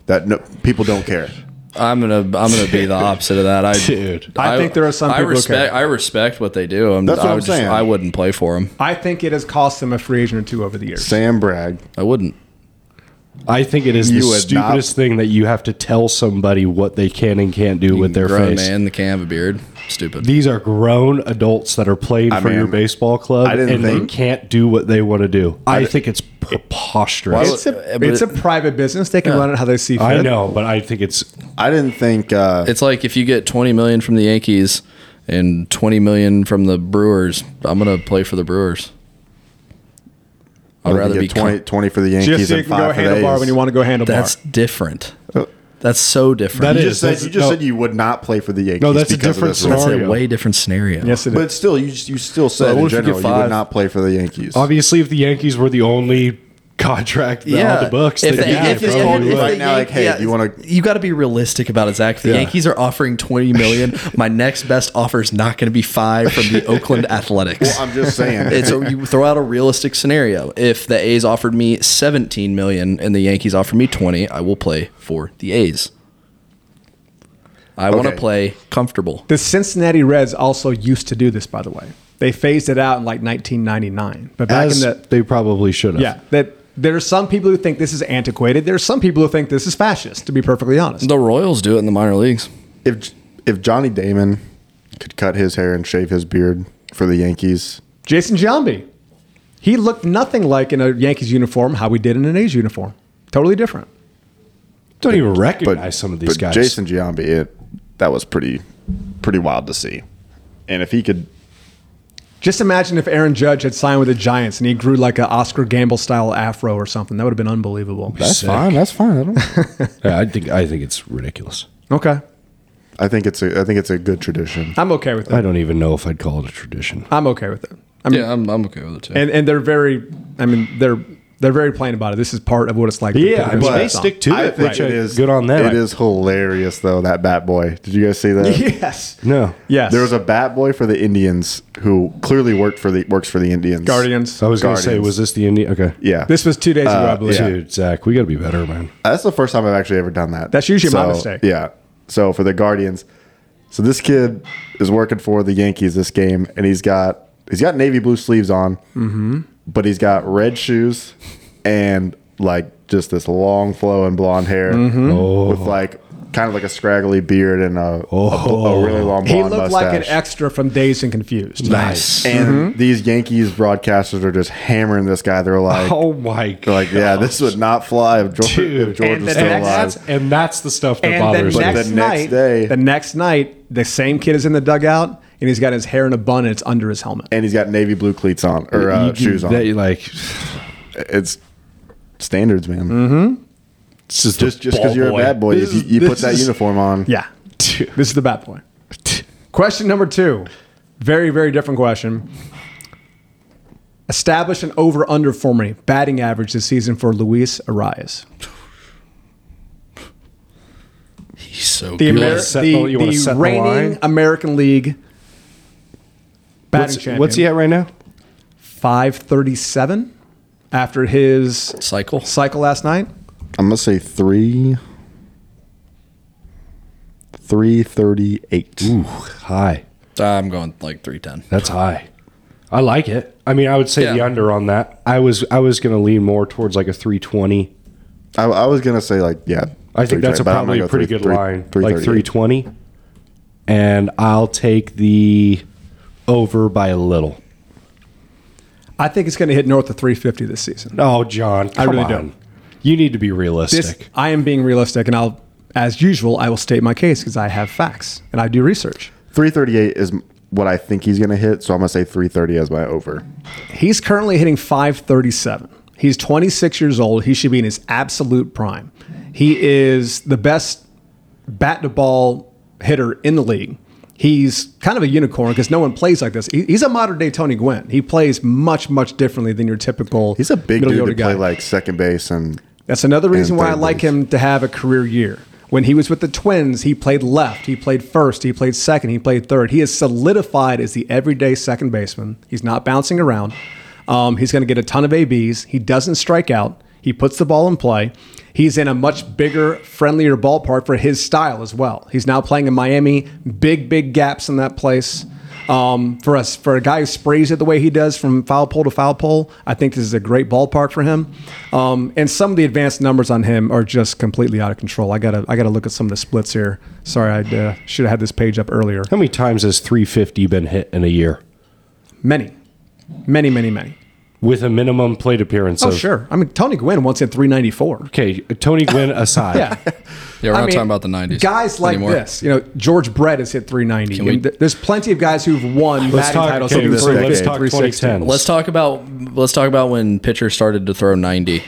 [SPEAKER 3] that no, people don't care.
[SPEAKER 4] I'm gonna I'm gonna be the opposite of that. I
[SPEAKER 5] Dude.
[SPEAKER 2] I think there are some
[SPEAKER 4] I
[SPEAKER 2] people who
[SPEAKER 4] respect
[SPEAKER 2] care.
[SPEAKER 4] I respect what they do. I'm,
[SPEAKER 3] That's what
[SPEAKER 4] I
[SPEAKER 3] I'm
[SPEAKER 4] would just-
[SPEAKER 3] saying.
[SPEAKER 4] I wouldn't play for them.
[SPEAKER 2] I think it has cost them a free agent or two over the years.
[SPEAKER 3] Sam Bragg.
[SPEAKER 4] I wouldn't.
[SPEAKER 5] I think it is the
[SPEAKER 3] You would
[SPEAKER 5] stupidest thing that you have to tell somebody what they can and can't do with their
[SPEAKER 4] grown
[SPEAKER 5] face.
[SPEAKER 4] man that can't have a beard. Stupid.
[SPEAKER 5] These are grown adults that are playing for
[SPEAKER 3] mean,
[SPEAKER 5] your baseball club,
[SPEAKER 3] I didn't
[SPEAKER 5] and they
[SPEAKER 3] think-
[SPEAKER 5] can't do what they want to do. I, think it's preposterous.
[SPEAKER 2] It's a,
[SPEAKER 4] Uh, but
[SPEAKER 2] it's a
[SPEAKER 4] it-
[SPEAKER 2] private business. They can run it how they see fit.
[SPEAKER 5] I know, but I think it's
[SPEAKER 3] I didn't think. Uh,
[SPEAKER 4] it's like if you get 20 million from the Yankees and 20 million from the Brewers, I'm gonna play for the Brewers.
[SPEAKER 3] I'd
[SPEAKER 4] I'd rather be
[SPEAKER 3] 20,
[SPEAKER 4] com-
[SPEAKER 3] 20 for the
[SPEAKER 2] Just
[SPEAKER 3] Yankees
[SPEAKER 2] so you
[SPEAKER 3] and
[SPEAKER 2] can go
[SPEAKER 3] five for the
[SPEAKER 2] handlebar
[SPEAKER 3] A's.
[SPEAKER 2] when you want to go handlebar.
[SPEAKER 4] That's different. That's so different.
[SPEAKER 5] That
[SPEAKER 3] Uh, you
[SPEAKER 5] is-
[SPEAKER 3] just said you just
[SPEAKER 5] no.
[SPEAKER 3] said you would not play for the Yankees.
[SPEAKER 5] that's a
[SPEAKER 3] because of
[SPEAKER 5] different
[SPEAKER 3] this rule.
[SPEAKER 4] That's a
[SPEAKER 5] scenario.
[SPEAKER 4] way different scenario.
[SPEAKER 2] yes, it is.
[SPEAKER 3] But still, you you still
[SPEAKER 4] Well,
[SPEAKER 3] said
[SPEAKER 4] what
[SPEAKER 3] in
[SPEAKER 4] if you get
[SPEAKER 3] general you
[SPEAKER 4] five?
[SPEAKER 3] would not play for the Yankees.
[SPEAKER 5] obviously if the Yankees were the only contract
[SPEAKER 4] yeah.
[SPEAKER 5] on the books,
[SPEAKER 4] If
[SPEAKER 5] then
[SPEAKER 4] the-
[SPEAKER 5] yeah,
[SPEAKER 4] if
[SPEAKER 5] I
[SPEAKER 4] the-
[SPEAKER 5] probably
[SPEAKER 4] if the
[SPEAKER 5] would.
[SPEAKER 3] Right now, like, hey,
[SPEAKER 4] yeah,
[SPEAKER 3] do you wanna-
[SPEAKER 4] You got to be realistic about it, Zach. If the Yankees are offering twenty million, my next best offer is not going to be five from the Oakland Athletics.
[SPEAKER 3] Well, I'm just saying.
[SPEAKER 4] it's a, you throw out a realistic scenario. If the A's offered me seventeen million and the Yankees offered me twenty, I will play for the A's. I want to
[SPEAKER 3] Okay.
[SPEAKER 4] play comfortable.
[SPEAKER 2] The Cincinnati Reds also used to do this, by the way. They phased it out in like 1999. But back
[SPEAKER 5] as
[SPEAKER 2] in the
[SPEAKER 5] they probably should have.
[SPEAKER 2] yeah, that there are some people who think this is antiquated. There are some people who think this is fascist. To be perfectly honest,
[SPEAKER 4] The Royals do it in the minor leagues.
[SPEAKER 3] if if Johnny Damon could cut his hair and shave his beard for the Yankees,
[SPEAKER 2] Jason Giambi, he looked nothing like in a Yankees uniform how we did in an A's uniform. Totally different.
[SPEAKER 5] don't even recognize
[SPEAKER 3] but
[SPEAKER 5] some of these
[SPEAKER 3] but
[SPEAKER 5] guys.
[SPEAKER 3] Jason Giambi, it that was pretty pretty wild to see. And if he could,
[SPEAKER 2] Just imagine if Aaron Judge had signed with the Giants and he grew like an Oscar Gamble style afro or something. That would have been unbelievable.
[SPEAKER 3] that's
[SPEAKER 5] Sick.
[SPEAKER 3] fine. That's fine. I, don't,
[SPEAKER 5] Yeah, I think I think it's ridiculous.
[SPEAKER 2] Okay,
[SPEAKER 3] I think it's a I think it's a good tradition.
[SPEAKER 2] I'm okay with
[SPEAKER 5] I
[SPEAKER 2] it.
[SPEAKER 5] don't even know if I'd call it a tradition.
[SPEAKER 2] I'm okay with it. I mean,
[SPEAKER 4] Yeah, I'm, I'm okay with it too.
[SPEAKER 2] and and they're very i mean they're they're very plain about it this is part of what it's like to
[SPEAKER 5] Yeah,
[SPEAKER 2] put
[SPEAKER 5] I mean,
[SPEAKER 2] their
[SPEAKER 5] they
[SPEAKER 2] socks on.
[SPEAKER 5] stick to
[SPEAKER 3] I
[SPEAKER 5] it.
[SPEAKER 3] think
[SPEAKER 5] which
[SPEAKER 3] it
[SPEAKER 5] I-
[SPEAKER 3] is
[SPEAKER 5] good on them.
[SPEAKER 3] It is hilarious though that Bat Boy. Did you guys see that?
[SPEAKER 2] yes
[SPEAKER 5] No.
[SPEAKER 2] yes
[SPEAKER 3] There was a Bat Boy for the Indians who clearly worked for the works for the Indians.
[SPEAKER 2] guardians
[SPEAKER 5] I was going to say,
[SPEAKER 3] Guardians.
[SPEAKER 5] was this the Indian? Okay.
[SPEAKER 3] Yeah.
[SPEAKER 2] this was two days
[SPEAKER 3] Uh,
[SPEAKER 2] ago i believe
[SPEAKER 5] Dude, Zach, we got to be better, man.
[SPEAKER 3] That's the first time I've actually ever done that.
[SPEAKER 2] That's usually my mistake.
[SPEAKER 3] Yeah. So for the Guardians, so this kid is working for the Yankees this game, and he's got he's got navy blue sleeves on,
[SPEAKER 2] Mm-hmm.
[SPEAKER 3] but he's got red shoes and like just this long flowing blonde hair
[SPEAKER 2] Mm-hmm.
[SPEAKER 3] with like kind of like a scraggly beard and a, a, bl- a really long blonde
[SPEAKER 2] he looked like an Mm-hmm.
[SPEAKER 3] mustache.
[SPEAKER 2] extra from dazed and confused
[SPEAKER 4] nice.
[SPEAKER 3] and these Yankees broadcasters are just hammering this guy. They're like,
[SPEAKER 5] Oh my god!
[SPEAKER 3] they're like, yeah, this would not fly if George,
[SPEAKER 5] Dude.
[SPEAKER 3] if George
[SPEAKER 2] And
[SPEAKER 3] was
[SPEAKER 2] the
[SPEAKER 3] still
[SPEAKER 2] next-
[SPEAKER 3] alive.
[SPEAKER 5] that's, and that's the stuff that
[SPEAKER 2] and the
[SPEAKER 5] bothers
[SPEAKER 2] next,
[SPEAKER 5] me.
[SPEAKER 3] the next
[SPEAKER 2] night
[SPEAKER 3] day-
[SPEAKER 2] the next night the same kid is in the dugout and he's got his hair in a bun and it's under his helmet
[SPEAKER 3] and he's got navy blue cleats on or uh,
[SPEAKER 5] You-
[SPEAKER 3] shoes on.
[SPEAKER 5] that you like Mm-hmm.
[SPEAKER 3] it's standards, man.
[SPEAKER 5] This is
[SPEAKER 3] Just
[SPEAKER 5] the
[SPEAKER 3] just because
[SPEAKER 5] ball
[SPEAKER 3] you're
[SPEAKER 5] boy.
[SPEAKER 3] a bad boy,
[SPEAKER 2] This
[SPEAKER 3] if
[SPEAKER 2] is-
[SPEAKER 3] you, you put
[SPEAKER 2] this
[SPEAKER 3] that
[SPEAKER 2] is-
[SPEAKER 3] uniform on.
[SPEAKER 2] Yeah. This is the bad point. Question number two. Very, very different question. Establish an over under for me batting average this season for Luis Arias.
[SPEAKER 4] He's so
[SPEAKER 2] The,
[SPEAKER 4] good.
[SPEAKER 5] wanna set the- you wanna set the
[SPEAKER 2] reigning
[SPEAKER 5] line?
[SPEAKER 2] American League batting
[SPEAKER 5] What's,
[SPEAKER 2] champion.
[SPEAKER 5] what's he at right now?
[SPEAKER 2] 537 after his
[SPEAKER 4] cycle.
[SPEAKER 2] cycle last night.
[SPEAKER 3] I'm gonna say three, three thirty-eight.
[SPEAKER 5] High.
[SPEAKER 4] I'm going like 310.
[SPEAKER 5] That's high. I like it. I mean, I would say the
[SPEAKER 4] Yeah.
[SPEAKER 5] under on that. I was I was going to lean more towards like a 320.
[SPEAKER 3] I, I was gonna say like yeah.
[SPEAKER 5] I think that's
[SPEAKER 3] 330,
[SPEAKER 5] a
[SPEAKER 3] but I'm
[SPEAKER 5] probably
[SPEAKER 3] gonna
[SPEAKER 5] a
[SPEAKER 3] go
[SPEAKER 5] pretty
[SPEAKER 3] three-
[SPEAKER 5] good
[SPEAKER 3] three-
[SPEAKER 5] line,
[SPEAKER 3] 338.
[SPEAKER 5] like 320. And I'll take the over by a little.
[SPEAKER 2] I think it's going to hit north of 350 this season.
[SPEAKER 5] Oh, John,
[SPEAKER 2] I
[SPEAKER 5] come
[SPEAKER 2] really
[SPEAKER 5] on.
[SPEAKER 2] don't.
[SPEAKER 5] You need to be
[SPEAKER 2] This,
[SPEAKER 5] realistic.
[SPEAKER 2] I am being realistic, and I'll, as usual, I will state my case because I have facts and I do research.
[SPEAKER 3] 338 is what I think he's going to hit, so I'm going to say 330 as my over.
[SPEAKER 2] He's currently hitting 537. He's 26 years old. He should be in his absolute prime. He is the best bat to ball hitter in the league. He's kind of a unicorn because no one plays like this. He- He's a modern day Tony Gwynn. He plays much, much differently than your typical.
[SPEAKER 3] He's a big
[SPEAKER 2] middle
[SPEAKER 3] dude
[SPEAKER 2] order
[SPEAKER 3] to
[SPEAKER 2] guy.
[SPEAKER 3] play like second base and
[SPEAKER 2] That's another reason why I
[SPEAKER 3] third
[SPEAKER 2] like
[SPEAKER 3] base.
[SPEAKER 2] him to have a career year. When he was with the Twins, he played left, he played first, he played second, he played third. He is solidified as the everyday second baseman. He's not bouncing around. Um, he's going to get a ton of ABs. He doesn't strike out. He puts the ball in play. He's in a much bigger, friendlier ballpark for his style as well. He's now playing in Miami. Big, big gaps in that place. Um, for us, for a guy who sprays it the way he does from foul pole to foul pole, I think this is a great ballpark for him. Um, and some of the advanced numbers on him are just completely out of control. I gotta, I gotta look at some of the splits here. Sorry, I uh, should have had this page up earlier.
[SPEAKER 5] How many times has 350 been hit in a year
[SPEAKER 2] Many, many, many, many.
[SPEAKER 5] with a minimum plate appearance?
[SPEAKER 2] Oh
[SPEAKER 5] of,
[SPEAKER 2] sure. I mean, Tony Gwynn once hit 394.
[SPEAKER 5] Okay, Tony Gwynn aside.
[SPEAKER 2] Yeah.
[SPEAKER 4] Yeah, we're
[SPEAKER 2] I
[SPEAKER 4] not
[SPEAKER 2] mean,
[SPEAKER 4] talking about the 90s.
[SPEAKER 2] Guys like
[SPEAKER 4] anymore.
[SPEAKER 2] this, you know, George Brett has hit 390.
[SPEAKER 4] we-
[SPEAKER 2] And th- there's plenty of guys who've won
[SPEAKER 5] Let's
[SPEAKER 2] batting
[SPEAKER 5] talk,
[SPEAKER 2] titles.
[SPEAKER 5] okay,
[SPEAKER 2] over
[SPEAKER 5] let's
[SPEAKER 2] the
[SPEAKER 3] decade.
[SPEAKER 5] let's
[SPEAKER 2] decade,
[SPEAKER 5] talk
[SPEAKER 2] 360.
[SPEAKER 5] 2010.
[SPEAKER 4] Let's talk about let's talk about when pitcher started to throw 90.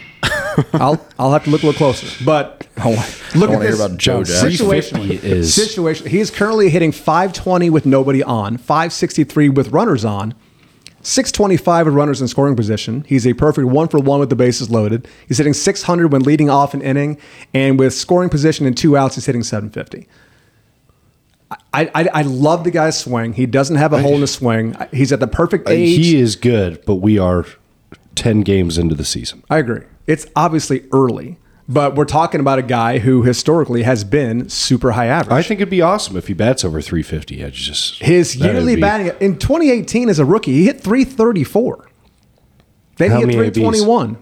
[SPEAKER 2] I'll, I'll have to look a little closer. But
[SPEAKER 4] I want,
[SPEAKER 2] Look
[SPEAKER 4] I
[SPEAKER 2] at
[SPEAKER 4] want to hear
[SPEAKER 2] this.
[SPEAKER 4] about Joe Jack.
[SPEAKER 5] Three-
[SPEAKER 2] situationally
[SPEAKER 5] 350 is-
[SPEAKER 2] situation. He is currently hitting 520 with nobody on, 563 with runners on, 625 with runners in scoring position. He's a perfect one for one with the bases loaded. He's hitting 600 when leading off an inning, and with scoring position and two outs, he's hitting 750. I, I, I love the guy's swing. He doesn't have a hole in his swing. He's at the perfect age.
[SPEAKER 5] He is good, but we are 10 games into the season.
[SPEAKER 2] I agree. It's obviously early, but we're talking about a guy who historically has been super high average.
[SPEAKER 5] I think it'd be awesome if he bats over 350. I just
[SPEAKER 2] His
[SPEAKER 5] that'd
[SPEAKER 2] yearly
[SPEAKER 5] be-
[SPEAKER 2] batting in 2018 as a rookie, he hit 334. Then
[SPEAKER 5] How
[SPEAKER 2] he hit
[SPEAKER 5] many ABs?
[SPEAKER 2] 321,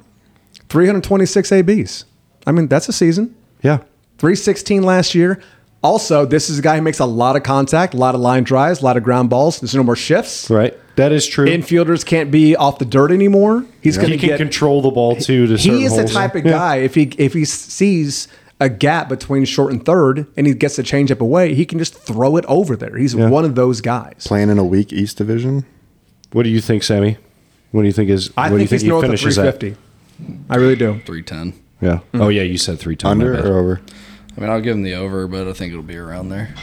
[SPEAKER 2] 326 ABs. I mean, that's a season.
[SPEAKER 5] Yeah.
[SPEAKER 2] 316 last year. Also, this is a guy who makes a lot of contact, a lot of line drives, a lot of ground balls. There's no more shifts.
[SPEAKER 5] Right. That is true.
[SPEAKER 2] Infielders can't be off the dirt anymore. He's going
[SPEAKER 5] he
[SPEAKER 2] to
[SPEAKER 5] can
[SPEAKER 2] get
[SPEAKER 5] control the ball too. To certain
[SPEAKER 2] he is the
[SPEAKER 5] holes.
[SPEAKER 2] type of
[SPEAKER 5] Yeah.
[SPEAKER 2] guy if he if he sees a gap between short and third and he gets the changeup away, he can just throw it over there. He's one of those guys.
[SPEAKER 3] playing in a weak East Division.
[SPEAKER 5] What do you think, Sammy? What do you think is?
[SPEAKER 2] I
[SPEAKER 5] what do you
[SPEAKER 2] think he's
[SPEAKER 5] he
[SPEAKER 2] north of
[SPEAKER 5] finishes at?
[SPEAKER 2] 350. I really do.
[SPEAKER 4] 310.
[SPEAKER 5] Yeah.
[SPEAKER 2] Mm-hmm.
[SPEAKER 5] Oh yeah, you said three times.
[SPEAKER 3] Under or over?
[SPEAKER 4] I mean, I'll give him the over, but I think it'll be around there.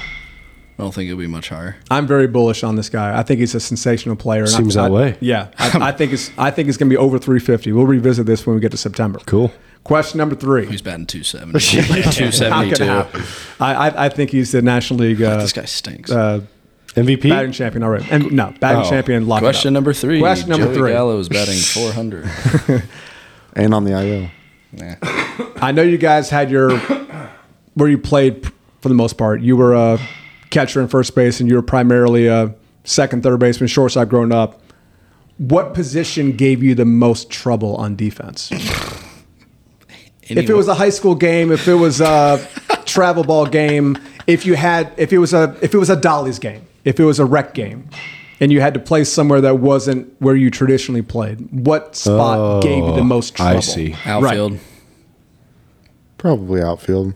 [SPEAKER 4] I don't think it'll be much higher.
[SPEAKER 2] I'm very bullish on this guy. I think he's a sensational player. and I-
[SPEAKER 5] Seems that
[SPEAKER 2] I-
[SPEAKER 5] way.
[SPEAKER 2] Yeah, I, I think it's I think it's going to be over 350. We'll revisit this when we get to September.
[SPEAKER 5] Cool.
[SPEAKER 2] Question number three.
[SPEAKER 4] He's batting 270. Like 272.
[SPEAKER 2] Not gonna happen. I, I I think he's the National League uh,
[SPEAKER 4] This guy stinks.
[SPEAKER 2] uh,
[SPEAKER 5] MVP.
[SPEAKER 2] batting champion already. And, no, batting
[SPEAKER 5] Oh.
[SPEAKER 2] champion. lock it up.
[SPEAKER 4] Question number three.
[SPEAKER 2] Question number
[SPEAKER 4] Joey
[SPEAKER 2] three.
[SPEAKER 4] Gallo is batting 400.
[SPEAKER 3] And on the IO.
[SPEAKER 4] Nah.
[SPEAKER 2] I know you guys had your where you played for the most part. You were a catcher in first base, and you were primarily a second, third baseman, shortstop growing up. What position gave you the most trouble on defense? If it was a high school game, if it was a travel ball game, if you had, if it was a, if it was a dollies game, if it was a rec game, and you had to play somewhere that wasn't where you traditionally played, what spot
[SPEAKER 3] Oh,
[SPEAKER 2] gave you the most
[SPEAKER 5] I
[SPEAKER 2] trouble?
[SPEAKER 5] see.
[SPEAKER 4] outfield,
[SPEAKER 2] Right.
[SPEAKER 3] Probably outfield.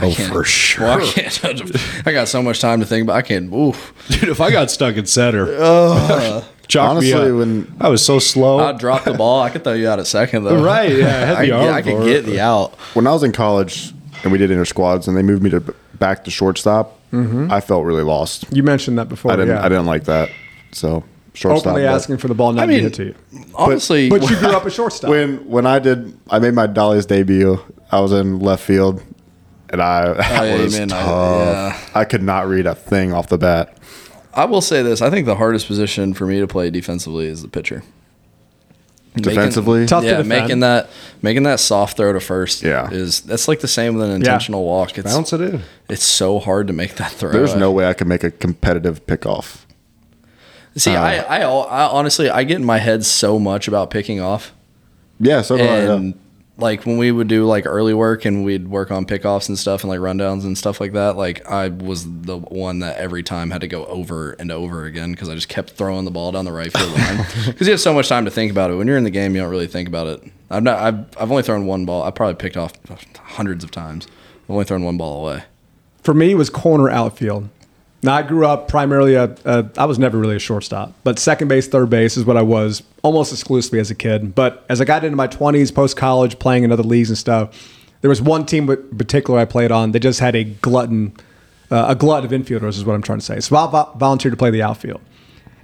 [SPEAKER 5] Oh, for sure.
[SPEAKER 4] Well, I can't. I got so much time to think, but I can't. Ooh,
[SPEAKER 5] Dude, if I got stuck in center, chalk me
[SPEAKER 3] Oh. Honestly,
[SPEAKER 5] up.
[SPEAKER 3] when-
[SPEAKER 5] I was so slow.
[SPEAKER 4] I dropped the ball. I could throw you out at second though.
[SPEAKER 5] Right, yeah, I had the
[SPEAKER 4] I,
[SPEAKER 5] arm
[SPEAKER 4] I could
[SPEAKER 5] for
[SPEAKER 4] get
[SPEAKER 5] it.
[SPEAKER 4] the out.
[SPEAKER 3] when I was in college and we did inter squads and they moved me to back to shortstop,
[SPEAKER 4] Mm-hmm.
[SPEAKER 3] I felt really lost.
[SPEAKER 2] You mentioned that
[SPEAKER 4] Oh,
[SPEAKER 2] before.
[SPEAKER 3] I didn't
[SPEAKER 2] yeah.
[SPEAKER 3] I didn't like that. So shortstop.
[SPEAKER 2] Openly
[SPEAKER 3] but
[SPEAKER 2] asking for the ball not
[SPEAKER 4] I
[SPEAKER 2] being
[SPEAKER 4] mean,
[SPEAKER 2] hit to you.
[SPEAKER 4] honestly,
[SPEAKER 2] But you grew up a shortstop.
[SPEAKER 3] when when I did I made my Dolly's debut, I was in left field and I that
[SPEAKER 4] Oh, yeah,
[SPEAKER 3] was
[SPEAKER 4] man, I-
[SPEAKER 3] tough.
[SPEAKER 4] yeah.
[SPEAKER 3] I could not read a thing off the bat.
[SPEAKER 4] I will say this: I think the hardest position for me to play defensively is the pitcher. Making-
[SPEAKER 3] Defensively.
[SPEAKER 2] Tough to
[SPEAKER 4] yeah,
[SPEAKER 2] defend.
[SPEAKER 4] making that making that soft throw to first,
[SPEAKER 3] Yeah.
[SPEAKER 4] is that's like the same with an intentional walk. It's
[SPEAKER 5] Bounce it in.
[SPEAKER 4] it's so hard to make that throw.
[SPEAKER 3] There's no way I could make a competitive pickoff.
[SPEAKER 4] see. I, I al- I honestly I get in my head so much about picking off,
[SPEAKER 3] Yeah, so do I, Oh, yeah.
[SPEAKER 4] and like when we would do like early work and we'd work on pickoffs and stuff and like rundowns and stuff like that. Like I was the one that every time had to go over and over again because I just kept throwing the ball down the right field line because you have so much time to think about it. When you're in the game, you don't really think about it. I've not. I've I've only thrown one ball. I probably picked off hundreds of times. I've only thrown one ball away.
[SPEAKER 2] For me, it was corner outfield. Now, I grew up primarily, a, a, I was never really a shortstop, but second base, third base is what I was almost exclusively as a kid. But as I got into my 20s, post college, playing in other leagues and stuff, there was one team in particular I played on that just had a glutton, uh, a glut of infielders, is what I'm trying to say. So I vo- volunteered to play the outfield.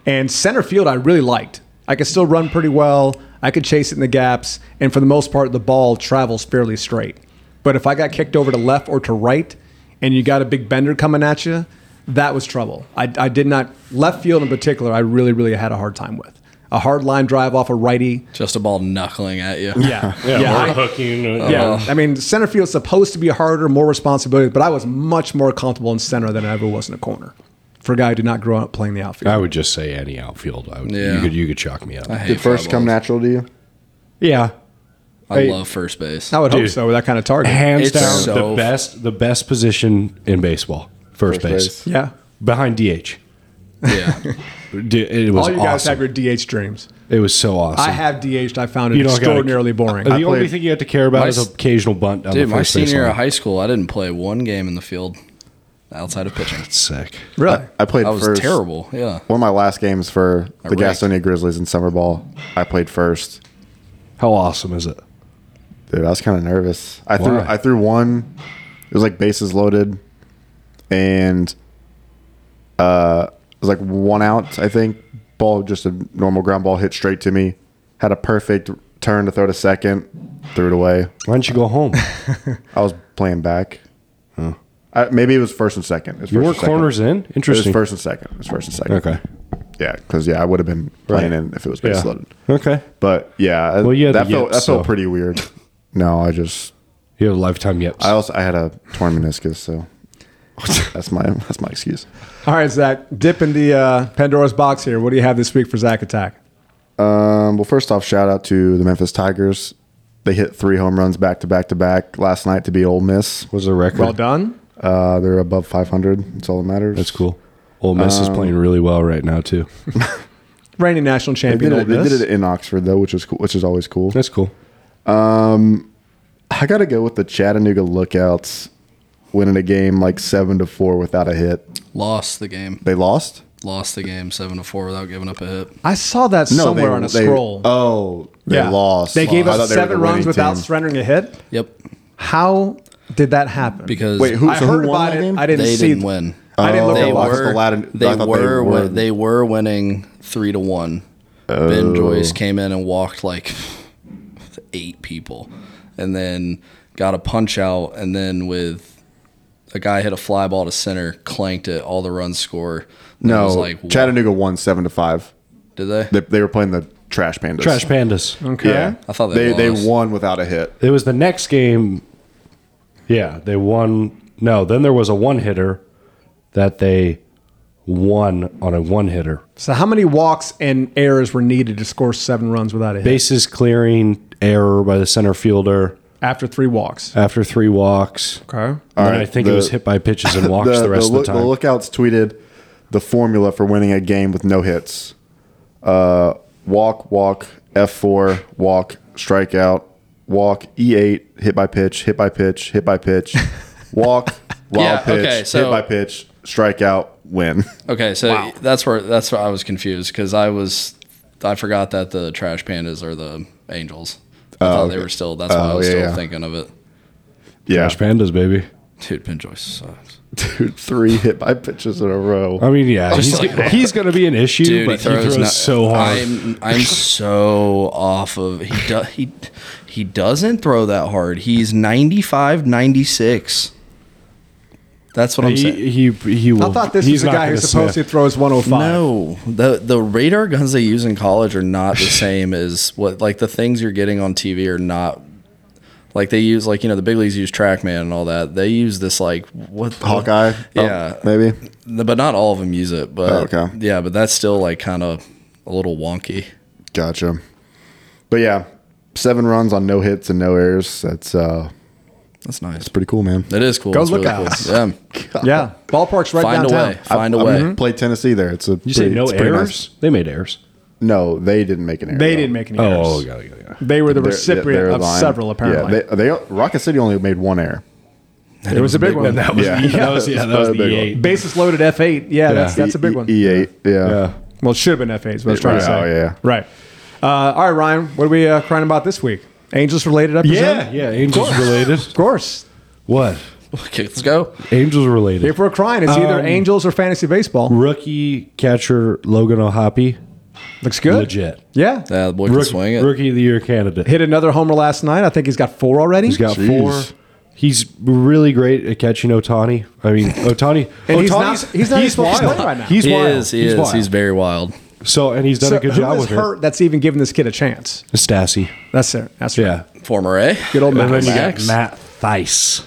[SPEAKER 2] And center field, I really liked. I could still run pretty well. I could chase it in the gaps. And for the most part, the ball travels fairly straight. But if I got kicked over to left or to right and you got a big bender coming at you, that was trouble. I, I did not, left field in particular, I really, really had a hard time with. A hard line drive off a righty.
[SPEAKER 4] Just a ball knuckling at you.
[SPEAKER 2] Yeah. yeah. I-
[SPEAKER 5] hooking.
[SPEAKER 2] yeah, I mean, center field's supposed to be harder, more responsibility, but I was much more comfortable in center than I ever was in a corner for a guy who did not grow up playing the outfield.
[SPEAKER 7] Uh,
[SPEAKER 5] I would just say any outfield. I would, You
[SPEAKER 4] Yeah.
[SPEAKER 5] could you could chalk me up.
[SPEAKER 4] I hate
[SPEAKER 3] Did first
[SPEAKER 4] fly
[SPEAKER 3] come
[SPEAKER 4] balls.
[SPEAKER 3] natural to you?
[SPEAKER 5] yeah,
[SPEAKER 4] I
[SPEAKER 5] Hey.
[SPEAKER 4] love first base.
[SPEAKER 2] I would hope
[SPEAKER 5] Dude.
[SPEAKER 2] so with that kind of target.
[SPEAKER 5] hands
[SPEAKER 4] It's
[SPEAKER 5] down
[SPEAKER 4] so-
[SPEAKER 5] the best the best position in baseball. First, base.
[SPEAKER 3] base.
[SPEAKER 2] yeah.
[SPEAKER 5] behind DH.
[SPEAKER 4] Yeah.
[SPEAKER 5] Dude, it was
[SPEAKER 2] All you guys
[SPEAKER 5] awesome.
[SPEAKER 2] have your DH dreams.
[SPEAKER 5] it was so awesome.
[SPEAKER 2] I have DH'd. I found it
[SPEAKER 5] You don't gotta-
[SPEAKER 2] extraordinarily boring.
[SPEAKER 5] the
[SPEAKER 2] I,
[SPEAKER 5] only
[SPEAKER 3] played-
[SPEAKER 5] thing you have to care about
[SPEAKER 4] My
[SPEAKER 5] is
[SPEAKER 4] s-
[SPEAKER 5] occasional bunt down
[SPEAKER 4] Dude,
[SPEAKER 5] the
[SPEAKER 4] my
[SPEAKER 5] first
[SPEAKER 4] senior year
[SPEAKER 5] baseline.
[SPEAKER 4] of high school, I didn't play one game in the field outside of pitching.
[SPEAKER 5] Sick.
[SPEAKER 2] really?
[SPEAKER 3] I played
[SPEAKER 4] I was
[SPEAKER 3] first.
[SPEAKER 4] terrible. Yeah.
[SPEAKER 3] One of my last games for the
[SPEAKER 4] raked.
[SPEAKER 3] Gastonia Grizzlies in summer ball, I played first.
[SPEAKER 5] How awesome is it?
[SPEAKER 3] Dude, I was kind of nervous. I threw
[SPEAKER 5] Why?
[SPEAKER 3] I threw one. It was like bases loaded, and uh, it was like one out. I think ball just a normal ground ball hit straight to me. Had a perfect turn to throw to second. Threw it away.
[SPEAKER 5] Why don't you go home?
[SPEAKER 3] I was playing back. I, maybe it was first and second. It was
[SPEAKER 5] You
[SPEAKER 3] first
[SPEAKER 5] were
[SPEAKER 3] and second.
[SPEAKER 5] corners in.
[SPEAKER 3] It was
[SPEAKER 5] Interesting.
[SPEAKER 3] first and second. It was first and second.
[SPEAKER 5] Okay.
[SPEAKER 3] Yeah, because yeah, I would have been playing
[SPEAKER 5] Right.
[SPEAKER 3] in if it was base
[SPEAKER 5] Yeah.
[SPEAKER 3] loaded.
[SPEAKER 5] Okay.
[SPEAKER 3] But yeah,
[SPEAKER 5] Well, you had
[SPEAKER 3] that
[SPEAKER 5] the
[SPEAKER 3] felt
[SPEAKER 5] yips,
[SPEAKER 3] that
[SPEAKER 5] so-
[SPEAKER 3] felt pretty weird. No, I just
[SPEAKER 5] You have a lifetime yips.
[SPEAKER 3] I also I had a torn meniscus, so that's my that's my excuse.
[SPEAKER 2] All right, Zach, dip in the uh, Pandora's box here. What do you have this week for Zach Attack?
[SPEAKER 3] Um, well, first off, shout out to the Memphis Tigers. They hit three home runs back to back to back last night to beat Ole Miss.
[SPEAKER 5] was the record.
[SPEAKER 2] Well done.
[SPEAKER 3] Uh, they're above 500. That's all that matters.
[SPEAKER 5] That's cool. Ole Miss is playing really well right now too.
[SPEAKER 2] Reigning national
[SPEAKER 3] They
[SPEAKER 2] champion.
[SPEAKER 3] did, it,
[SPEAKER 2] Ole
[SPEAKER 3] they did
[SPEAKER 2] Miss.
[SPEAKER 3] it in Oxford though, which is cool, which is always cool.
[SPEAKER 5] That's cool.
[SPEAKER 3] I gotta go with the Chattanooga Lookouts winning a game like seven to four without a hit.
[SPEAKER 4] Lost the game.
[SPEAKER 3] They lost.
[SPEAKER 4] Lost the game seven to four without giving up a hit.
[SPEAKER 2] I saw that somewhere on a
[SPEAKER 3] they-
[SPEAKER 2] scroll.
[SPEAKER 3] Oh, they
[SPEAKER 2] Yeah.
[SPEAKER 3] lost. Oh,
[SPEAKER 2] They gave
[SPEAKER 3] I
[SPEAKER 2] up
[SPEAKER 3] thought they were
[SPEAKER 2] seven
[SPEAKER 3] the
[SPEAKER 2] runs
[SPEAKER 3] winning
[SPEAKER 2] without
[SPEAKER 3] team.
[SPEAKER 2] surrendering a hit.
[SPEAKER 4] Yep.
[SPEAKER 2] How did that happen?
[SPEAKER 4] Because
[SPEAKER 3] Wait, who?
[SPEAKER 2] I
[SPEAKER 3] so who
[SPEAKER 2] heard
[SPEAKER 3] won
[SPEAKER 2] about
[SPEAKER 3] that
[SPEAKER 2] it.
[SPEAKER 3] game?
[SPEAKER 2] I didn't
[SPEAKER 4] they
[SPEAKER 2] see.
[SPEAKER 4] didn't win.
[SPEAKER 2] I didn't look
[SPEAKER 3] Oh,
[SPEAKER 4] They
[SPEAKER 2] at
[SPEAKER 3] I thought
[SPEAKER 2] it.
[SPEAKER 3] the
[SPEAKER 4] were,
[SPEAKER 3] Latin- I
[SPEAKER 4] they
[SPEAKER 3] thought they
[SPEAKER 4] were
[SPEAKER 3] were-
[SPEAKER 4] win- they were winning three to one.
[SPEAKER 3] Oh.
[SPEAKER 4] Ben Joyce came in and walked like eight people, and then got a punch out, and then with a guy hit a fly ball to center, clanked it, all the runs score. And it
[SPEAKER 3] No,
[SPEAKER 4] was like, Chattanooga.
[SPEAKER 3] Chattanooga won seven to five.
[SPEAKER 4] Did they?
[SPEAKER 3] They, they were playing the Trash Pandas.
[SPEAKER 5] Trash pandas.
[SPEAKER 2] Okay.
[SPEAKER 3] Yeah,
[SPEAKER 4] I thought they
[SPEAKER 3] they,
[SPEAKER 4] lost.
[SPEAKER 3] won without a hit.
[SPEAKER 5] It was the next game. Yeah, they won. No, then there was a one hitter that they won on a one hitter.
[SPEAKER 2] So how many walks and errors were needed to score seven runs without a hit
[SPEAKER 5] Bases clearing error by the center fielder
[SPEAKER 2] after three walks?
[SPEAKER 5] after three walks.
[SPEAKER 2] Okay.
[SPEAKER 5] And then
[SPEAKER 3] right,
[SPEAKER 5] I think it
[SPEAKER 3] the-
[SPEAKER 5] was hit by pitches and walks the, rest
[SPEAKER 3] look-
[SPEAKER 5] of the time.
[SPEAKER 3] lookouts tweeted the formula for winning a game with no hits: uh, walk, walk, F four, walk, strikeout, walk, E eight, hit by pitch, hit by pitch, hit by pitch, walk, wild
[SPEAKER 4] Yeah,
[SPEAKER 3] pitch,
[SPEAKER 4] okay, so-
[SPEAKER 3] hit by pitch, strikeout, win.
[SPEAKER 4] Okay, so that's where that's where I was confused because I was I forgot that the trash pandas are the angels. I thought they were still. That's why I
[SPEAKER 3] Oh,
[SPEAKER 4] was
[SPEAKER 3] yeah,
[SPEAKER 4] still
[SPEAKER 3] yeah.
[SPEAKER 4] thinking of it.
[SPEAKER 3] yeah,
[SPEAKER 7] Trash pandas, baby.
[SPEAKER 4] Dude, Pinjoy sucks.
[SPEAKER 3] dude, three hit by pitches in a row.
[SPEAKER 7] I mean, yeah, he's,
[SPEAKER 4] like-
[SPEAKER 7] he's going to be an issue,
[SPEAKER 4] Dude,
[SPEAKER 7] but
[SPEAKER 4] he throws, no-
[SPEAKER 7] so hard.
[SPEAKER 4] I'm I'm so off of he do, he he doesn't throw that hard. He's 95, 96. That's what I'm saying.
[SPEAKER 7] he, he he
[SPEAKER 2] I
[SPEAKER 7] will.
[SPEAKER 2] thought this was
[SPEAKER 7] he's
[SPEAKER 2] the
[SPEAKER 7] not
[SPEAKER 2] guy who's
[SPEAKER 7] gonna
[SPEAKER 2] supposed
[SPEAKER 7] sniff.
[SPEAKER 2] to throw his 105.
[SPEAKER 4] No, the the radar guns they use in college are not the same as what like the things you're getting on TV are not like they use like you know the big leagues use TrackMan and all that. They use this like what the-
[SPEAKER 3] Hawkeye,
[SPEAKER 4] Yeah.
[SPEAKER 3] oh, maybe.
[SPEAKER 4] No, but not all of them use it. But
[SPEAKER 3] Oh, okay.
[SPEAKER 4] yeah, but that's still like kind of a little wonky.
[SPEAKER 3] Gotcha. But yeah, seven runs on no hits and no errors. That's uh,
[SPEAKER 4] That's nice.
[SPEAKER 3] pretty cool, man.
[SPEAKER 4] That is cool.
[SPEAKER 2] Go
[SPEAKER 4] It's
[SPEAKER 2] look
[SPEAKER 4] really
[SPEAKER 2] out.
[SPEAKER 4] cool. Yeah,
[SPEAKER 2] Yeah, ballpark's right
[SPEAKER 4] find
[SPEAKER 2] downtown.
[SPEAKER 4] a way. Find a
[SPEAKER 3] a
[SPEAKER 4] way.
[SPEAKER 3] Played Tennessee there. It's a
[SPEAKER 7] You say no
[SPEAKER 3] it's pretty
[SPEAKER 7] errors?
[SPEAKER 3] nice.
[SPEAKER 7] They made errors.
[SPEAKER 3] No, they didn't make an error.
[SPEAKER 2] They
[SPEAKER 3] though.
[SPEAKER 2] didn't make any errors.
[SPEAKER 7] Oh, got it, got it, got it.
[SPEAKER 2] They were the
[SPEAKER 3] They're-
[SPEAKER 2] recipient
[SPEAKER 3] they're
[SPEAKER 2] of
[SPEAKER 3] lying.
[SPEAKER 2] several, apparently.
[SPEAKER 3] Yeah, they, they Rocket City only made one error.
[SPEAKER 2] it was a big one.
[SPEAKER 7] That was
[SPEAKER 3] Yeah.
[SPEAKER 7] the, that was, yeah, that was
[SPEAKER 3] That's
[SPEAKER 7] the
[SPEAKER 3] a big
[SPEAKER 7] eight.
[SPEAKER 2] Bases loaded F8. Yeah, that's that's a big one.
[SPEAKER 3] E eight. Yeah.
[SPEAKER 7] Yeah.
[SPEAKER 2] Well, it should have been F8. Is what I was
[SPEAKER 3] Yeah,
[SPEAKER 2] trying to say.
[SPEAKER 3] right. Oh, yeah.
[SPEAKER 2] Right. Uh, all right, Ryan. What are we uh, crying about this week? Angels related, I
[SPEAKER 7] Yeah,
[SPEAKER 2] presume?
[SPEAKER 7] yeah, angels related.
[SPEAKER 2] Of course.
[SPEAKER 7] What?
[SPEAKER 4] Okay, let's go.
[SPEAKER 7] Angels related.
[SPEAKER 2] If we're crying, it's either
[SPEAKER 7] Um,
[SPEAKER 2] Angels or fantasy baseball.
[SPEAKER 7] Rookie catcher Logan O'Hoppy,
[SPEAKER 2] Looks good.
[SPEAKER 7] legit.
[SPEAKER 2] Yeah.
[SPEAKER 4] Yeah, the boy can
[SPEAKER 7] Rookie,
[SPEAKER 4] swing it.
[SPEAKER 7] rookie of the year candidate.
[SPEAKER 2] Hit another homer last night. I think he's got four already.
[SPEAKER 7] He's got
[SPEAKER 3] Jeez.
[SPEAKER 7] four. He's really great at catching Otani. I mean, Otani.
[SPEAKER 2] And he's not- he's not even supposed to play right now.
[SPEAKER 7] He's
[SPEAKER 4] He
[SPEAKER 7] wild.
[SPEAKER 4] is. He is.
[SPEAKER 7] wild.
[SPEAKER 4] He's very wild.
[SPEAKER 7] so, and he's done
[SPEAKER 2] So
[SPEAKER 7] a good
[SPEAKER 2] who
[SPEAKER 7] job
[SPEAKER 2] is
[SPEAKER 7] with her.
[SPEAKER 2] hurt that's even giving this kid a chance?
[SPEAKER 7] Stassi.
[SPEAKER 2] That's it. That's right.
[SPEAKER 7] Yeah.
[SPEAKER 4] Former A.
[SPEAKER 2] Good old
[SPEAKER 7] And
[SPEAKER 2] man.
[SPEAKER 7] then you got
[SPEAKER 4] Max.
[SPEAKER 7] Matt Thice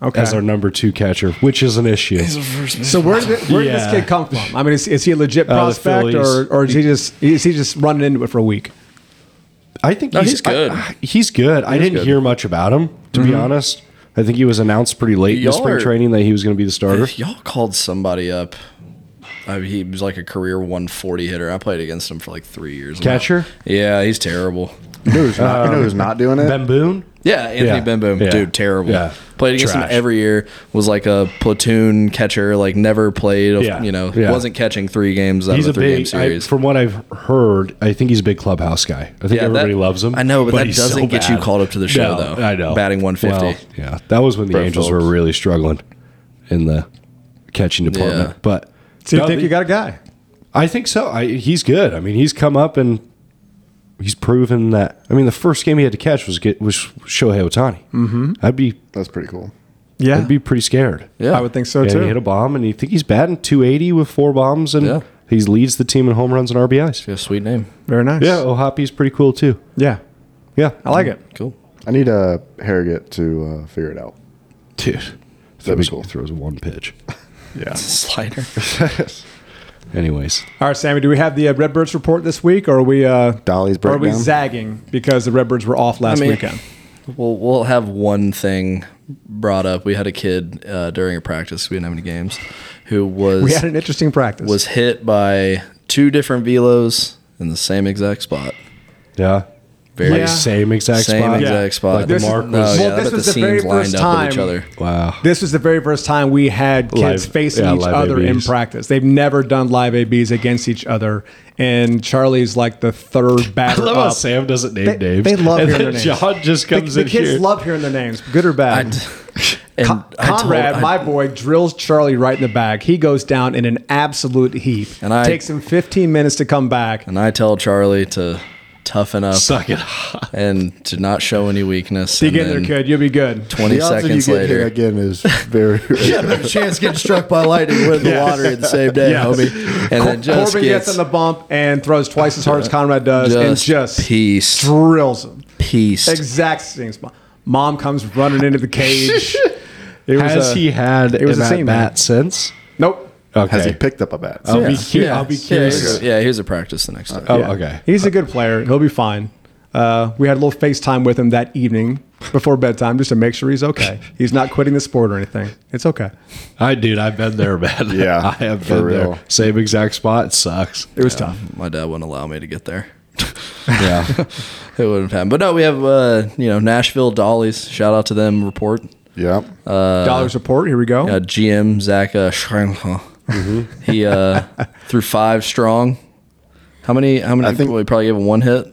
[SPEAKER 2] Okay.
[SPEAKER 7] as our number two catcher, which is an issue.
[SPEAKER 2] So where did, where did this
[SPEAKER 7] Yeah. Uh,
[SPEAKER 2] kid come from? I mean, is, is he a legit prospect, or,
[SPEAKER 7] Phillies.
[SPEAKER 2] or is he just is he just running into it for a week?
[SPEAKER 7] I think
[SPEAKER 4] No, he's good.
[SPEAKER 7] I- I- he's good. I didn't
[SPEAKER 4] good.
[SPEAKER 7] hear much about him, to be honest. I think he was announced pretty late in the
[SPEAKER 4] Y'all
[SPEAKER 7] spring
[SPEAKER 4] are-
[SPEAKER 7] training that he was going to be the starter.
[SPEAKER 4] Y'all called somebody up. I mean, he was like a career 140 hitter. I played against him for like three years.
[SPEAKER 7] Catcher?
[SPEAKER 4] Yeah, he's terrible.
[SPEAKER 3] You know who's not, you know who's not doing it?
[SPEAKER 7] Ben Boone?
[SPEAKER 4] Yeah, Anthony
[SPEAKER 7] Yeah.
[SPEAKER 4] Ben Boom,
[SPEAKER 7] Yeah.
[SPEAKER 4] dude, terrible.
[SPEAKER 7] Yeah.
[SPEAKER 4] Played against
[SPEAKER 7] Trash.
[SPEAKER 4] him every year. Was like a platoon catcher. Like never played. A,
[SPEAKER 7] Yeah.
[SPEAKER 4] You know,
[SPEAKER 7] Yeah.
[SPEAKER 4] wasn't catching three games out
[SPEAKER 7] He's a
[SPEAKER 4] of a three game
[SPEAKER 7] big, I,
[SPEAKER 4] series.
[SPEAKER 7] from what I've heard, I think he's a big clubhouse guy. I think
[SPEAKER 4] Yeah,
[SPEAKER 7] everybody
[SPEAKER 4] that-
[SPEAKER 7] loves him.
[SPEAKER 4] I know, but that
[SPEAKER 7] he's so
[SPEAKER 4] doesn't get you
[SPEAKER 7] bad.
[SPEAKER 4] called up to the show,
[SPEAKER 7] No,
[SPEAKER 4] though.
[SPEAKER 7] I know.
[SPEAKER 4] Batting 150.
[SPEAKER 7] Well, yeah, that was when the
[SPEAKER 3] Brett
[SPEAKER 7] Angels
[SPEAKER 3] Phillips.
[SPEAKER 7] were really struggling in the catching department.
[SPEAKER 4] Yeah.
[SPEAKER 7] But
[SPEAKER 2] So you
[SPEAKER 7] No,
[SPEAKER 2] think
[SPEAKER 7] the-
[SPEAKER 2] you got a guy?
[SPEAKER 7] I think so. I, he's good. I mean, he's come up and he's proven that. I mean, the first game he had to catch was get, was Shohei Otani. Mm-hmm. I'd be
[SPEAKER 3] That's pretty cool.
[SPEAKER 2] Yeah,
[SPEAKER 7] I'd be pretty scared.
[SPEAKER 4] yeah,
[SPEAKER 2] I would think so
[SPEAKER 7] And
[SPEAKER 2] too.
[SPEAKER 7] he hit a bomb, and you think he's batting 280 with four bombs, and
[SPEAKER 4] Yeah.
[SPEAKER 7] he leads the team in home runs and RBIs.
[SPEAKER 4] Yeah, sweet name.
[SPEAKER 2] Very nice.
[SPEAKER 7] Yeah, Ohapi's pretty cool too.
[SPEAKER 2] yeah,
[SPEAKER 7] Yeah,
[SPEAKER 2] I like it.
[SPEAKER 4] Cool.
[SPEAKER 3] I need uh, Harrogate to uh, figure it out.
[SPEAKER 7] dude.
[SPEAKER 3] That'd be
[SPEAKER 7] Throws,
[SPEAKER 3] cool.
[SPEAKER 7] throws one pitch.
[SPEAKER 3] Yeah.
[SPEAKER 4] Slider.
[SPEAKER 7] Anyways,
[SPEAKER 2] All right, Sammy. Do we have the uh, Redbirds report this week, or are we uh,
[SPEAKER 3] Dolly's
[SPEAKER 2] or are we
[SPEAKER 3] breakdown?
[SPEAKER 2] zagging because the Redbirds were off last
[SPEAKER 4] I mean-
[SPEAKER 2] weekend?
[SPEAKER 4] Well, we'll have one thing brought up. We had a kid uh, during a practice. We didn't have any games. Who was
[SPEAKER 2] We had an interesting practice.
[SPEAKER 4] was hit by two different velos in the same exact spot.
[SPEAKER 7] yeah,
[SPEAKER 4] Very
[SPEAKER 7] Like, same exact
[SPEAKER 4] same
[SPEAKER 7] spot.
[SPEAKER 4] exact spot. Oh,
[SPEAKER 7] Like the
[SPEAKER 2] This is-
[SPEAKER 7] mark was.
[SPEAKER 2] Well,
[SPEAKER 4] yeah, I
[SPEAKER 2] this
[SPEAKER 4] bet
[SPEAKER 2] was
[SPEAKER 4] the
[SPEAKER 2] the very
[SPEAKER 4] seams lined
[SPEAKER 2] first
[SPEAKER 4] up with each
[SPEAKER 2] time-
[SPEAKER 4] other.
[SPEAKER 7] Wow.
[SPEAKER 2] this was the very first time we had kids
[SPEAKER 7] Live-
[SPEAKER 2] facing
[SPEAKER 7] yeah,
[SPEAKER 2] each
[SPEAKER 7] live
[SPEAKER 2] other in
[SPEAKER 7] ABs.
[SPEAKER 2] practice. They've never done live ABs against each other, and Charlie's like the third
[SPEAKER 7] I
[SPEAKER 2] batter
[SPEAKER 7] love how
[SPEAKER 2] up.
[SPEAKER 7] Sam doesn't name
[SPEAKER 2] They-
[SPEAKER 7] names.
[SPEAKER 2] they love
[SPEAKER 7] and
[SPEAKER 2] hearing
[SPEAKER 7] then
[SPEAKER 2] their names.
[SPEAKER 7] John just
[SPEAKER 2] the,
[SPEAKER 7] comes
[SPEAKER 2] the
[SPEAKER 7] in
[SPEAKER 2] kids
[SPEAKER 7] here.
[SPEAKER 2] love hearing their names, good or
[SPEAKER 4] I
[SPEAKER 2] bad.
[SPEAKER 4] d- and
[SPEAKER 2] Con-
[SPEAKER 4] I told-
[SPEAKER 2] Conrad,
[SPEAKER 4] I-
[SPEAKER 2] my boy, drills Charlie right in the back. He goes down in an absolute heap.
[SPEAKER 4] And I-
[SPEAKER 2] takes him 15 minutes to come back.
[SPEAKER 4] and I tell Charlie to toughen up
[SPEAKER 7] Suck it. and
[SPEAKER 4] and to not show any weakness.
[SPEAKER 2] You
[SPEAKER 4] and
[SPEAKER 2] get in there,
[SPEAKER 4] then
[SPEAKER 2] kid. You'll be good.
[SPEAKER 4] Twenty
[SPEAKER 3] the odds of you
[SPEAKER 4] seconds
[SPEAKER 3] getting
[SPEAKER 4] later,
[SPEAKER 3] hit again is very
[SPEAKER 4] yeah, no chance getting struck by lightning with the water in the same day, homie. And then just
[SPEAKER 2] Corbin gets,
[SPEAKER 4] gets,
[SPEAKER 2] on the bump and throws twice as hard as Conrad does, and just
[SPEAKER 4] peace,
[SPEAKER 2] drills him.
[SPEAKER 4] peace.
[SPEAKER 2] Exact same spot. Mom comes running into the cage. It was
[SPEAKER 7] has
[SPEAKER 2] a-
[SPEAKER 7] he had
[SPEAKER 2] it was
[SPEAKER 7] an
[SPEAKER 2] a
[SPEAKER 7] at
[SPEAKER 2] scene,
[SPEAKER 7] bat since?
[SPEAKER 2] Nope.
[SPEAKER 7] Okay.
[SPEAKER 3] Has he picked up a bat?
[SPEAKER 7] I'll be
[SPEAKER 4] Yeah.
[SPEAKER 7] curious. I'll be
[SPEAKER 4] Yeah,
[SPEAKER 7] curious.
[SPEAKER 4] here's a, yeah, here's a practice the next time.
[SPEAKER 7] Oh,
[SPEAKER 2] Yeah.
[SPEAKER 7] okay.
[SPEAKER 2] He's a good player. He'll be fine. Uh, we had a little FaceTime with him that evening before bedtime just to make sure he's okay. He's not quitting the sport or anything. It's okay.
[SPEAKER 7] I dude, I've been there, man.
[SPEAKER 3] Yeah,
[SPEAKER 7] I have
[SPEAKER 3] for
[SPEAKER 7] been
[SPEAKER 3] real.
[SPEAKER 7] there. Same exact spot. It sucks.
[SPEAKER 2] It was tough.
[SPEAKER 4] My dad wouldn't allow me to get there.
[SPEAKER 7] Yeah.
[SPEAKER 4] It wouldn't have happened. But no, we have uh, you know Nashville Dollies. Shout out to them. Report.
[SPEAKER 3] Yeah.
[SPEAKER 2] Dollars report. Here we go.
[SPEAKER 4] uh, GM Zach uh, Schreiner.
[SPEAKER 2] Mm-hmm.
[SPEAKER 4] He uh, threw five strong. How many? How many?
[SPEAKER 3] I
[SPEAKER 4] I
[SPEAKER 3] think-
[SPEAKER 4] think we probably gave him one hit.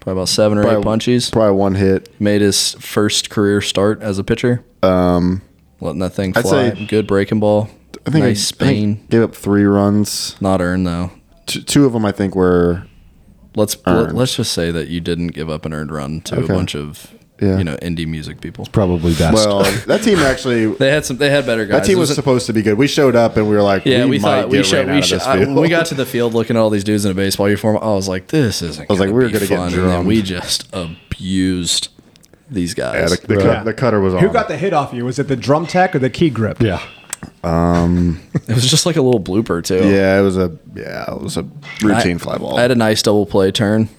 [SPEAKER 4] Probably about seven or
[SPEAKER 3] Probably-
[SPEAKER 4] eight punches.
[SPEAKER 3] Probably one hit.
[SPEAKER 4] Made his first career start as a pitcher. Um, letting that thing
[SPEAKER 3] I'd
[SPEAKER 4] fly.
[SPEAKER 3] say-
[SPEAKER 4] Good breaking ball.
[SPEAKER 3] I think
[SPEAKER 4] nice
[SPEAKER 3] I, I think
[SPEAKER 4] spin.
[SPEAKER 3] gave up three runs.
[SPEAKER 4] Not earned though.
[SPEAKER 3] T- two of them, I think, were
[SPEAKER 4] Let's
[SPEAKER 3] Earned.
[SPEAKER 4] let, us just say that you didn't give up an earned run to a bunch of
[SPEAKER 3] Yeah.
[SPEAKER 4] you know indie music people.
[SPEAKER 5] Probably best.
[SPEAKER 3] well. that team actually.
[SPEAKER 4] They had some. They had better guys.
[SPEAKER 3] that team
[SPEAKER 4] It
[SPEAKER 3] was
[SPEAKER 4] a-
[SPEAKER 3] supposed to be good. We showed up and we were like,
[SPEAKER 4] Yeah, we,
[SPEAKER 3] might
[SPEAKER 4] thought we
[SPEAKER 3] get
[SPEAKER 4] should.
[SPEAKER 3] ran out
[SPEAKER 4] We
[SPEAKER 3] of
[SPEAKER 4] should.
[SPEAKER 3] this
[SPEAKER 4] I, when we
[SPEAKER 3] field.
[SPEAKER 4] got to the field looking at all these dudes in a baseball uniform, I was like, "This isn't." I
[SPEAKER 3] was like, "We're gonna
[SPEAKER 4] going to
[SPEAKER 3] get
[SPEAKER 4] fun." And then
[SPEAKER 3] drummed.
[SPEAKER 4] we just abused these
[SPEAKER 3] Yeah,
[SPEAKER 4] guys.
[SPEAKER 3] the, the, cut, the cutter was on.
[SPEAKER 2] Who got the hit off you? Was it the drum tech or the key grip?
[SPEAKER 5] yeah.
[SPEAKER 4] it was just like a little blooper too.
[SPEAKER 3] Yeah, it was a yeah, it was a routine fly ball.
[SPEAKER 4] I had a nice double play turn.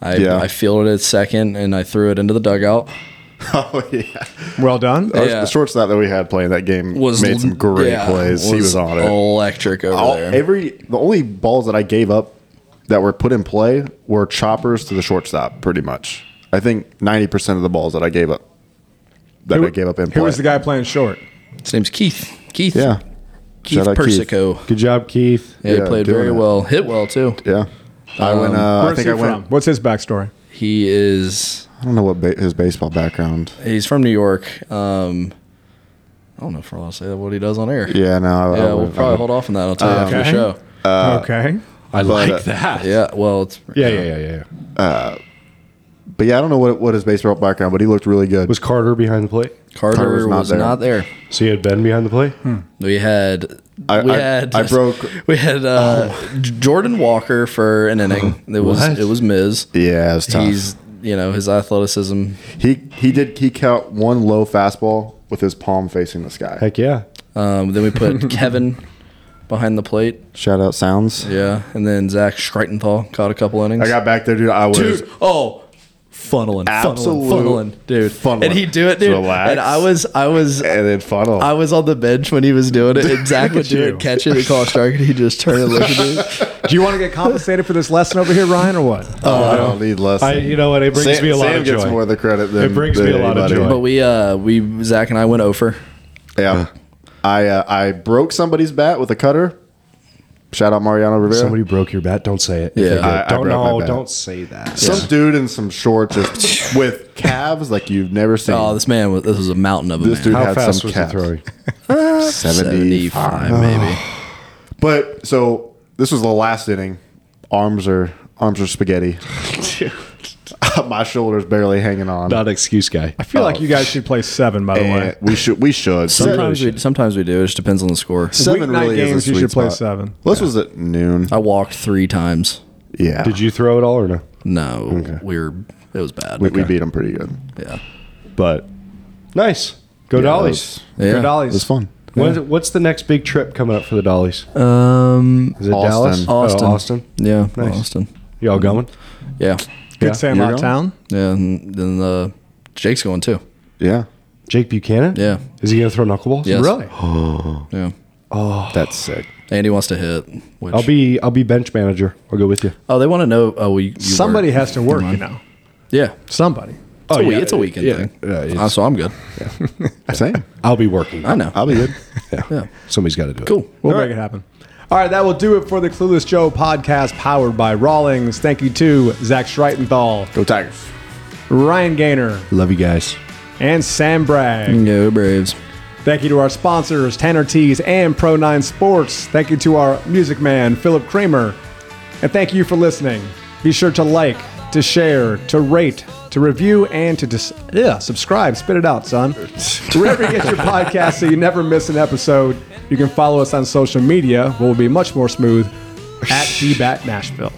[SPEAKER 4] I
[SPEAKER 3] Yeah.
[SPEAKER 4] I fielded it second, and I threw it into the dugout.
[SPEAKER 3] oh yeah,
[SPEAKER 2] Well done.
[SPEAKER 3] Our-
[SPEAKER 4] Yeah.
[SPEAKER 3] the shortstop that we had playing that game
[SPEAKER 4] Was
[SPEAKER 3] made some great
[SPEAKER 4] yeah,
[SPEAKER 3] plays. he was on it.
[SPEAKER 4] Electric over
[SPEAKER 3] All-
[SPEAKER 4] there.
[SPEAKER 3] every the only balls that I gave up that were put in play were choppers to the shortstop, pretty much. I think ninety percent of the balls that I gave up that I gave up in play.
[SPEAKER 2] Who was the guy playing short?
[SPEAKER 4] His name's Keith. Keith.
[SPEAKER 3] Yeah,
[SPEAKER 4] Keith
[SPEAKER 3] Shout out Keith.
[SPEAKER 4] Persico.
[SPEAKER 5] Good job, Keith.
[SPEAKER 4] Yeah,
[SPEAKER 3] Yeah,
[SPEAKER 4] he played
[SPEAKER 3] doing
[SPEAKER 4] very
[SPEAKER 3] it.
[SPEAKER 4] well. Hit well too.
[SPEAKER 3] yeah. I went. Uh, I
[SPEAKER 2] Where's
[SPEAKER 3] think
[SPEAKER 2] he
[SPEAKER 3] I went.
[SPEAKER 2] from? What's his backstory?
[SPEAKER 4] He is
[SPEAKER 3] I don't know what ba- his baseball background.
[SPEAKER 4] He's from New York. Um, I don't know if I want to say that what he does on air.
[SPEAKER 3] Yeah, no. I- I
[SPEAKER 4] Yeah, we'll
[SPEAKER 3] wouldn't-
[SPEAKER 4] probably hold off on that. I'll tell you after
[SPEAKER 2] Okay.
[SPEAKER 4] the show.
[SPEAKER 3] Uh,
[SPEAKER 2] okay.
[SPEAKER 5] I
[SPEAKER 3] But,
[SPEAKER 5] like
[SPEAKER 3] uh,
[SPEAKER 5] that.
[SPEAKER 4] Yeah, well, it's
[SPEAKER 5] Yeah, yeah, yeah, yeah, yeah.
[SPEAKER 3] But yeah, I don't know what what his baseball background, but he looked really good.
[SPEAKER 5] Was Carter behind the plate?
[SPEAKER 4] Carter,
[SPEAKER 3] Carter was
[SPEAKER 4] was,
[SPEAKER 3] not
[SPEAKER 4] not,
[SPEAKER 3] there.
[SPEAKER 4] there.
[SPEAKER 5] So you had Ben behind the plate?
[SPEAKER 4] We had.
[SPEAKER 3] I-
[SPEAKER 4] we
[SPEAKER 3] I-
[SPEAKER 4] had
[SPEAKER 3] I broke- Oh.
[SPEAKER 4] We had uh, J- Jordan Walker for an inning. It was
[SPEAKER 5] What?
[SPEAKER 4] it was Miz.
[SPEAKER 3] yeah, it was tough.
[SPEAKER 4] He's you know his athleticism.
[SPEAKER 3] He he did he caught one low fastball with his palm facing the sky.
[SPEAKER 5] Heck yeah.
[SPEAKER 4] Um, then we put Kevin behind the plate.
[SPEAKER 3] Shout out sounds.
[SPEAKER 4] Yeah, and then Zach Schreitenthal caught a couple innings.
[SPEAKER 3] I got back there, dude. I was
[SPEAKER 4] dude. Oh, funneling,
[SPEAKER 3] Absolute
[SPEAKER 4] funneling, funneling, dude.
[SPEAKER 3] funneling.
[SPEAKER 4] And he do it, dude.
[SPEAKER 3] Relax.
[SPEAKER 4] And I was, I was,
[SPEAKER 3] and then funnel.
[SPEAKER 4] I was on the bench when he was doing it. And Zach would do
[SPEAKER 2] you.
[SPEAKER 4] it, catch it, and call a strike, and he just turn and look at me.
[SPEAKER 2] Do you want to get compensated for this lesson over here, Ryan, or what?
[SPEAKER 3] oh, I don't need less.
[SPEAKER 5] I, you know what? It brings
[SPEAKER 3] Sam,
[SPEAKER 5] me a lot
[SPEAKER 3] Sam
[SPEAKER 5] of
[SPEAKER 3] gets
[SPEAKER 5] joy.
[SPEAKER 3] more of the credit than
[SPEAKER 5] It brings me a lot of joy.
[SPEAKER 4] But we, uh, we Zach and I went over.
[SPEAKER 3] Yeah, I uh, I broke somebody's bat with a cutter. Shout out Mariano Rivera.
[SPEAKER 5] Somebody broke your bat. Don't say it.
[SPEAKER 4] Yeah.
[SPEAKER 5] If they did,
[SPEAKER 3] I- I
[SPEAKER 5] don't
[SPEAKER 3] broke my
[SPEAKER 5] no,
[SPEAKER 3] bat.
[SPEAKER 5] Don't say that.
[SPEAKER 3] Some dude in some shorts just with calves like you've never seen.
[SPEAKER 4] Oh, this man was this was a mountain of a
[SPEAKER 3] this
[SPEAKER 4] man.
[SPEAKER 3] dude
[SPEAKER 5] How
[SPEAKER 3] had
[SPEAKER 5] fast
[SPEAKER 3] some
[SPEAKER 5] was
[SPEAKER 3] calves.
[SPEAKER 5] the throwing?
[SPEAKER 4] Seventy-five, maybe.
[SPEAKER 3] But so this was the last inning. Arms are arms are spaghetti. My shoulders barely hanging on.
[SPEAKER 5] Not an excuse guy.
[SPEAKER 2] I feel like you guys should play seven, by the way.
[SPEAKER 3] And we should we should
[SPEAKER 4] Sometimes we, sometimes we do. It just depends on the score.
[SPEAKER 3] seven
[SPEAKER 2] Weeknight
[SPEAKER 3] really is a
[SPEAKER 2] games, you
[SPEAKER 3] sweet
[SPEAKER 2] should play
[SPEAKER 3] spot. Oh,
[SPEAKER 2] seven.
[SPEAKER 3] Well, This was at noon.
[SPEAKER 4] I walked three times.
[SPEAKER 3] Yeah,
[SPEAKER 5] Did you throw it all or no?
[SPEAKER 4] No, we were. It was bad.
[SPEAKER 3] We, we beat them pretty good.
[SPEAKER 4] yeah.
[SPEAKER 5] But nice. Go Dollies.
[SPEAKER 4] Yeah.
[SPEAKER 2] Your dollies.
[SPEAKER 3] It was fun.
[SPEAKER 5] When's- what's the next big trip coming up for the Dollies?
[SPEAKER 4] Um.
[SPEAKER 5] Is it
[SPEAKER 3] Austin.
[SPEAKER 5] Dallas? Oh,
[SPEAKER 4] Austin.
[SPEAKER 5] Austin.
[SPEAKER 4] Yeah.
[SPEAKER 5] Nice.
[SPEAKER 4] Austin.
[SPEAKER 5] Y'all going?
[SPEAKER 4] Yeah.
[SPEAKER 2] Good
[SPEAKER 5] Yeah.
[SPEAKER 2] Sandlot town.
[SPEAKER 4] Yeah, and then uh, Jake's going too.
[SPEAKER 3] Yeah,
[SPEAKER 5] Jake Buchanan?
[SPEAKER 4] Yeah.
[SPEAKER 5] Is he going to throw knuckleballs?
[SPEAKER 4] Yes.
[SPEAKER 2] Really?
[SPEAKER 4] Yeah.
[SPEAKER 3] that's sick.
[SPEAKER 4] Andy wants to hit. Which,
[SPEAKER 5] I'll be I'll be bench manager. I'll go with you.
[SPEAKER 4] Oh, they want to know. Oh, we. You
[SPEAKER 2] Somebody
[SPEAKER 4] were-
[SPEAKER 2] has to work, you
[SPEAKER 4] mind.
[SPEAKER 2] know.
[SPEAKER 4] Yeah.
[SPEAKER 2] Somebody.
[SPEAKER 4] It's,
[SPEAKER 5] Oh,
[SPEAKER 4] a, wee-
[SPEAKER 5] yeah,
[SPEAKER 4] it's a weekend
[SPEAKER 5] yeah,
[SPEAKER 4] thing.
[SPEAKER 5] yeah, it's-
[SPEAKER 4] Uh, so I'm good.
[SPEAKER 3] Same.
[SPEAKER 5] I'll be working.
[SPEAKER 4] I know.
[SPEAKER 3] I'll be good.
[SPEAKER 4] yeah.
[SPEAKER 5] Somebody's got to do it.
[SPEAKER 4] Cool.
[SPEAKER 2] We'll make it happen. All right, that will do it for the Clueless Joe podcast powered by Rawlings. Thank you to Zach Schreitenthal,
[SPEAKER 3] Go Tigers.
[SPEAKER 2] Ryan Gaynor,
[SPEAKER 5] Love you guys.
[SPEAKER 2] and Sam Bragg.
[SPEAKER 4] Go Braves.
[SPEAKER 2] Thank you to our sponsors, Tanner Tees and Pro9 Sports. Thank you to our music man, Philip Kramer. And thank you for listening. Be sure to like, to share, to rate, to review, and to dis- yeah, subscribe. Spit it out, son. Wherever you get your podcast so you never miss an episode, you can follow us on social media. We'll be much more smooth at DBAT Nashville.